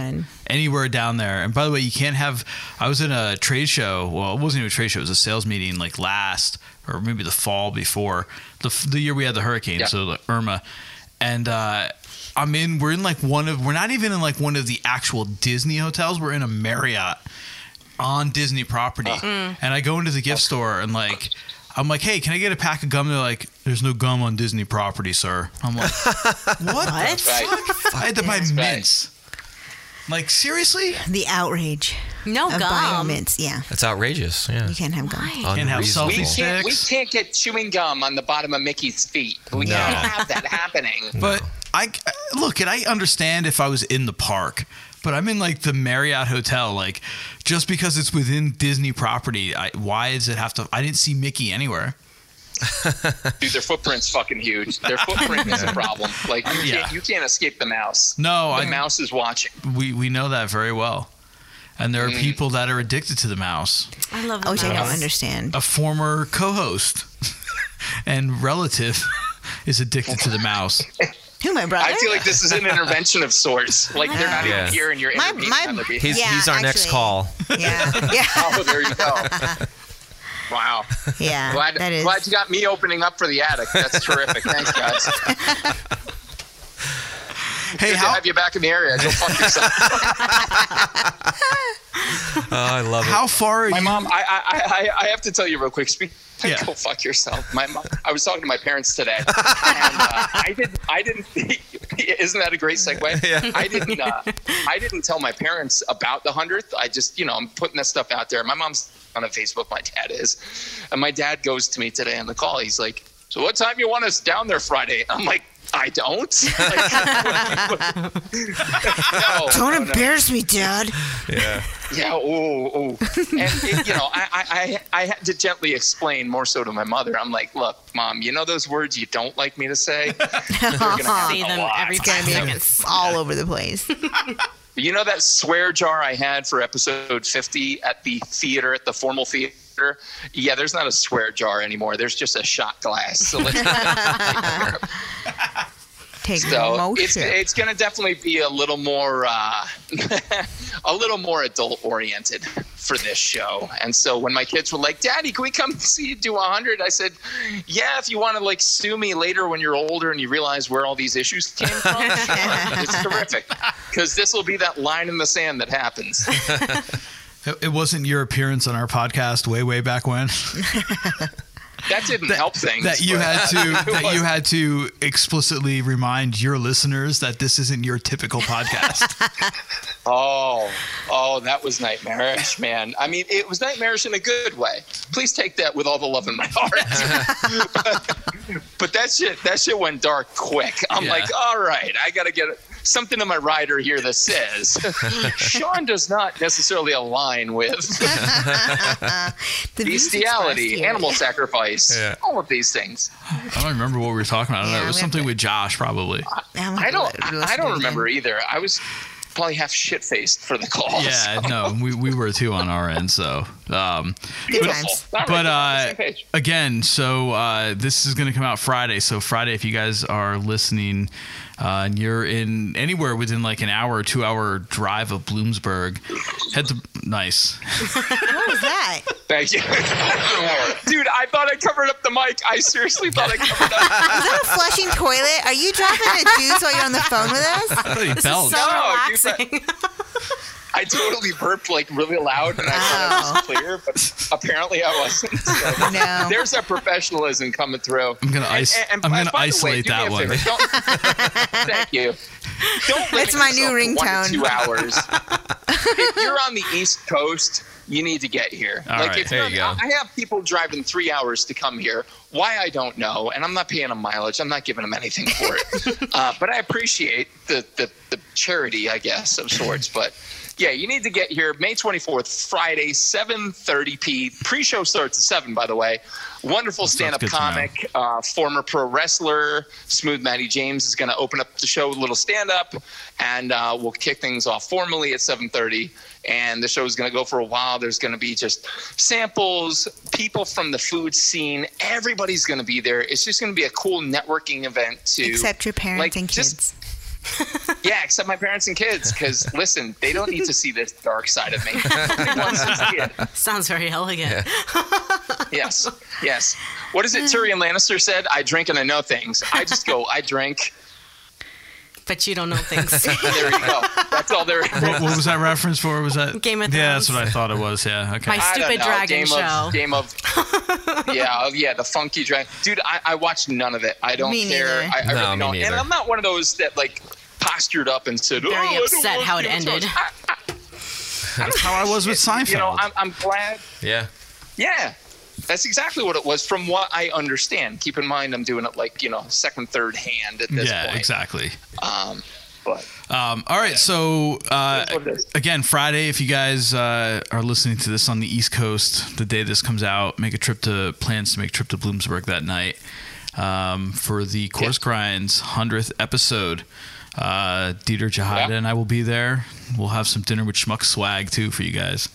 Speaker 7: Anywhere down there. And by the way, you can't have. I was in a trade show. Well, it wasn't even a trade show. It was a sales meeting like last, or maybe the fall before the f- the year we had the hurricane.
Speaker 2: Yeah.
Speaker 7: So the Irma, and uh, I'm in. We're in like one of. We're not even in like one of the actual Disney hotels. We're in a Marriott on Disney property.
Speaker 2: Mm.
Speaker 7: And I go into the gift store and like I'm like, hey, can I get a pack of gum? They're like, there's no gum on Disney property, sir. I'm like, what? The fuck? I had to buy mints. Like seriously?
Speaker 5: The outrage.
Speaker 8: No
Speaker 5: of
Speaker 8: gum.
Speaker 5: buying mints. Yeah.
Speaker 6: That's outrageous. Yeah.
Speaker 5: You can't have gum.
Speaker 6: Can't have Unreasonable. selfie
Speaker 10: we can't, we
Speaker 7: sticks.
Speaker 10: can't get chewing gum on the bottom of Mickey's feet. We
Speaker 7: No.
Speaker 10: can't have that happening.
Speaker 7: But I I- look, and I understand if I was in the park, but I'm in like the Marriott hotel. Like, just because it's within Disney property, I, why does it have to? I didn't see Mickey anywhere.
Speaker 10: Dude, their footprint's fucking huge. Their footprint is a problem. Like you,
Speaker 7: Yeah.
Speaker 10: can't, you can't escape the mouse.
Speaker 7: No,
Speaker 10: the
Speaker 7: I-
Speaker 10: mouse is watching.
Speaker 7: We we know that very well, and there are
Speaker 10: Mm.
Speaker 7: people that are addicted to the mouse.
Speaker 8: I love.
Speaker 12: Oh,
Speaker 5: Which I
Speaker 7: mouse.
Speaker 5: don't understand.
Speaker 7: A former co-host and relative is addicted to the mouse.
Speaker 5: Who, my brother?
Speaker 10: I feel like this is an intervention of sorts. Like they're not
Speaker 7: Yeah.
Speaker 10: even here, and you're
Speaker 5: My-
Speaker 10: intervening.
Speaker 5: my-
Speaker 10: on their behalf.
Speaker 6: He's, he's our next call.
Speaker 5: Yeah.
Speaker 10: Oh, there you go. Wow.
Speaker 5: Yeah,
Speaker 10: Glad, glad you got me opening up for the attic. That's terrific. Thanks, guys.
Speaker 7: Hey,
Speaker 10: Good to have you back in the area. Go fuck yourself.
Speaker 6: Oh, I love it.
Speaker 7: How far are
Speaker 10: my mom, I, I, I, I have to tell you real quick. Speak. Go fuck yourself. My mom. I was talking to my parents today, and uh, I didn't. I didn't. Isn't that a great segue?
Speaker 6: Yeah.
Speaker 10: I didn't. Uh, I didn't tell my parents about the hundredth. I just, you know, I'm putting that stuff out there. My mom's on a Facebook. My dad is, and my dad goes to me today on the call. He's like, "So what time you want us down there Friday?" I'm like, "I don't." No,
Speaker 5: don't
Speaker 10: no, no.
Speaker 5: embarrass me, Dad.
Speaker 6: Yeah.
Speaker 10: Yeah. Oh, oh. And it, you know, I, I, I, I had to gently explain more so to my mother. I'm like, look, mom, you know those words you don't like me to say. They're gonna happen
Speaker 5: Uh-huh. See
Speaker 10: a
Speaker 5: them
Speaker 10: lot.
Speaker 5: every It's gonna be all over the place.
Speaker 10: You know that swear jar I had for episode 50 at the theater, at the formal theater? Yeah, there's not a swear jar anymore. There's just a shot glass. So let's
Speaker 5: Take
Speaker 10: so it's,
Speaker 5: motion.
Speaker 10: it's going to definitely be a little more uh, a little more adult oriented for this show. And so when my kids were like, Daddy, can we come see you do 100? I said, Yeah, if you want to like sue me later when you're older and you realize where all these issues came from, sure. it's terrific. Because this will be that line in the sand that happens.
Speaker 7: It- It wasn't your appearance on our podcast way, way back when
Speaker 10: That didn't help things.
Speaker 7: that you
Speaker 10: but-
Speaker 7: had to
Speaker 10: It
Speaker 7: that you
Speaker 10: was-
Speaker 7: had to explicitly remind your listeners that this isn't your typical podcast.
Speaker 10: Oh, oh, that was nightmarish, man. I mean, it was nightmarish in a good way. Please take that with all the love in my heart. but, that shit, that shit went dark quick. I'm
Speaker 11: Yeah.
Speaker 10: like, all right, I gotta get something in my rider here that says Sean does not necessarily align with
Speaker 5: views expressed
Speaker 10: bestiality,
Speaker 5: here.
Speaker 10: animal sacrifice, all of these things.
Speaker 7: I don't remember what we were talking about. I don't know.
Speaker 10: Yeah,
Speaker 7: it was
Speaker 10: we have
Speaker 7: something with Josh probably.
Speaker 10: I don't, I don't remember either. I was probably half shit faced for the call.
Speaker 7: Yeah, no, we, we were too on our end. So, um,
Speaker 10: Good
Speaker 7: but,
Speaker 10: times. All right,
Speaker 7: but
Speaker 10: we're on the same
Speaker 7: uh,
Speaker 10: page.
Speaker 7: again, so uh, this is going to come out Friday. So Friday, if you guys are listening uh, and you're in anywhere within like an hour or two hour drive of Bloomsburg, head to nice.
Speaker 5: What was that?
Speaker 10: Thank you. Dude, I thought I covered up the mic. I seriously thought I covered up.
Speaker 5: Is that a flushing toilet? Are you dropping a juice while you're on the phone with us?
Speaker 10: I thought he This is belched. so I totally burped like really loud and I thought
Speaker 5: Oh.
Speaker 10: I was clear, but apparently I wasn't. So
Speaker 5: no.
Speaker 10: There's that professionalism coming through.
Speaker 7: I'm gonna
Speaker 10: And-
Speaker 7: ice-
Speaker 10: and- and
Speaker 7: I'm
Speaker 10: by-
Speaker 7: gonna
Speaker 10: by the way,
Speaker 7: isolate
Speaker 10: do me
Speaker 7: that
Speaker 10: a
Speaker 7: one.
Speaker 10: favor, don't- Thank you. Don't limit
Speaker 5: That's my new
Speaker 10: yourself to one
Speaker 5: ringtone.
Speaker 10: to Two hours. if you're on the East Coast, you need to get here.
Speaker 6: All right,
Speaker 10: if
Speaker 6: there
Speaker 10: you're
Speaker 6: you
Speaker 10: on-
Speaker 6: go.
Speaker 10: I have people driving three hours to come here. Why I don't know, and I'm not paying them mileage. I'm not giving them anything for it. uh, but I appreciate the, the the charity, I guess, of sorts. But yeah, you need to get here May 24th, Friday, 7:30 p. Pre-show starts at seven, by the way. Wonderful stand-up
Speaker 7: good to know.
Speaker 10: comic uh, former pro wrestler Smooth Matty James is going to open up the show with a little stand up, and uh, we'll kick things off formally at 7:30. And the show is going to go for a while. There's going to be just samples, people from the food scene. Everybody's going to be there. It's just going to be a cool networking event to
Speaker 5: Except your parents
Speaker 10: like,
Speaker 5: and
Speaker 10: just-
Speaker 5: kids.
Speaker 10: yeah, except my parents and kids, because listen, they don't need to see this dark side of me. They want to see it.
Speaker 8: Sounds very elegant.
Speaker 10: yes, yes. What
Speaker 8: Uh.
Speaker 10: is it Tyrion Lannister said? I drink and I know things. I just go, I drink.
Speaker 8: But you don't know things.
Speaker 10: there you go. That's all there is.
Speaker 7: what, what was that reference for? Was that
Speaker 8: Game of
Speaker 7: Yeah,
Speaker 8: Thrones.
Speaker 7: that's what I thought it was. Yeah, okay.
Speaker 8: My
Speaker 10: I don't
Speaker 8: stupid
Speaker 10: know,
Speaker 8: dragon
Speaker 10: game
Speaker 8: show.
Speaker 10: Of, game of, yeah, oh, yeah, the funky dragon. Dude, I, I watched none of it. I don't
Speaker 8: Me
Speaker 10: care.
Speaker 8: neither.
Speaker 10: I,
Speaker 8: No,
Speaker 10: I really
Speaker 8: me
Speaker 10: don't.
Speaker 8: neither.
Speaker 10: And I'm not one of those that like postured up and said, "Oh, I
Speaker 8: Very
Speaker 10: don't
Speaker 8: upset
Speaker 10: watch
Speaker 8: how it
Speaker 10: Game of
Speaker 8: ended.
Speaker 10: Thrones." I-
Speaker 7: That's how I was with Seinfeld.
Speaker 10: You know, I'm, I'm glad.
Speaker 6: Yeah.
Speaker 10: Yeah, that's exactly what it was, from what I understand. Keep in mind, I'm doing it like you know, second, third hand at this
Speaker 7: yeah,
Speaker 10: point.
Speaker 7: exactly.
Speaker 10: Um, but
Speaker 7: Um, all right, so uh, again, Friday, if you guys uh, are listening to this on the East Coast, the day this comes out, make a trip to plans to make a trip to Bloomsburg that night um, for the Course Grinds hundredth episode. Uh, Dieter Jahada and I will be there. We'll have some dinner with Schmuck swag too for you guys.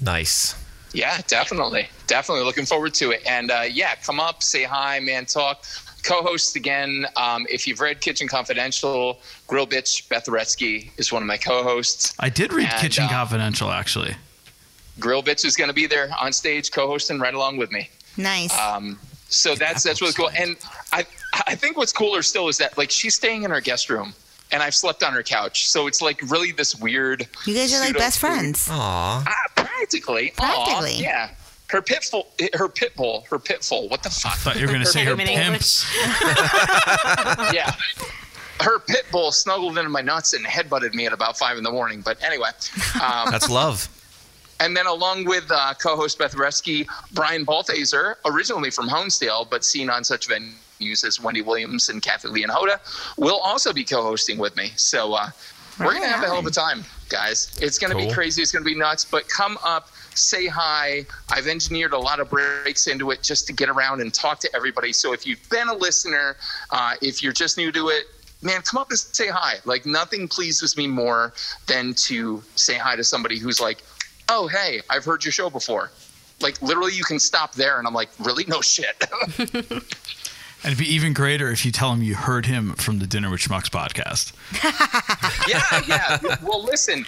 Speaker 7: Nice.
Speaker 10: Yeah, definitely. Definitely looking forward to it. And uh, yeah, come up, say hi, man, talk. Co hosts again. Um, if you've read Kitchen Confidential, Grill Bitch Beth Aretsky is one of my co hosts.
Speaker 7: I did read
Speaker 10: And,
Speaker 7: Kitchen
Speaker 10: uh,
Speaker 7: Confidential actually.
Speaker 10: Grill Bitch is going to be there on stage, co hosting right along with me.
Speaker 5: Nice.
Speaker 10: Um, so that's that's really cool. And I I think what's cooler still is that like she's staying in her guest room and I've slept on her couch. So it's like really this weird
Speaker 5: You guys are like
Speaker 10: pseudo-
Speaker 5: best friends.
Speaker 6: Aww.
Speaker 10: Ah, practically. Aw,
Speaker 5: Practically.
Speaker 10: yeah. Her pitfall. Her pitbull. Her pitfall. What the fuck? I
Speaker 7: thought you were gonna say her Name in pimps.
Speaker 10: yeah. Her pit bull snuggled into my nuts and headbutted me at about five in the morning. But anyway, um,
Speaker 6: That's love.
Speaker 10: And then, along with uh, co-host Beth Resky, Brian Balthaser, originally from Honesdale, but seen on such venues as Wendy Williams and Kathy Leonhoda, will also be co-hosting with me. So uh, we're gonna have a hell of a time, guys. It's gonna be
Speaker 2: Cool.
Speaker 10: crazy. It's gonna be nuts. But come up, say hi. I've engineered a lot of breaks into it just to get around and talk to everybody. So if you've been a listener, uh, if you're just new to it, man, come up and say hi. Like nothing pleases me more than to say hi to somebody who's like, oh hey, I've heard your show before. Like literally, you can stop there, and I'm like, really? No shit.
Speaker 7: And it'd be even greater if you tell him you heard him from the Dinner with Schmucks podcast.
Speaker 10: yeah, yeah. Well, listen,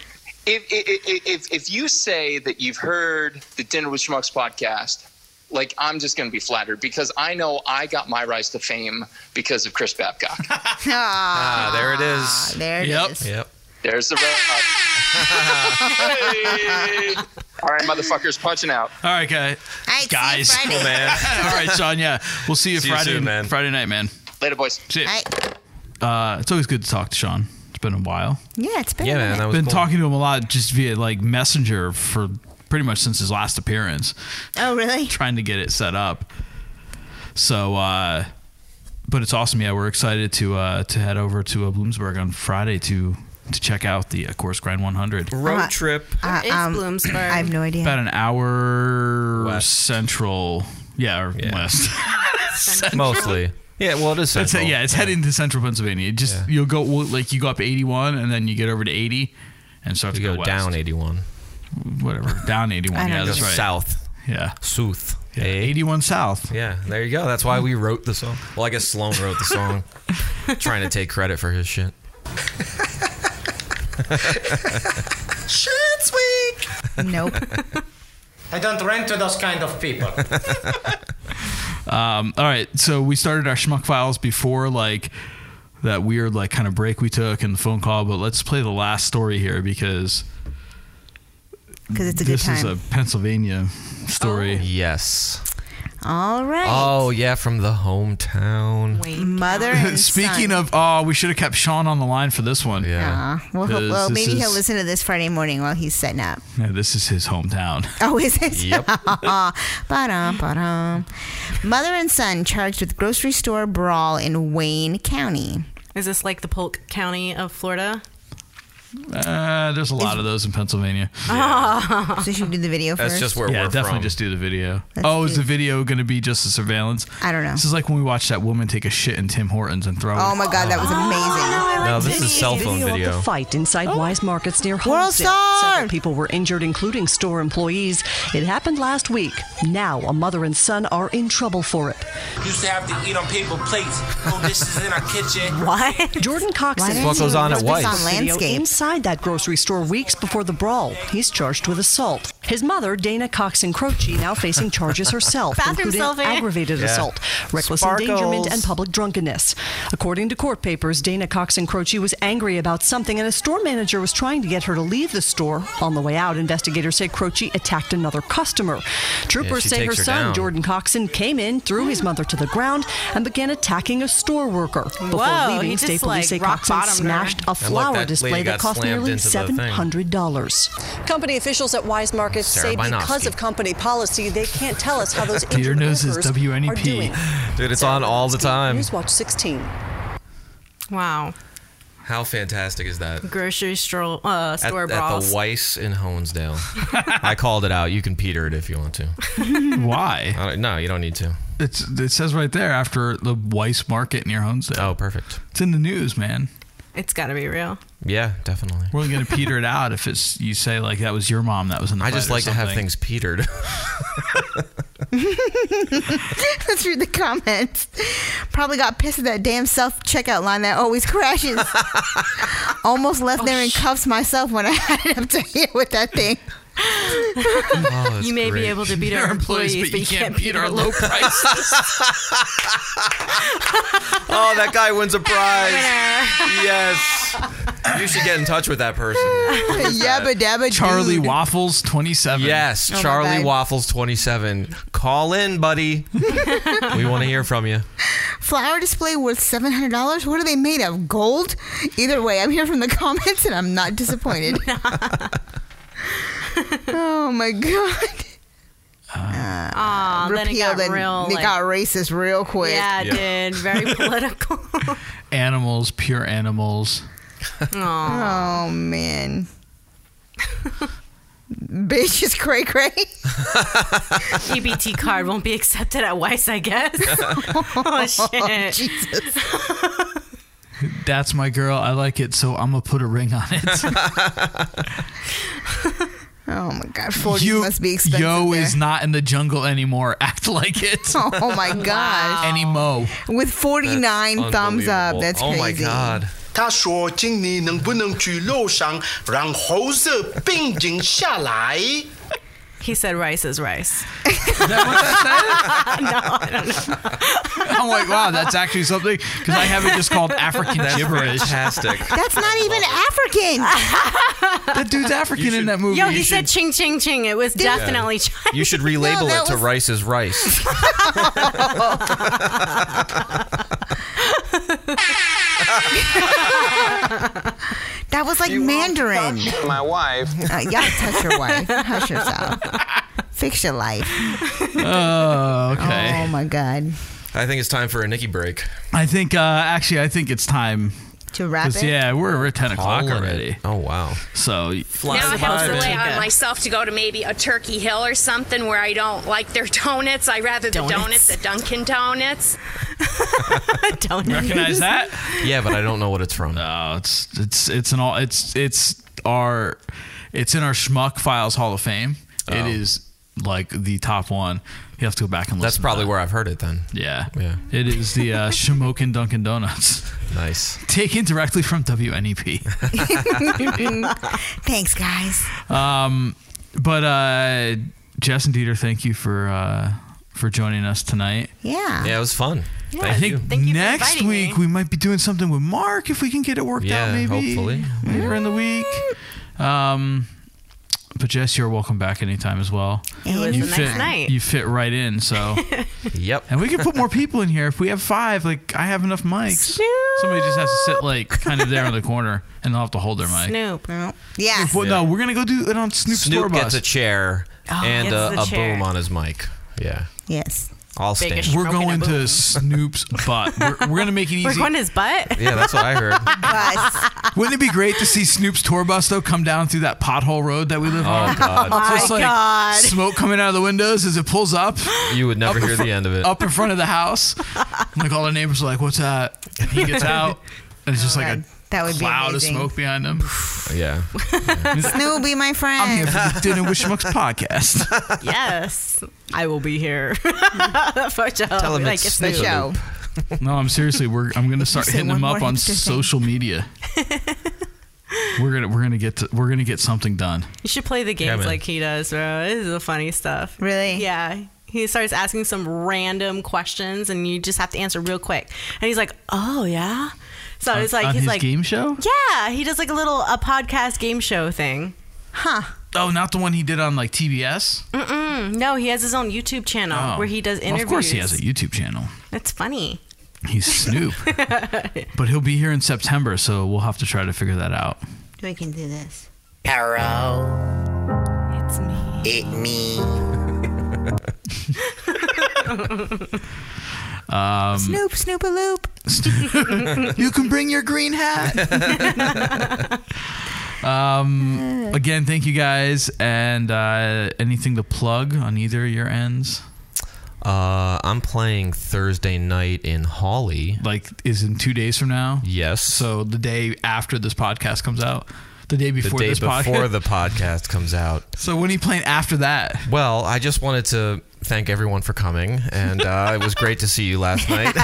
Speaker 10: if, if, if, if you say that you've heard the Dinner with Schmucks podcast, like I'm just going to be flattered because I know I got my rise to fame because of Chris Babcock.
Speaker 5: Ah,
Speaker 6: there it is.
Speaker 5: There it is.
Speaker 10: Yep.
Speaker 6: Yep.
Speaker 10: There's the. Hey! All right, motherfuckers, punching out.
Speaker 7: All right, guys.
Speaker 5: All right,
Speaker 7: guys.
Speaker 10: See you Friday.
Speaker 7: Cool, man. All right, Sean. Yeah, we'll see you
Speaker 10: See you
Speaker 7: Friday.
Speaker 10: soon,
Speaker 7: man. Friday night, man.
Speaker 10: Later, boys.
Speaker 7: See ya. Uh, it's always good to talk to Sean. It's been a while.
Speaker 5: Yeah, it's been. a minute.
Speaker 7: been talking to him a lot just via like messenger for pretty much since his last appearance.
Speaker 5: Oh, really?
Speaker 7: Trying to get it set up. So, uh, but it's awesome. Yeah, we're excited to uh, to head over to uh, Bloomsburg on Friday to to check out the uh, Course Grind 100
Speaker 5: Uh, Uh, um, I have no idea.
Speaker 7: About an hour central, yeah, or west.
Speaker 6: Mostly. Yeah, well, it is
Speaker 7: It's-
Speaker 6: central.
Speaker 7: yeah, it's heading to central Pennsylvania. It just you'll go well, like you go up 81 and then you get over to 80 and start to go, west.
Speaker 6: down 81.
Speaker 7: Whatever. Down 81. yeah, that's right.
Speaker 6: South. Eh?
Speaker 7: Yeah.
Speaker 6: Sooth.
Speaker 7: Yeah, 81 South.
Speaker 6: Yeah, there you go. That's why we wrote the song. Well, I guess Sloan wrote the song, trying to take credit for his shit.
Speaker 18: Shit's weak.
Speaker 5: Nope.
Speaker 2: I don't rent to those kind of people.
Speaker 7: Um, all right, so we started our schmuck files before like that weird like kind of break we took and the phone call, but let's play the last story here because
Speaker 5: 'Cause it's a good
Speaker 7: this is
Speaker 5: time.
Speaker 7: a Pennsylvania story.
Speaker 6: Yes.
Speaker 5: All right.
Speaker 6: Oh yeah, from the hometown.
Speaker 12: Mm.
Speaker 5: Mother and
Speaker 7: Speaking
Speaker 5: son.
Speaker 7: of, oh, we should have kept Sean on the line for this one.
Speaker 5: Yeah. well, he'll- well, maybe he'll listen to this Friday morning while he's setting up.
Speaker 7: Yeah, this is his hometown.
Speaker 5: Oh, is it?
Speaker 7: Yep.
Speaker 5: ba-dum, ba-dum. Mother and son charged with grocery store brawl in Wayne County.
Speaker 8: Is this like the Polk County of Florida?
Speaker 7: Uh, there's a lot of those in Pennsylvania.
Speaker 5: so should we do the video first?
Speaker 7: yeah, definitely just do the video.
Speaker 5: Let's
Speaker 7: oh, is
Speaker 5: do-
Speaker 7: the video going to be just the surveillance?
Speaker 5: I don't know.
Speaker 7: This is like when we watched that woman take a shit in Tim Hortons and throw it.
Speaker 5: Oh my god, that was amazing.
Speaker 7: No, this is cell phone
Speaker 12: Video of
Speaker 7: video.
Speaker 12: the fight inside Wise
Speaker 18: Oh.
Speaker 12: Markets near
Speaker 5: World
Speaker 12: Holmesdale. Several people were injured, including store employees. It happened last week. Now a mother and son are in trouble for it.
Speaker 14: Used to have to eat on paper plates. No dishes in our kitchen.
Speaker 12: Jordan
Speaker 14: Why
Speaker 12: Coxon.
Speaker 14: didn't What goes you on at release this White's? on
Speaker 12: Video
Speaker 14: Landscape?
Speaker 12: Inside that grocery store weeks before the brawl, he's charged with assault. His mother, Dana Coxon Croce, now facing charges herself, Bathroom including sylvan. aggravated Yeah. assault, reckless Sparkles. endangerment, and public drunkenness. According to court papers, Dana Coxon Croce was angry about something, and a store manager was trying to get her to leave the store. On the way out, investigators say Croce attacked another customer. Troopers she say her takes her son, down. Jordan. Jordan Coxon came in, threw his mother to the ground, and began attacking a store worker. Before
Speaker 8: Whoa,
Speaker 12: leaving,
Speaker 8: he just,
Speaker 12: state police say
Speaker 8: like, rock
Speaker 12: Coxon
Speaker 8: bottomed her.
Speaker 12: smashed a And look, flower that display lady that got cost slammed nearly into the thing. seven hundred dollars.
Speaker 16: Company officials at Wise Markets
Speaker 12: Sarah
Speaker 16: say because
Speaker 12: Bynofsky.
Speaker 16: of company policy, they can't tell us how those
Speaker 12: Dear
Speaker 16: injured
Speaker 12: nose is
Speaker 16: workers
Speaker 7: E
Speaker 16: are doing.
Speaker 6: WNEP. Dude, it's on all the time.
Speaker 16: Newswatch 16.
Speaker 8: Wow.
Speaker 6: How fantastic is that?
Speaker 8: Grocery store uh,
Speaker 6: At,
Speaker 8: store
Speaker 6: at the
Speaker 8: brawls.
Speaker 6: Weiss in Honesdale. I called it out. You can peter it if you want to.
Speaker 7: Why?
Speaker 6: no, you don't need to.
Speaker 7: It's it says right there after the Weiss Market near Honesdale.
Speaker 6: Oh, perfect.
Speaker 7: It's in the news, man.
Speaker 8: it's got to be real.
Speaker 6: Yeah, definitely.
Speaker 7: We're only gonna peter it out if it's you say like that was your mom that was in the.
Speaker 6: I just
Speaker 7: fight or
Speaker 6: like to have
Speaker 7: something.
Speaker 6: things petered. Oh,
Speaker 5: Let's read the comments. Probably got pissed at that damn self checkout line that always crashes. Almost left
Speaker 8: Oh,
Speaker 5: there in cuffs myself when I had it up to here with that thing.
Speaker 8: you may be able to beat
Speaker 7: There
Speaker 8: our
Speaker 7: are
Speaker 8: employees,
Speaker 7: employees,
Speaker 8: but, you can't, beat our
Speaker 7: low prices.
Speaker 6: oh, that guy wins a prize. yes. You should get in touch with that person.
Speaker 5: Yabba dabba
Speaker 7: Charlie
Speaker 5: dude.
Speaker 7: Waffles twenty seven.
Speaker 6: Yes,
Speaker 5: Oh my
Speaker 6: Charlie
Speaker 5: God.
Speaker 6: Waffles 27. Call in, buddy. we want to hear from you.
Speaker 5: Flower display worth seven hundred dollars. What are they made of? Gold? Either way, I'm here from the comments and I'm not disappointed. oh my god!
Speaker 8: Aw, then it got
Speaker 5: Repealed and
Speaker 8: real.
Speaker 5: It
Speaker 8: like-
Speaker 5: got racist real quick.
Speaker 8: Yeah, it
Speaker 7: Yeah.
Speaker 8: did. Very political.
Speaker 7: Animals, pure animals.
Speaker 5: Oh man. Bitch is cray cray.
Speaker 8: EBT E card won't be accepted at Weiss, I guess. oh, shit.
Speaker 5: Jesus.
Speaker 7: That's my girl. I like it, so I'm gonna put a ring on it.
Speaker 5: Oh my god, forty must be expensive.
Speaker 7: Yo
Speaker 5: there.
Speaker 7: is not in the jungle anymore. Act like it.
Speaker 5: Oh my gosh.
Speaker 7: Any mo.
Speaker 5: With forty nine thumbs up. That's
Speaker 6: oh
Speaker 5: crazy.
Speaker 6: my god.
Speaker 13: 他说：“请你能不能去楼上让猴子平静下来
Speaker 8: He said rice is rice.
Speaker 7: I'm like, wow, that's actually something because I have it just called African
Speaker 6: That's
Speaker 7: gibberish.
Speaker 6: fantastic.
Speaker 5: That's not even African.
Speaker 7: that dude's African in that movie.
Speaker 8: Yo,
Speaker 6: You
Speaker 8: he said ching ching ching. It was definitely Chinese.
Speaker 6: You should
Speaker 8: No,
Speaker 6: relabel
Speaker 8: that
Speaker 6: it to
Speaker 8: was-
Speaker 6: rice is rice.
Speaker 5: That was like
Speaker 8: Oh,
Speaker 5: Mandarin.
Speaker 15: My wife.
Speaker 5: Uh, you gotta touch your wife. Hush yourself. Fix your life.
Speaker 7: Oh, okay.
Speaker 5: Oh my God.
Speaker 6: I think it's time for a Nikki break.
Speaker 7: I think uh, actually, I think it's time
Speaker 5: To wrap
Speaker 7: 'cause,
Speaker 5: it?
Speaker 7: Yeah, we're, we're at ten o'clock
Speaker 6: Calling it.
Speaker 7: already.
Speaker 6: Oh wow!
Speaker 7: So
Speaker 24: now I have to lay out myself to go to maybe a Turkey Hill or something where I don't like their donuts. I rather the
Speaker 6: Donuts.
Speaker 24: donuts at Dunkin' Donuts.
Speaker 8: donuts.
Speaker 7: Recognize that?
Speaker 6: yeah, but I don't know what it's from.
Speaker 7: No, it's it's it's an all it's it's our it's in our schmuck files Hall of Fame. It is like the top one. You have to go back and listen. That's probably
Speaker 6: where I've heard it then.
Speaker 7: Yeah, yeah. It is the uh, Shamokin Dunkin' Donuts.
Speaker 6: Nice.
Speaker 7: Taken directly from E WNEP.
Speaker 5: Thanks, guys.
Speaker 7: Um, but uh, Jess and Dieter, thank you for uh, for joining us tonight.
Speaker 5: Yeah.
Speaker 6: Yeah, it was fun.
Speaker 7: Yeah,
Speaker 6: Thank
Speaker 7: I think
Speaker 6: you.
Speaker 7: next week we might be doing something with Mark if we can get it worked
Speaker 6: Yeah,
Speaker 7: out. Maybe
Speaker 6: hopefully.
Speaker 7: later in the week. Um, but Jess, you're welcome back anytime as well.
Speaker 8: It was the next
Speaker 7: fit,
Speaker 8: night.
Speaker 7: You fit right in, so.
Speaker 6: yep.
Speaker 7: And we can put more people in here if we have five. Like I have enough mics. Somebody just has to sit like kind of there in the corner, and they'll have to hold their mic.
Speaker 8: Snoop.
Speaker 5: Yeah.
Speaker 7: Well, no, we're gonna go do it on Snoop's tour
Speaker 6: Snoop
Speaker 7: bus.
Speaker 6: gets a chair
Speaker 7: Oh,
Speaker 6: and
Speaker 7: gets
Speaker 6: a,
Speaker 7: the
Speaker 6: a
Speaker 7: chair.
Speaker 6: boom on his mic. Yeah.
Speaker 5: Yes.
Speaker 6: I'll stand.
Speaker 7: We're going to Snoop's butt. We're, we're gonna make it easy.
Speaker 8: We're going to his butt?
Speaker 6: Yeah, that's what I heard.
Speaker 7: Wouldn't it be great to see Snoop's tour bus though come down through that pothole road that we live on?
Speaker 6: God. Oh, my
Speaker 7: Just like
Speaker 8: Uh,
Speaker 6: God.
Speaker 7: smoke coming out of the windows as it pulls up.
Speaker 6: You would never
Speaker 7: Up in
Speaker 6: hear
Speaker 7: fr-
Speaker 6: the end of it.
Speaker 7: Up in front of the house, And, like all the neighbors are like, "What's that?" And he gets out, and it's just like a
Speaker 5: That would Oh, be
Speaker 7: cloud
Speaker 5: amazing.
Speaker 7: of smoke behind him.
Speaker 6: Yeah.
Speaker 5: Snoop be my friend.
Speaker 7: I'm here for the dinner with Schmucks podcast.
Speaker 8: yes. I will be here. for show. Tell
Speaker 7: him it's Snoop. No, I'm seriously. We're I'm gonna start
Speaker 8: say
Speaker 7: hitting him
Speaker 8: one
Speaker 7: up
Speaker 8: more
Speaker 7: on
Speaker 8: hipster thing.
Speaker 7: social media. we're gonna we're gonna get to, we're gonna get something done.
Speaker 8: You should play the
Speaker 7: Yeah,
Speaker 8: games
Speaker 7: man.
Speaker 8: like he does, bro. This is the funny stuff.
Speaker 5: Really?
Speaker 8: Yeah. He starts asking some random questions, and you just have to answer real quick. And he's like, "Oh yeah." So
Speaker 7: On-
Speaker 8: Oh, it's like
Speaker 7: on
Speaker 8: he's
Speaker 7: his
Speaker 8: like
Speaker 7: game show?
Speaker 8: Yeah, he does like a little a podcast game show thing. Huh.
Speaker 7: Oh, not the one he did on like TBS.
Speaker 8: Mm-mm. No, he has his own YouTube channel
Speaker 7: Oh.
Speaker 8: where he does
Speaker 7: Well,
Speaker 8: interviews.
Speaker 7: of course, he has a YouTube channel.
Speaker 8: It's funny.
Speaker 7: He's Snoop, but he'll be here in September, so we'll have to try to figure that out.
Speaker 5: We can do this.
Speaker 13: Hello.
Speaker 8: It's me.
Speaker 13: It me.
Speaker 7: Um,
Speaker 5: Snoop, Snoop a loop.
Speaker 7: you can bring your green hat. um, again, thank you guys. And uh, anything to plug on either of your ends?
Speaker 6: Uh, I'm playing Thursday night in Holly.
Speaker 7: Like, is in two days from now?
Speaker 6: Yes.
Speaker 7: So the day after this podcast comes out, the day before
Speaker 6: the day
Speaker 7: this
Speaker 6: before
Speaker 7: podcast.
Speaker 6: the podcast comes out.
Speaker 7: so when are you playing after that?
Speaker 6: Well, I just wanted to thank everyone for coming, and uh, it was great to see you last night.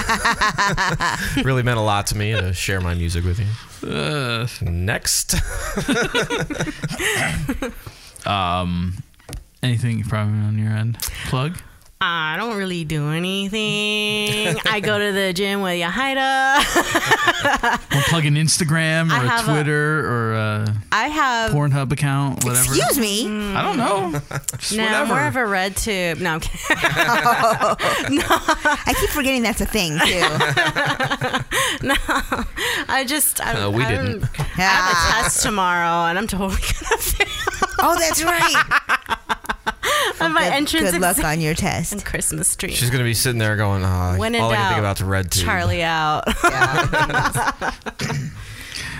Speaker 6: really meant a lot to me to share my music with you.
Speaker 7: Uh,
Speaker 6: Next.
Speaker 7: um, anything probably on your end? Plug.
Speaker 8: I don't really do anything. I go to the gym with Yahida.
Speaker 7: Well, plug an Instagram
Speaker 8: I
Speaker 7: or a
Speaker 8: have a-
Speaker 7: Twitter or a
Speaker 8: I have
Speaker 7: Pornhub account, whatever.
Speaker 8: Excuse me?
Speaker 5: Mm.
Speaker 7: I don't know. Just
Speaker 8: No,
Speaker 7: whatever.
Speaker 8: more of a red tube. No, I'm kidding.
Speaker 5: I keep forgetting that's a thing too.
Speaker 8: no. I just I,
Speaker 6: Uh,
Speaker 5: No, we
Speaker 8: I don't-
Speaker 5: didn't.
Speaker 8: I have a test tomorrow, and I'm totally gonna fail.
Speaker 5: Oh, that's right.
Speaker 8: on my
Speaker 5: good-
Speaker 8: entrance
Speaker 5: good luck on your test
Speaker 8: and Christmas tree.
Speaker 6: She's going to be sitting there going, oh,
Speaker 8: when in
Speaker 6: all I
Speaker 8: doubt,
Speaker 6: can think about the red tube.
Speaker 8: Charlie out.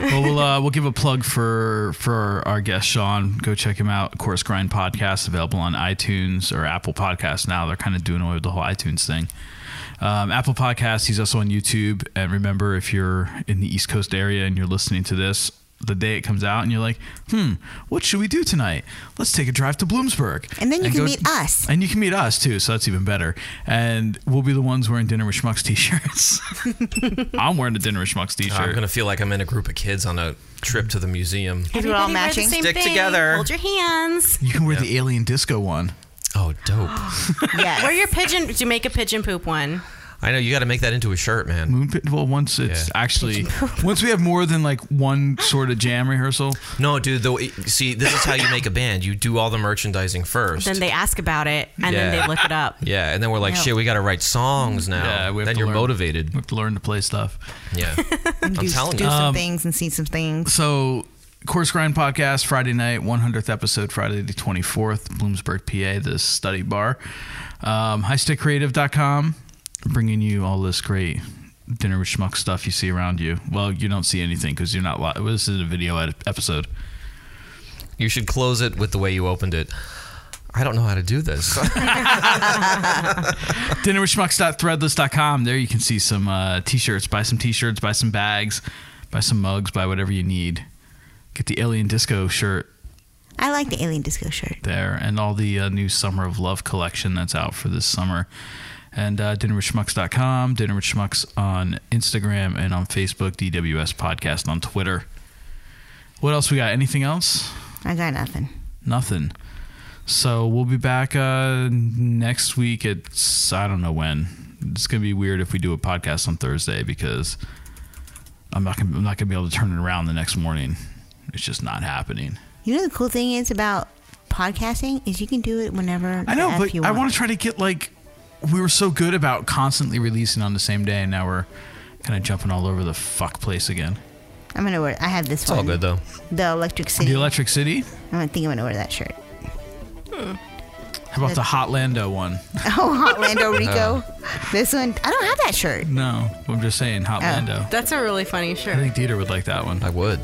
Speaker 7: well, we'll, uh, we'll give a plug for for our guest Sean. Go check him out. Course Grind podcast available on iTunes or Apple Podcasts now. They're kind of doing away with the whole iTunes thing. Um, Apple Podcasts. He's also on YouTube. And remember, if you're in the East Coast area and you're listening to this the day it comes out, and you're like, hmm, what should we do tonight? Let's take a drive to Bloomsburg.
Speaker 5: And then you can meet us.
Speaker 7: And you can meet us too, so that's even better. And we'll be the ones wearing Dinner with Schmucks t shirts. I'm wearing a Dinner with Schmucks t
Speaker 6: I'm
Speaker 7: shirt.
Speaker 6: gonna feel like I'm in a group of kids on a trip to the museum.
Speaker 8: Everybody wear the same
Speaker 6: Stick
Speaker 8: thing.
Speaker 6: together.
Speaker 8: Hold your hands.
Speaker 7: You can wear the alien disco one.
Speaker 6: Oh, dope!
Speaker 8: yes. Wear your pigeon. Do you make a pigeon poop one?
Speaker 6: I know you got to make that into a shirt, man.
Speaker 7: Moon pit. Well, once it's actually once we have more than like one sort of jam rehearsal.
Speaker 6: No, dude. The, way- see, this is how you make a band. You do all the merchandising first.
Speaker 8: Then they ask about it and then
Speaker 6: Yeah.
Speaker 8: they look it up.
Speaker 6: Yeah, and then we're like,
Speaker 8: Yeah.
Speaker 6: shit, we got to write songs now.
Speaker 7: Mm. Yeah, we have
Speaker 6: then
Speaker 7: to
Speaker 6: you're
Speaker 7: learn- Mm.
Speaker 6: motivated.
Speaker 7: We have to learn to play stuff.
Speaker 6: Yeah,
Speaker 5: I'm do,
Speaker 7: telling
Speaker 5: do
Speaker 7: you.
Speaker 5: some
Speaker 7: Um,
Speaker 5: things and see some things.
Speaker 7: So, Course Grind Podcast, Friday night, 100th episode, Friday the 24th, Bloomsburg, PA, the study bar. Um, highstickcreative.com, bringing you all this great dinner with schmuck stuff you see around you. Well, you don't see anything because you're not live. This is a video ed- episode.
Speaker 6: You should close it with the way you opened it. I don't know how to do this.
Speaker 7: dinnerwithschmucks.threadless.com. There you can see some uh, t-shirts. Buy some t-shirts. Buy some bags. Buy some mugs. Buy whatever you need. Get the Alien Disco shirt
Speaker 5: I like the alien disco shirt.
Speaker 7: there, and all the uh, new Summer of Love collection that's out for this summer. And uh, dinnerwithschmucks.com, Dinner with Schmucks on Instagram and on Facebook, DWS Podcast on Twitter. What else we got? Anything else?
Speaker 5: I got nothing.
Speaker 7: Nothing. So we'll be back uh, next week. It's I don't know when. It's gonna be weird if we do a podcast on Thursday because I'm not gonna I'm not gonna be able to turn it around the next morning. It's just not happening.
Speaker 5: You know the cool thing is about podcasting is you can do it whenever
Speaker 7: I know,
Speaker 5: the F
Speaker 7: but
Speaker 5: you
Speaker 7: I
Speaker 5: want.
Speaker 7: want to try to get like we were so good about constantly releasing on the same day, and now we're kind of jumping all over the fuck place again.
Speaker 5: I'm gonna wear. I have this
Speaker 7: It's all
Speaker 5: one.
Speaker 7: good, though.
Speaker 5: The Electric City.
Speaker 7: The Electric City.
Speaker 5: I'm gonna think I'm gonna wear that shirt.
Speaker 7: How about the Hot Lando one?
Speaker 5: Oh, Hot Lando Rico.
Speaker 7: Uh.
Speaker 5: This one. I don't have that shirt.
Speaker 7: No, I'm just saying Hot Lando.
Speaker 5: Oh.
Speaker 8: That's a really funny
Speaker 7: I
Speaker 8: shirt.
Speaker 7: think Dieter would like that one. I would.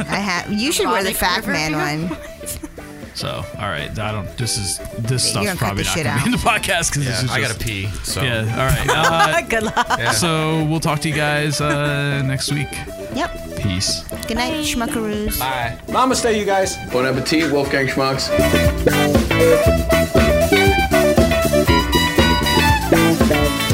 Speaker 5: I have. You should wear the
Speaker 8: Bobby
Speaker 5: Fat
Speaker 8: Cooper
Speaker 5: Man
Speaker 8: Rico?
Speaker 5: one.
Speaker 7: So, all right. I don't. This is this
Speaker 5: You're
Speaker 7: stuff's
Speaker 5: gonna cut
Speaker 7: probably
Speaker 5: the
Speaker 7: not going
Speaker 5: shit
Speaker 7: to
Speaker 5: out.
Speaker 7: be in the podcast because
Speaker 6: Yeah,
Speaker 7: this is
Speaker 6: I
Speaker 7: just-
Speaker 6: gotta pee, so.
Speaker 7: yeah. All right. Uh,
Speaker 5: Good luck.
Speaker 6: Yeah.
Speaker 7: So we'll talk to you guys uh, next week.
Speaker 5: Yep.
Speaker 7: Peace.
Speaker 5: Good night, schmuckaroos.
Speaker 7: Bye.
Speaker 15: Namaste, you guys. Bon appetit, Wolfgang Schmucks.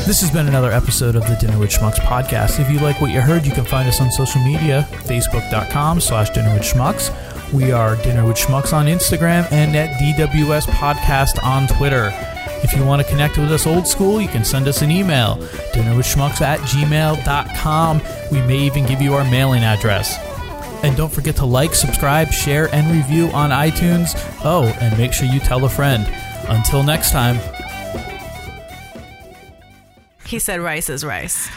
Speaker 1: This has been another episode of the Dinner with Schmucks podcast. If you like what you heard, you can find us on social media, facebook.com slash dinner with schmucks. We are Dinner with Schmucks on Instagram and at DWS Podcast on Twitter. If you want to connect with us old school, you can send us an email, dinnerwithschmucks at gmail.com. We may even give you our mailing address. And don't forget to like, subscribe, share, and review on iTunes. Oh, and make sure you tell a friend. Until next time.
Speaker 8: He said rice is rice.